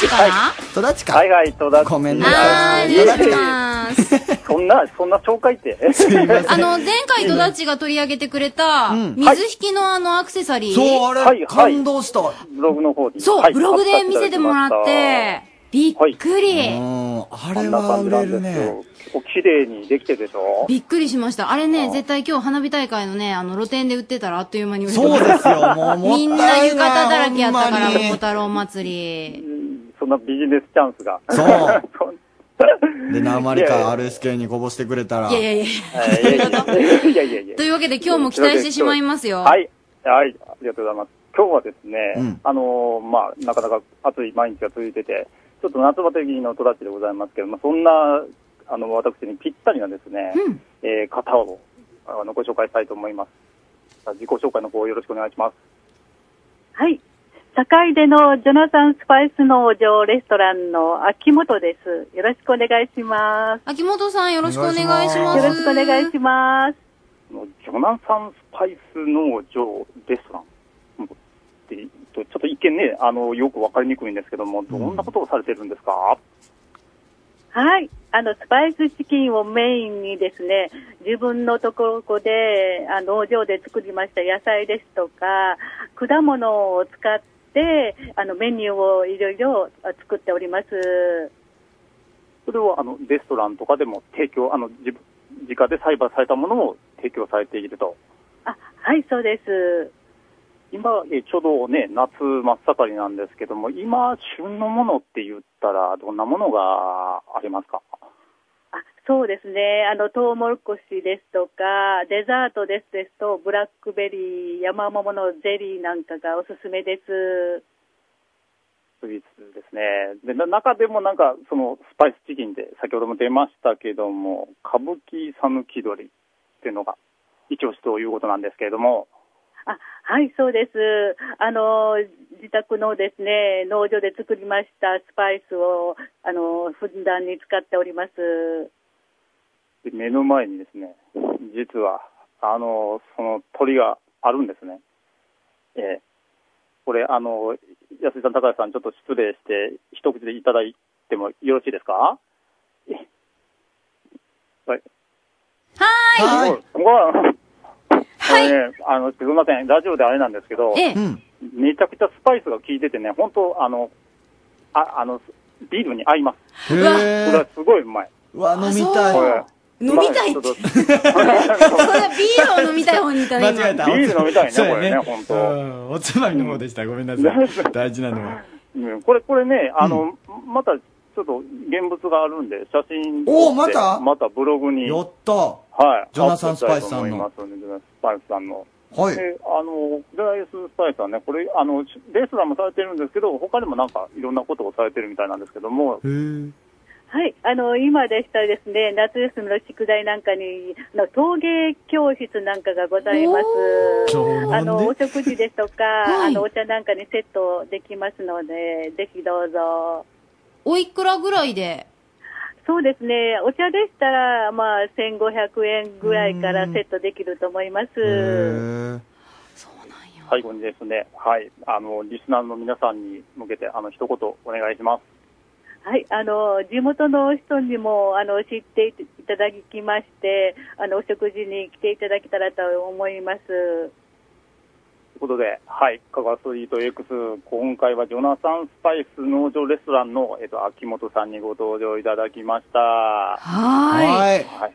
ちかな
戸田っちかはいはい、戸田ごめんなさい。戸田っち
そんな、そんな超書いて。
すいませ ん。
あの、前回戸田っちが取り上げてくれた、水引きのあのアクセサリー。
そうあれはいはい感
動した。
ブログの方に。
そう、
はい
ブログで見せてもらっ。て、びっくり。
うん、
あ
れ
こんな
は売
感
れ
じな
る
ん
ね
ですよ。お綺麗にできてるでしょ
びっくりしました。あれね、絶対今日花火大会のね、あの、露店で売ってたらあっという間に売れて
そうですよもうもったいない
みんな浴衣だらけやったから、
ほんまに
桃太郎祭り。
そんなビジネスチャンスが。
そうで何割か RSK にこぼしてくれたら
いやいやいや。
いやいやいや。
というわけで今日も期待してしまいますよ。
はい。はい。ありがとうございます。今日はですね、
うん
あのーまあ、なかなか暑い毎日が続いてて、ちょっと夏バテ気味のトラッチでございますけど、まあ、そんな、あの、私にぴったりなですね、えー方を、あの、ご紹介したいと思います。さあ自己紹介の方よろしくお願いします。
はい。坂出のジョナサンスパイス農場レストランの秋元です。よろしくお願いします。
秋元さんよろしくお願いします。
よろしくお願いします。
ジョナサンスパイス農場レストランって、ちょっと一見ね、あの、よくわかりにくいんですけども、どんなことをされてるんですか、
はい。あの、スパイスチキンをメインにですね、自分のところで、あ農場で作りました野菜ですとか、果物を使って、あの、メニューをいろいろ作っております。
それをあのレストランとかでも提供、あの自分自家で栽培されたものを提供されていると。
はい、そうです。
今、えちょうどね、夏真っ盛りなんですけども、今、旬のものって言ったら、どんなものがありますか
そうですね。あの、トウモロコシですとか、デザートですですと、ブラックベリー、山桃のゼリーなんかがおすすめです。
スイーツですね。で、な中でもなんか、そのスパイスチキンで、先ほども出ましたけども、歌舞伎讃岐鶏っていうのが、一押しということなんですけれども、
あ、はい、そうです。あの、自宅のですね、農場で作りましたスパイスを、あの、ふんだんに使っております。
で目の前にですね、実は、あの、その鳥があるんですね。ええこれ、あの、安井さん、高橋さん、ちょっと失礼して、一口でいただいてもよろしいですかえはい。はーい。ごはい。あの、すみません、ラジオであれなんですけど、
ええう
めちゃくちゃスパイスが効いててね、本当あの、あ、あの、ビールに合います。
へ
こ
え
れはすごいうまい。
わ飲みたい
これ
飲みたい
まあちょっと
ビールを飲みたい方にいたら今。
間 違えた
ビール飲みたいね
そうや
これね本当
うんおつまみの方でしたごめんなさい大事なのは
うんこれ、これね、あの、また、ちょっと、現物があるんで、写真撮って。
おーまた
またブログに。
やったは
はい。
ジョナサンスパイスさんの
アップしたいと思いますのでジョナサンスパイスさんの。
はい
で、あの、ジョナサンスパイスさんね、これ、あの、レストランもされてるんですけど、他でもなんか、いろんなことをされてるみたいなんですけども、
はい、あの、今でしたらですね、夏休みの宿題なんかに、あの陶芸教室なんかがございます。あの、お食事ですとか、あの、お茶なんかにセットできますので、ぜひどうぞ。
おいくらぐらいで
そうですね、お茶でしたら、まあ、1500円ぐらいからセットできると思います。
最後にですね、はい、あの、リスナーの皆さんに向けて、あの、一言お願いします。
はい、あの、地元の人にも、あの、知っていただきまして、あの、お食事に来ていただけたらと思います。
ということで、はい、カガスイート X、今回はジョナサンスパイス農場レストランの、えっと、秋元さんにご登場いただきました。
はーい
はい。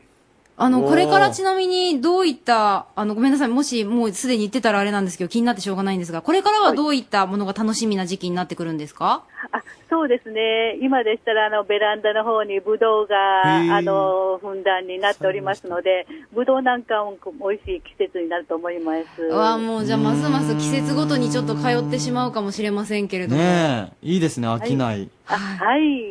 あの、
おー
これからちなみにどういった、あの、ごめんなさい、もしもうすでに言ってたらあれなんですけど、気になってしょうがないんですが、これからはどういったものが楽しみな時期になってくるんですか
そうですね。今でしたら、あの、ベランダの方にブドウ
へー
が、あの、ふんだんになっておりますので、ブドウなんかも美味しい季節になると思います。
わあ、もうじゃあますます季節ごとにちょっと通ってしまうかもしれませんけれども。
ねえいいですね飽きない、
あはい。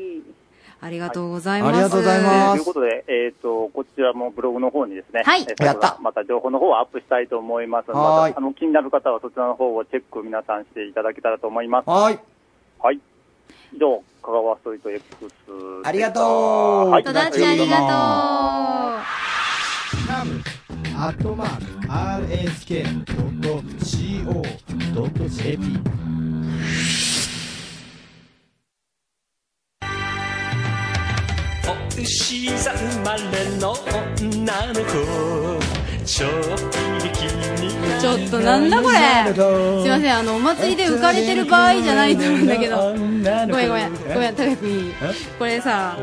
ありがとうございます。
ありがとうございます
ということで、えっ、と、こちらもブログの方にですね、
はい
えーと
やった
また情報の方をアップしたいと思います。
はーい
また、あの、気になる方はそちらの方をチェック皆さんしていただけたらと思います。
はい。
はい。以上、香川ストリート X でした。
ありがとう
はい
友達ありがとう
アットマーク RSK.CO.JP
年座生まれの女の子ちょっぴり気になる
ちょっ
っとなんだこれすいませんあのお祭りで浮かれてる場合じゃないと思うんだけどごめんごめんごめん高くんいいこれさ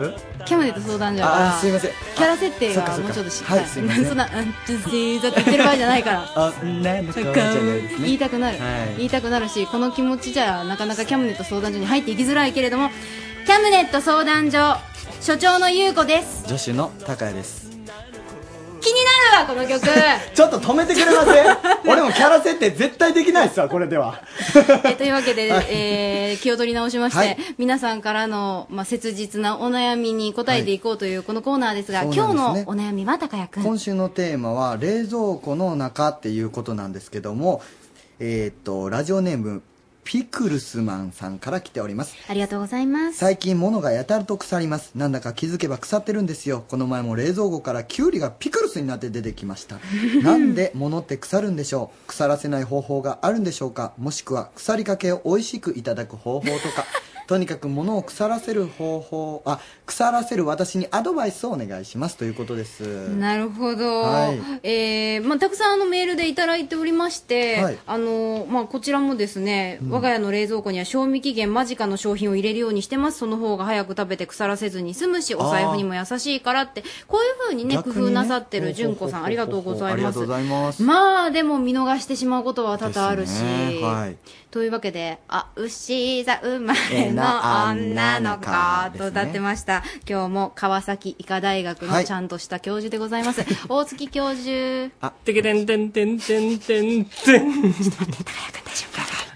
キャムネと相談じゃから
あーすいません
キャラ設定がもうちょっとしっかり、
はいすいません
そんな「うんちょっとぜーざ」って言ってる場合じゃないから
あ女の子じゃないですね
言いたくなる、
はい
言いたくなるしこの気持ちじゃなかなかキャムネット相談所に入っていきづらいけれどもキャムネット相談所所長の優子です
女子の高谷です
気になるわこの曲
ちょっと止めてくれま せん俺もキャラ設定絶対できないっすわこれでは
えというわけで、
はい
えー気を取り直しまして、
はい
皆さんからの、まあ、切実なお悩みに答えていこうというこのコーナーですが、
そう
今日
な
の
んですね
お悩みは高谷君
今週のテーマは冷蔵庫の中っていうことなんですけどもえーっとラジオネームピクルスマンさんから来ております
ありがとうございます
最近物がやたらと腐りますなんだか気づけば腐ってるんですよこの前も冷蔵庫からキュウリがピクルスになって出てき ましたなんで物って腐るんでしょう腐らせない方法があるんでしょうかもしくは腐りかけを美味しくいただく方法とか とにかく物を腐らせる方法あ腐らせる私にアドバイスをお願いしますということです
なるほど、
はい
えーまあ、たくさんあのメールでいただいておりまして、
はい
あのまあ、こちらもですね、
うん
我が家の冷蔵庫には賞味期限間近の商品を入れるようにしてますその方が早く食べて腐らせずに済むしお財布にも優しいからってこういうふうにね工
逆にね
夫なさってる純子さんありがとうござい
あり
ま
がとう
す
ございます
まあでも見逃してしまうことは多々あるし、
ですねはい
というわけで「あ牛座生まれの女の子」と歌ってました、今日も川崎医科大学のちゃんとした教授でござい ます、大月教授
あ、てけてんてんてんてんてんてん。ちょっと待って、高谷君大丈夫か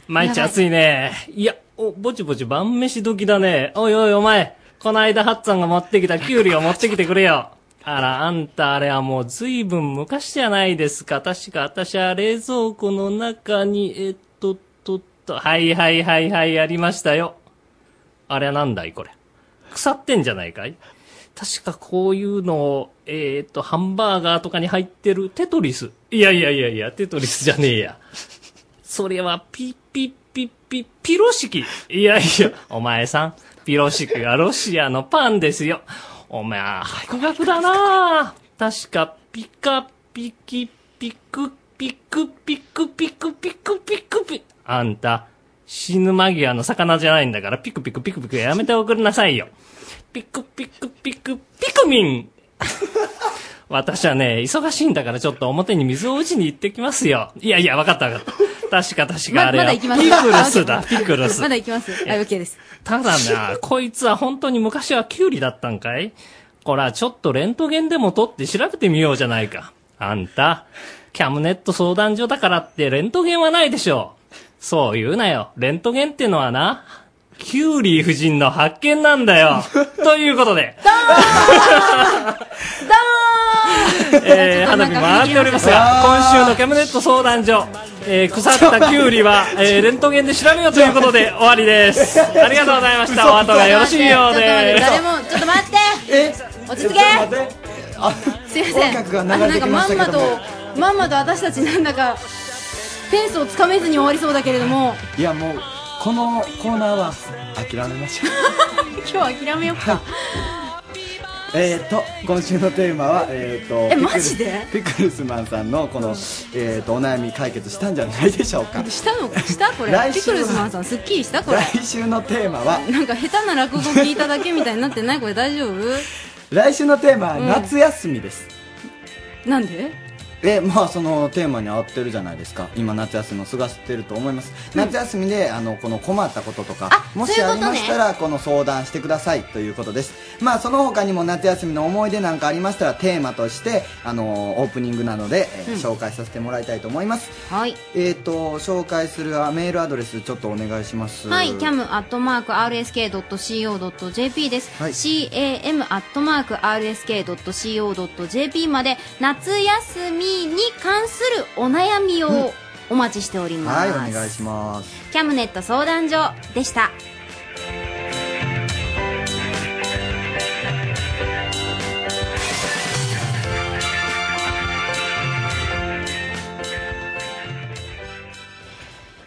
毎日暑いね。いや、お、ぼちぼち晩飯時だね。おいおいお前、こないだハッツさんが持ってきたキュウリを持ってきてくれよ。あら、あんたあれはもう随分昔じゃないですか。確か私は冷蔵庫の中に、えっと、っとっと、はいはいはいはい、ありましたよ。あれはなんだいこれ。腐ってんじゃないかい確かこういうのを、えー、っと、ハンバーガーとかに入ってるテトリス。いやいやいやいや、テトリスじゃねえや。それはピッピッピッピッピロシキ。いやいや、お前さん、ピロシキがロシアのパンですよ。お前、敗北だな確か、ピカピキピクピクピクピクピクピクピあんた、死ぬ間際の魚じゃないんだから、ピクピクピクピクやめておくれなさいよ。ピクピクピクピクミン 私はね、忙しいんだからちょっと表に水を打ちに行ってきますよ。いやいや、わかったわかった。確か確か
ま
あれ
ま
は、
だ行き
ピク
ます
ル スだ、ピクルス。
まだ行きますはい OK です
ただな、こいつは本当に昔はキュウリだったんかいこら、ちょっとレントゲンでも撮って調べてみようじゃないか。あんた、キャムネット相談所だからってレントゲンはないでしょう。そう言うなよ。レントゲンってのはな、キュウリ夫人の発見なんだよ。ということで。えー、花火回っておりますが、今週のキャムネット相談所、えー、腐ったキュウリは、えー、レントゲンで調べようということで終わりです。ありがとうございました。お後がよろしいようで
ちょっと待って誰
す。
もちょっと待って落ち着けすいません
音楽が
あの
流れてきましたけども
なんかまんまとまんまと私たちなんだかペースをつかめずに終わりそうだけれども
いやもうこのコーナーは諦めましょう
今日諦めようか
えーと今週のテーマはえーと
えマジで
ピクルスピクルスマンさんのこの、えー、とお悩み解決したんじゃないでしょうか
したのしたこれ
来週
ピ
は
クルスマンさんすっきりしたこれ
来週のテーマは
なんか下手な落語聞いただけみたいになってないこれ大 丈夫
来週のテーマは
うん
夏休みです、
なんで
えまあそのテーマに合ってるじゃないですか今夏休みを過ごしてると思います、夏休みであのこの困ったこととかもしありましたらこの相談してくださいということですまあその他にも夏休みの思い出なんかありましたらテーマとしてあのオープニングなので、えー
うん
紹介させてもらいたいと思います
はい
えっ、と紹介するあメールアドレスちょっとお願いします
はい、cam.rsk.co.jp です。
はい
cam.rsk.co.jp まで、夏休みに関するお悩みをお待ちしております。
はいお願いします
キャムネット相談所でした。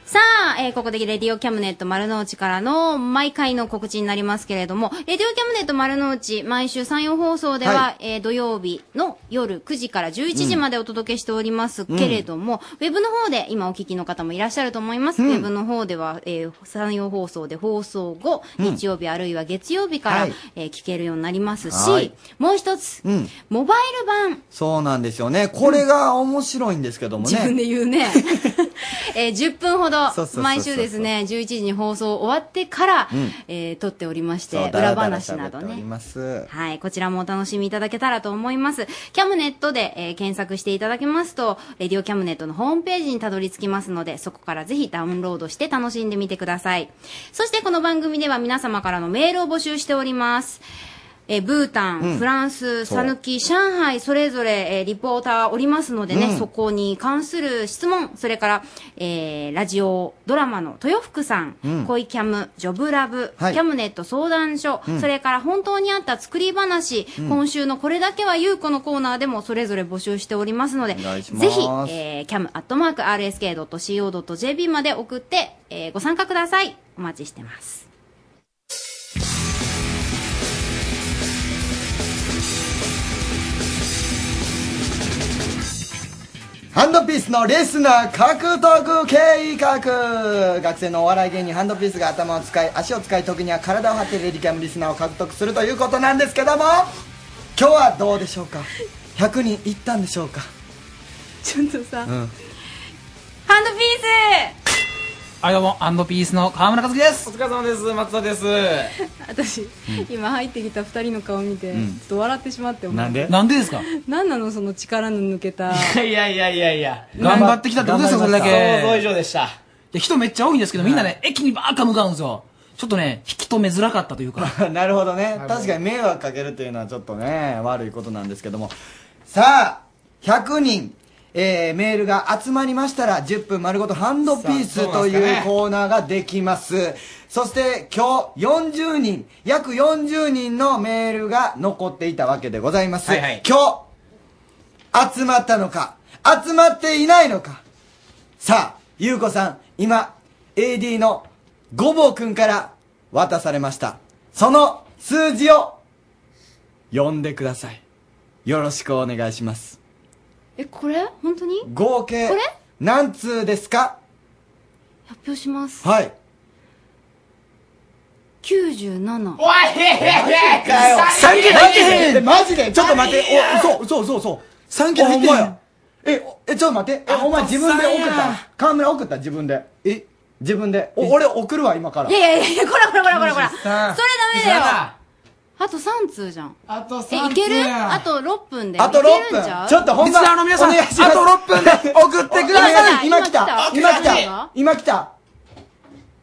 さあ、えーここでレディオキャムネット丸の内からの毎回の告知になりますけれども、レディオキャムネット丸の内、毎週3、4放送では、
は
えー土曜日の夜9時から11時までお届けしておりますけれども、ウェブの方で、今お聞きの方もいらっしゃると思います。
うん
ウェブの方では、えー、3、4放送で放送後、
うん
日曜日あるいは月曜日から、
はい
えー聞けるようになります
は
し
い、
もう一つ、
うん。
モバイル版、
そうなんですよね。これが面白いんですけどもね。
自分で言う ね。えー10分ほど
そうそうそうそ、う
毎週ですね、11時に放送終わってから、
うん
えー撮っておりまし
そ
て
う、だら
裏
だら
話な
喋って
ど
おり
ね。
ます。
はい、こちらもお楽しみいただけたらと思います。キャムネットで、えー検索していただけますと、レディオキャムネットのホームページにたどり着きますので、そこからぜひダウンロードして楽しんでみてください。そしてこの番組では皆様からのメールを募集しております。えーブータン、
うん
フランス、
そう
サヌキ、上海、それぞれ、えーリポーターおりますのでね、
うん
そこに関する質問、それから、えーラジオ、ドラマの豊福さん、
うん
恋キャム、ジョブラブ、
はい
キャムネット相談所、
うん
それから本当にあった作り話、
うん
今週のこれだけは優子のコーナーでもそれぞれ募集しておりますので、
お願いします
ぜひ、えー、cam.rsk.co.jp まで送って、えーご参加ください。お待ちしてます。
ハンドピースのリスナー獲得計画学生のお笑い芸人ハンドピースが頭を使い足を使い時には体を張ってレディキャムリスナーを獲得するということなんですけども今日はどうでしょうか100人いったんでしょうか
ちょっとさ、
うん
ハンドピー
はい、どうも、アンドピースの河村和樹です。
お疲れ様です松田です
ス私、今入ってきた二人の顔見て、
うん
ちょっと笑ってしまって思う
なんでなんでですか
何なのその力の抜けた
いやいやいやいや 頑張ってきたってことですよ、それだけ。
想像
以上でした。いや、人めっちゃ多いんですけど、みんなね、駅にばーか向かうんですよ。ちょっとね、引き止めづらかったというか。
なるほどね確かに迷惑かけるというのはちょっとね悪いことなんですけどもさあ100人えーメールが集まりましたら10分丸ごとハンドピー
さ
ス
あど
と
うなんですか
い
ね
うコーナーができますそして今日40人約40人のメールが残っていたわけでございます、
はいはい
今日集まったのか集まっていないのかさあゆうこさん今 AD のごぼうくんから渡されましたその数字を読んでくださいよろしくお願いします
えこれ本当に
合計
これ
何通ですか
発表します
はい
97
おい
三桁入ってんえマジでちょっと待って
あれ
おそうそうそうそう3桁入ってんえおえちょっと待ってえお前自分で送った河村送った自分でえ自分でお俺送るわ今から
いやいやいやいやこらこらこらこらこらそれ
93
ダメだよあと3通じゃんあと
三
いける
通や
あと6分で
あと6
いけるんちゃ
分
う
ちょっとほんま
リスナーの皆さん
お願いします
あと6分で送ってください
お 今来た
今
今来
来た
た今来た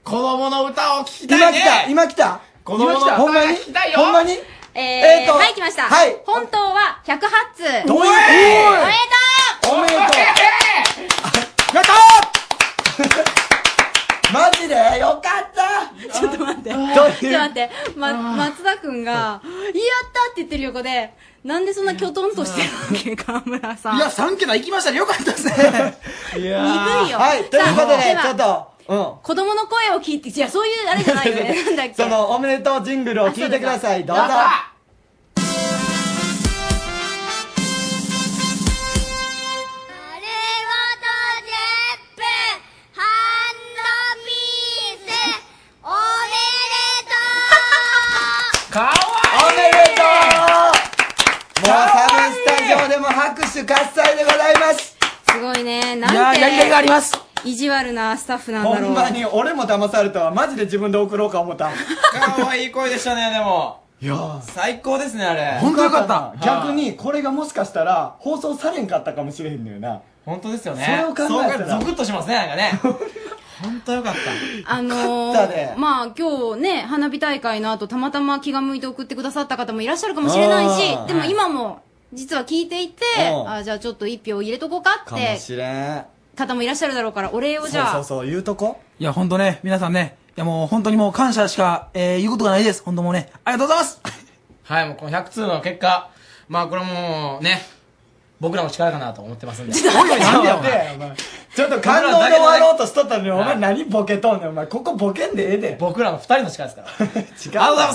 子供の歌を聴き
今来た今来た
子供の歌
ほんまに
聞きたいよ
ほんまに
え
えー
ー
と
はい来ました
はい
本当は108通
どういうこと
おめ
おめでとうやったーマジでよかった
でとうちょっと待ってち
ど
ょ
うい
っ
う
と待ってま松田君が「やった!」って言ってる横でなんでそんなきょとんとして るわけ河村さん
いや、3桁行きましたね。よかったですね。い
やー鈍いよ
はい、というこ
さあ
とで
で、は
ちょっと、うん。
子供の声を聞いていやそういうあれじゃないよねなんだっけ
その、おめでとうジングルを聞いてください。どうぞ
やっ。
かわい
おめでとうもうサブスタジオでも拍手喝采でございます。
すごいねなんて
いややりがいがあります
意地悪なスタッフなん
ほ
だろうん
まに、俺も騙されたわ。マジで自分で送ろうか思った。
可愛い声でしたね、でも。いや最高ですね、あれ。
本当よ
かった
逆に、これがもしかしたら、放送されんかったかもしれへんのよな。
本当ですよね。
それを考えたら
そうゾクッとしますね、なんか ね。本当よかった。
あの
勝ったね
ー、まあ今日ね、花火大会の後、たまたま気が向いて送ってくださった方もいらっしゃるかもしれない
あー
し、でも今も、実は聞いていて、
うん
あーじゃあちょっと一票入れとこうかっ
かも
て
しれん。
方もいらっしゃるだろうから、お礼をじ
そう
ゃ
そ
あ
う、
そう、言うとこ。
いや、本当ね、皆さんね、いやもう本当にもう感謝しか、えー、言うことがないです。本当もうね、ありがとうございますはい、もうこの100通の結果、まあこれもね、僕らの力かなと思ってますんで。
ちょっとおいお いなんでやお前
ちょっと
感動で終わろうとしとったのに、お前
はい
何ボケとんねん、お前。ここボケんでええで。
僕らの二人の力ですか ら。
違う。ありがとうございま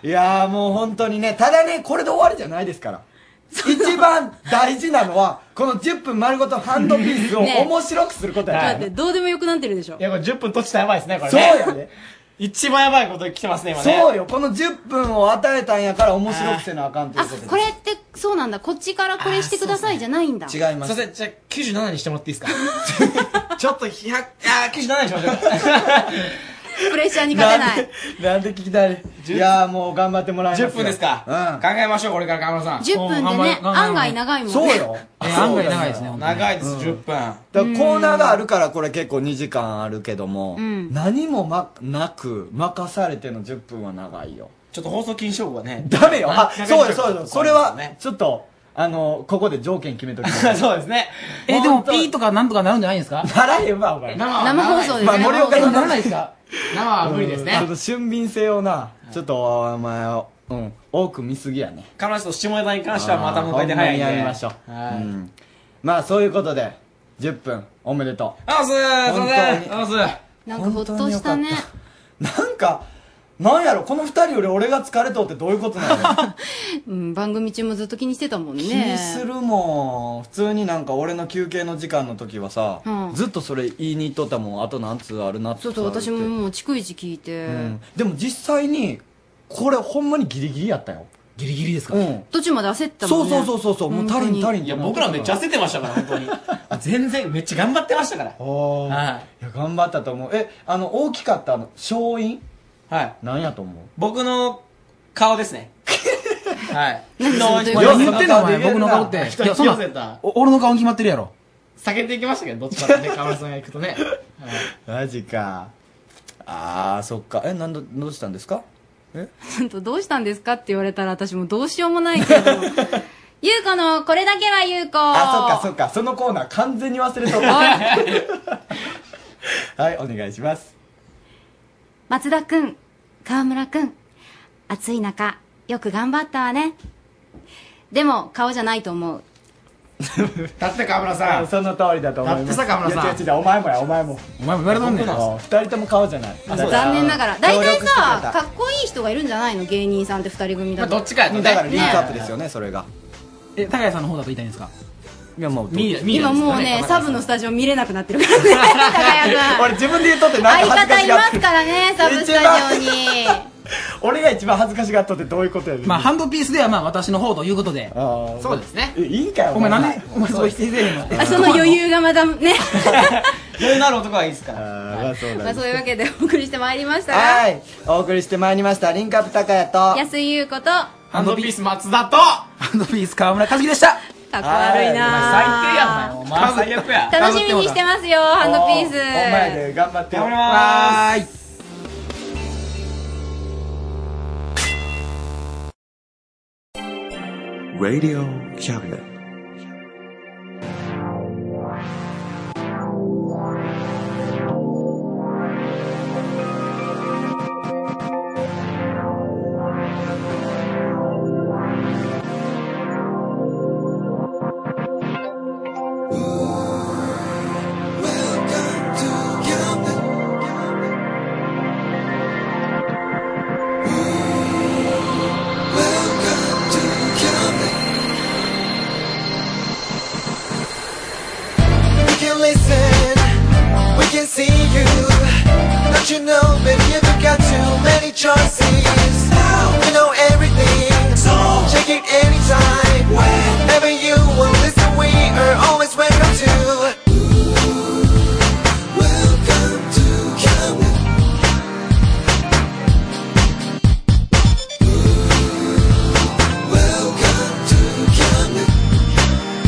すいやーもう本当にね、ただね、これで終わりじゃないですから。一番大事なのは、この10分丸ごとハンドピー スを
ね
面白くすることや
だ
から
っ
ね
てどうでもよくなってるでしょ
いやこれ10分とちたらやばいですねこ
れねそうやね
一番やばいこと来てますね今ね
そうよ、この10分を与えたんやから面白くせなあかんということで
これってそうなんだこっちからこれしてくださいじゃないんだ
違います
すいませんじゃあ97にしてもらっていいです かちょっと100あー97にしましょう
プレッシャーに勝てない
なんで聞きたいいやーもう頑張ってもらいますよ
10分ですか、考えましょうこれから河村さん
10分でね案外長いもんね
そうよ
え
そう
案外長いですね本当に長いです10分だ
からコーナーがあるからこれ結構2時間あるけども、
うん
何も、ま、なく任されての10分は長いよ
ちょっと放送禁止用語はね
ダメよあ
長い
そうよそうよそれは
そうですね
ちょっとあのここで条件決めとき
そうですねえでもピーとかなんとかなるんじゃないんですか
ならへんわお前
生放送ですね
まあ、森岡さん
ならないですか 生は無理ですね
うんちょっと俊敏性をなちょっとお前うん多く見すぎやね
彼女と下ネタに関してはまた迎えて早いんで
ほんまにやりましょう、
はい
うんまあそういうことで10分おめでとう
あすすいませんあす
なんかほっとしたね
なんかなんやろこの2人より俺が疲れとうってどういうこと なの
うん番組中もずっと気にしてたもんね
気にするもん普通になんか俺の休憩の時間の時はさ、
うん
ずっとそれ言いに行っとったもんあと何通あるなって
そうそう私ももう逐一聞いて、
うんでも実際にこれほんまにギリギリやったよ
ギリギリです
か、うん、
どっちまで焦ったも
そ
ん
う
ね
そうそうそうそうもう足りん足りん
いや僕らめっちゃ焦ってましたから本当 に全然めっちゃ頑張ってましたから
おーいや頑張ったと思うえあの大きかったあの勝因
はい
何やと思う
僕の顔ですねはい
何
昨日
何言ってんのお前僕の顔って
人
いやそんな
引き寄せた
俺の顔に決まってるやろ
叫んでいきましたけどどっちかってね河村さんが行くとね
マジかあーそっかえなんどどうしたんですかえ
ちゃんと どうしたんですかって言われたら私もどうしようもないけ どゆうこのこれだけはゆうこ
あそっかそっかそのコーナー完全に忘れとった はいお願いします
松田くん、川村くん、暑い中、よく頑張ったわね。でも、顔じゃないと思う。
だって河村さん
その通りだと思います
だってさ河村さん
いや違う違うお前もやお前もお前も言われ
とんねん
2人とも顔じゃない
残念ながら大体さか
ッ
っこいい人がいるんじゃないの芸人さんって二人組だと、
だからリンクアップですよねそれが
え高谷さんの方だと言いたいんですか
いやもう
見え見えな
今
いです
もうねサブのスタジオ見れなくなってるから ね
俺自分で言っとってなん
相
か恥ずか
方
し
い
が
ま
っ
す
て
からねサブスタジオに
俺が一番恥ずかしがっとってどういうことやねん
まあハンドピースではまあ私の方ということでそうですね
いいかよ
お前なんでお前すごい否定せえへんの
あその余裕がまたね
余裕のある男はいいですから
まあそう
まあそういうわけでお送りしてまいりましたが、
はいお送りしてまいりましたリンクアップ高谷と
安井優子と
ハンドピース松田とハンドピース河村和樹でした
かっこ悪いな
お前最悪や
楽しみにしてますよハンドピース
お前で頑張ってよ
はーい
Radio Cabinet.
We can listen, we can see you. Don't you know, baby, you've got too many choices. We know everything, so check it anytime. Whenever you will listen, we are always welcome to. Welcome to Camden. Welcome to Camden.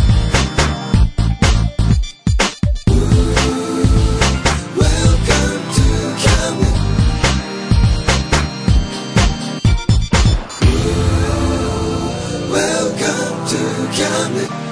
Welcome to Camden.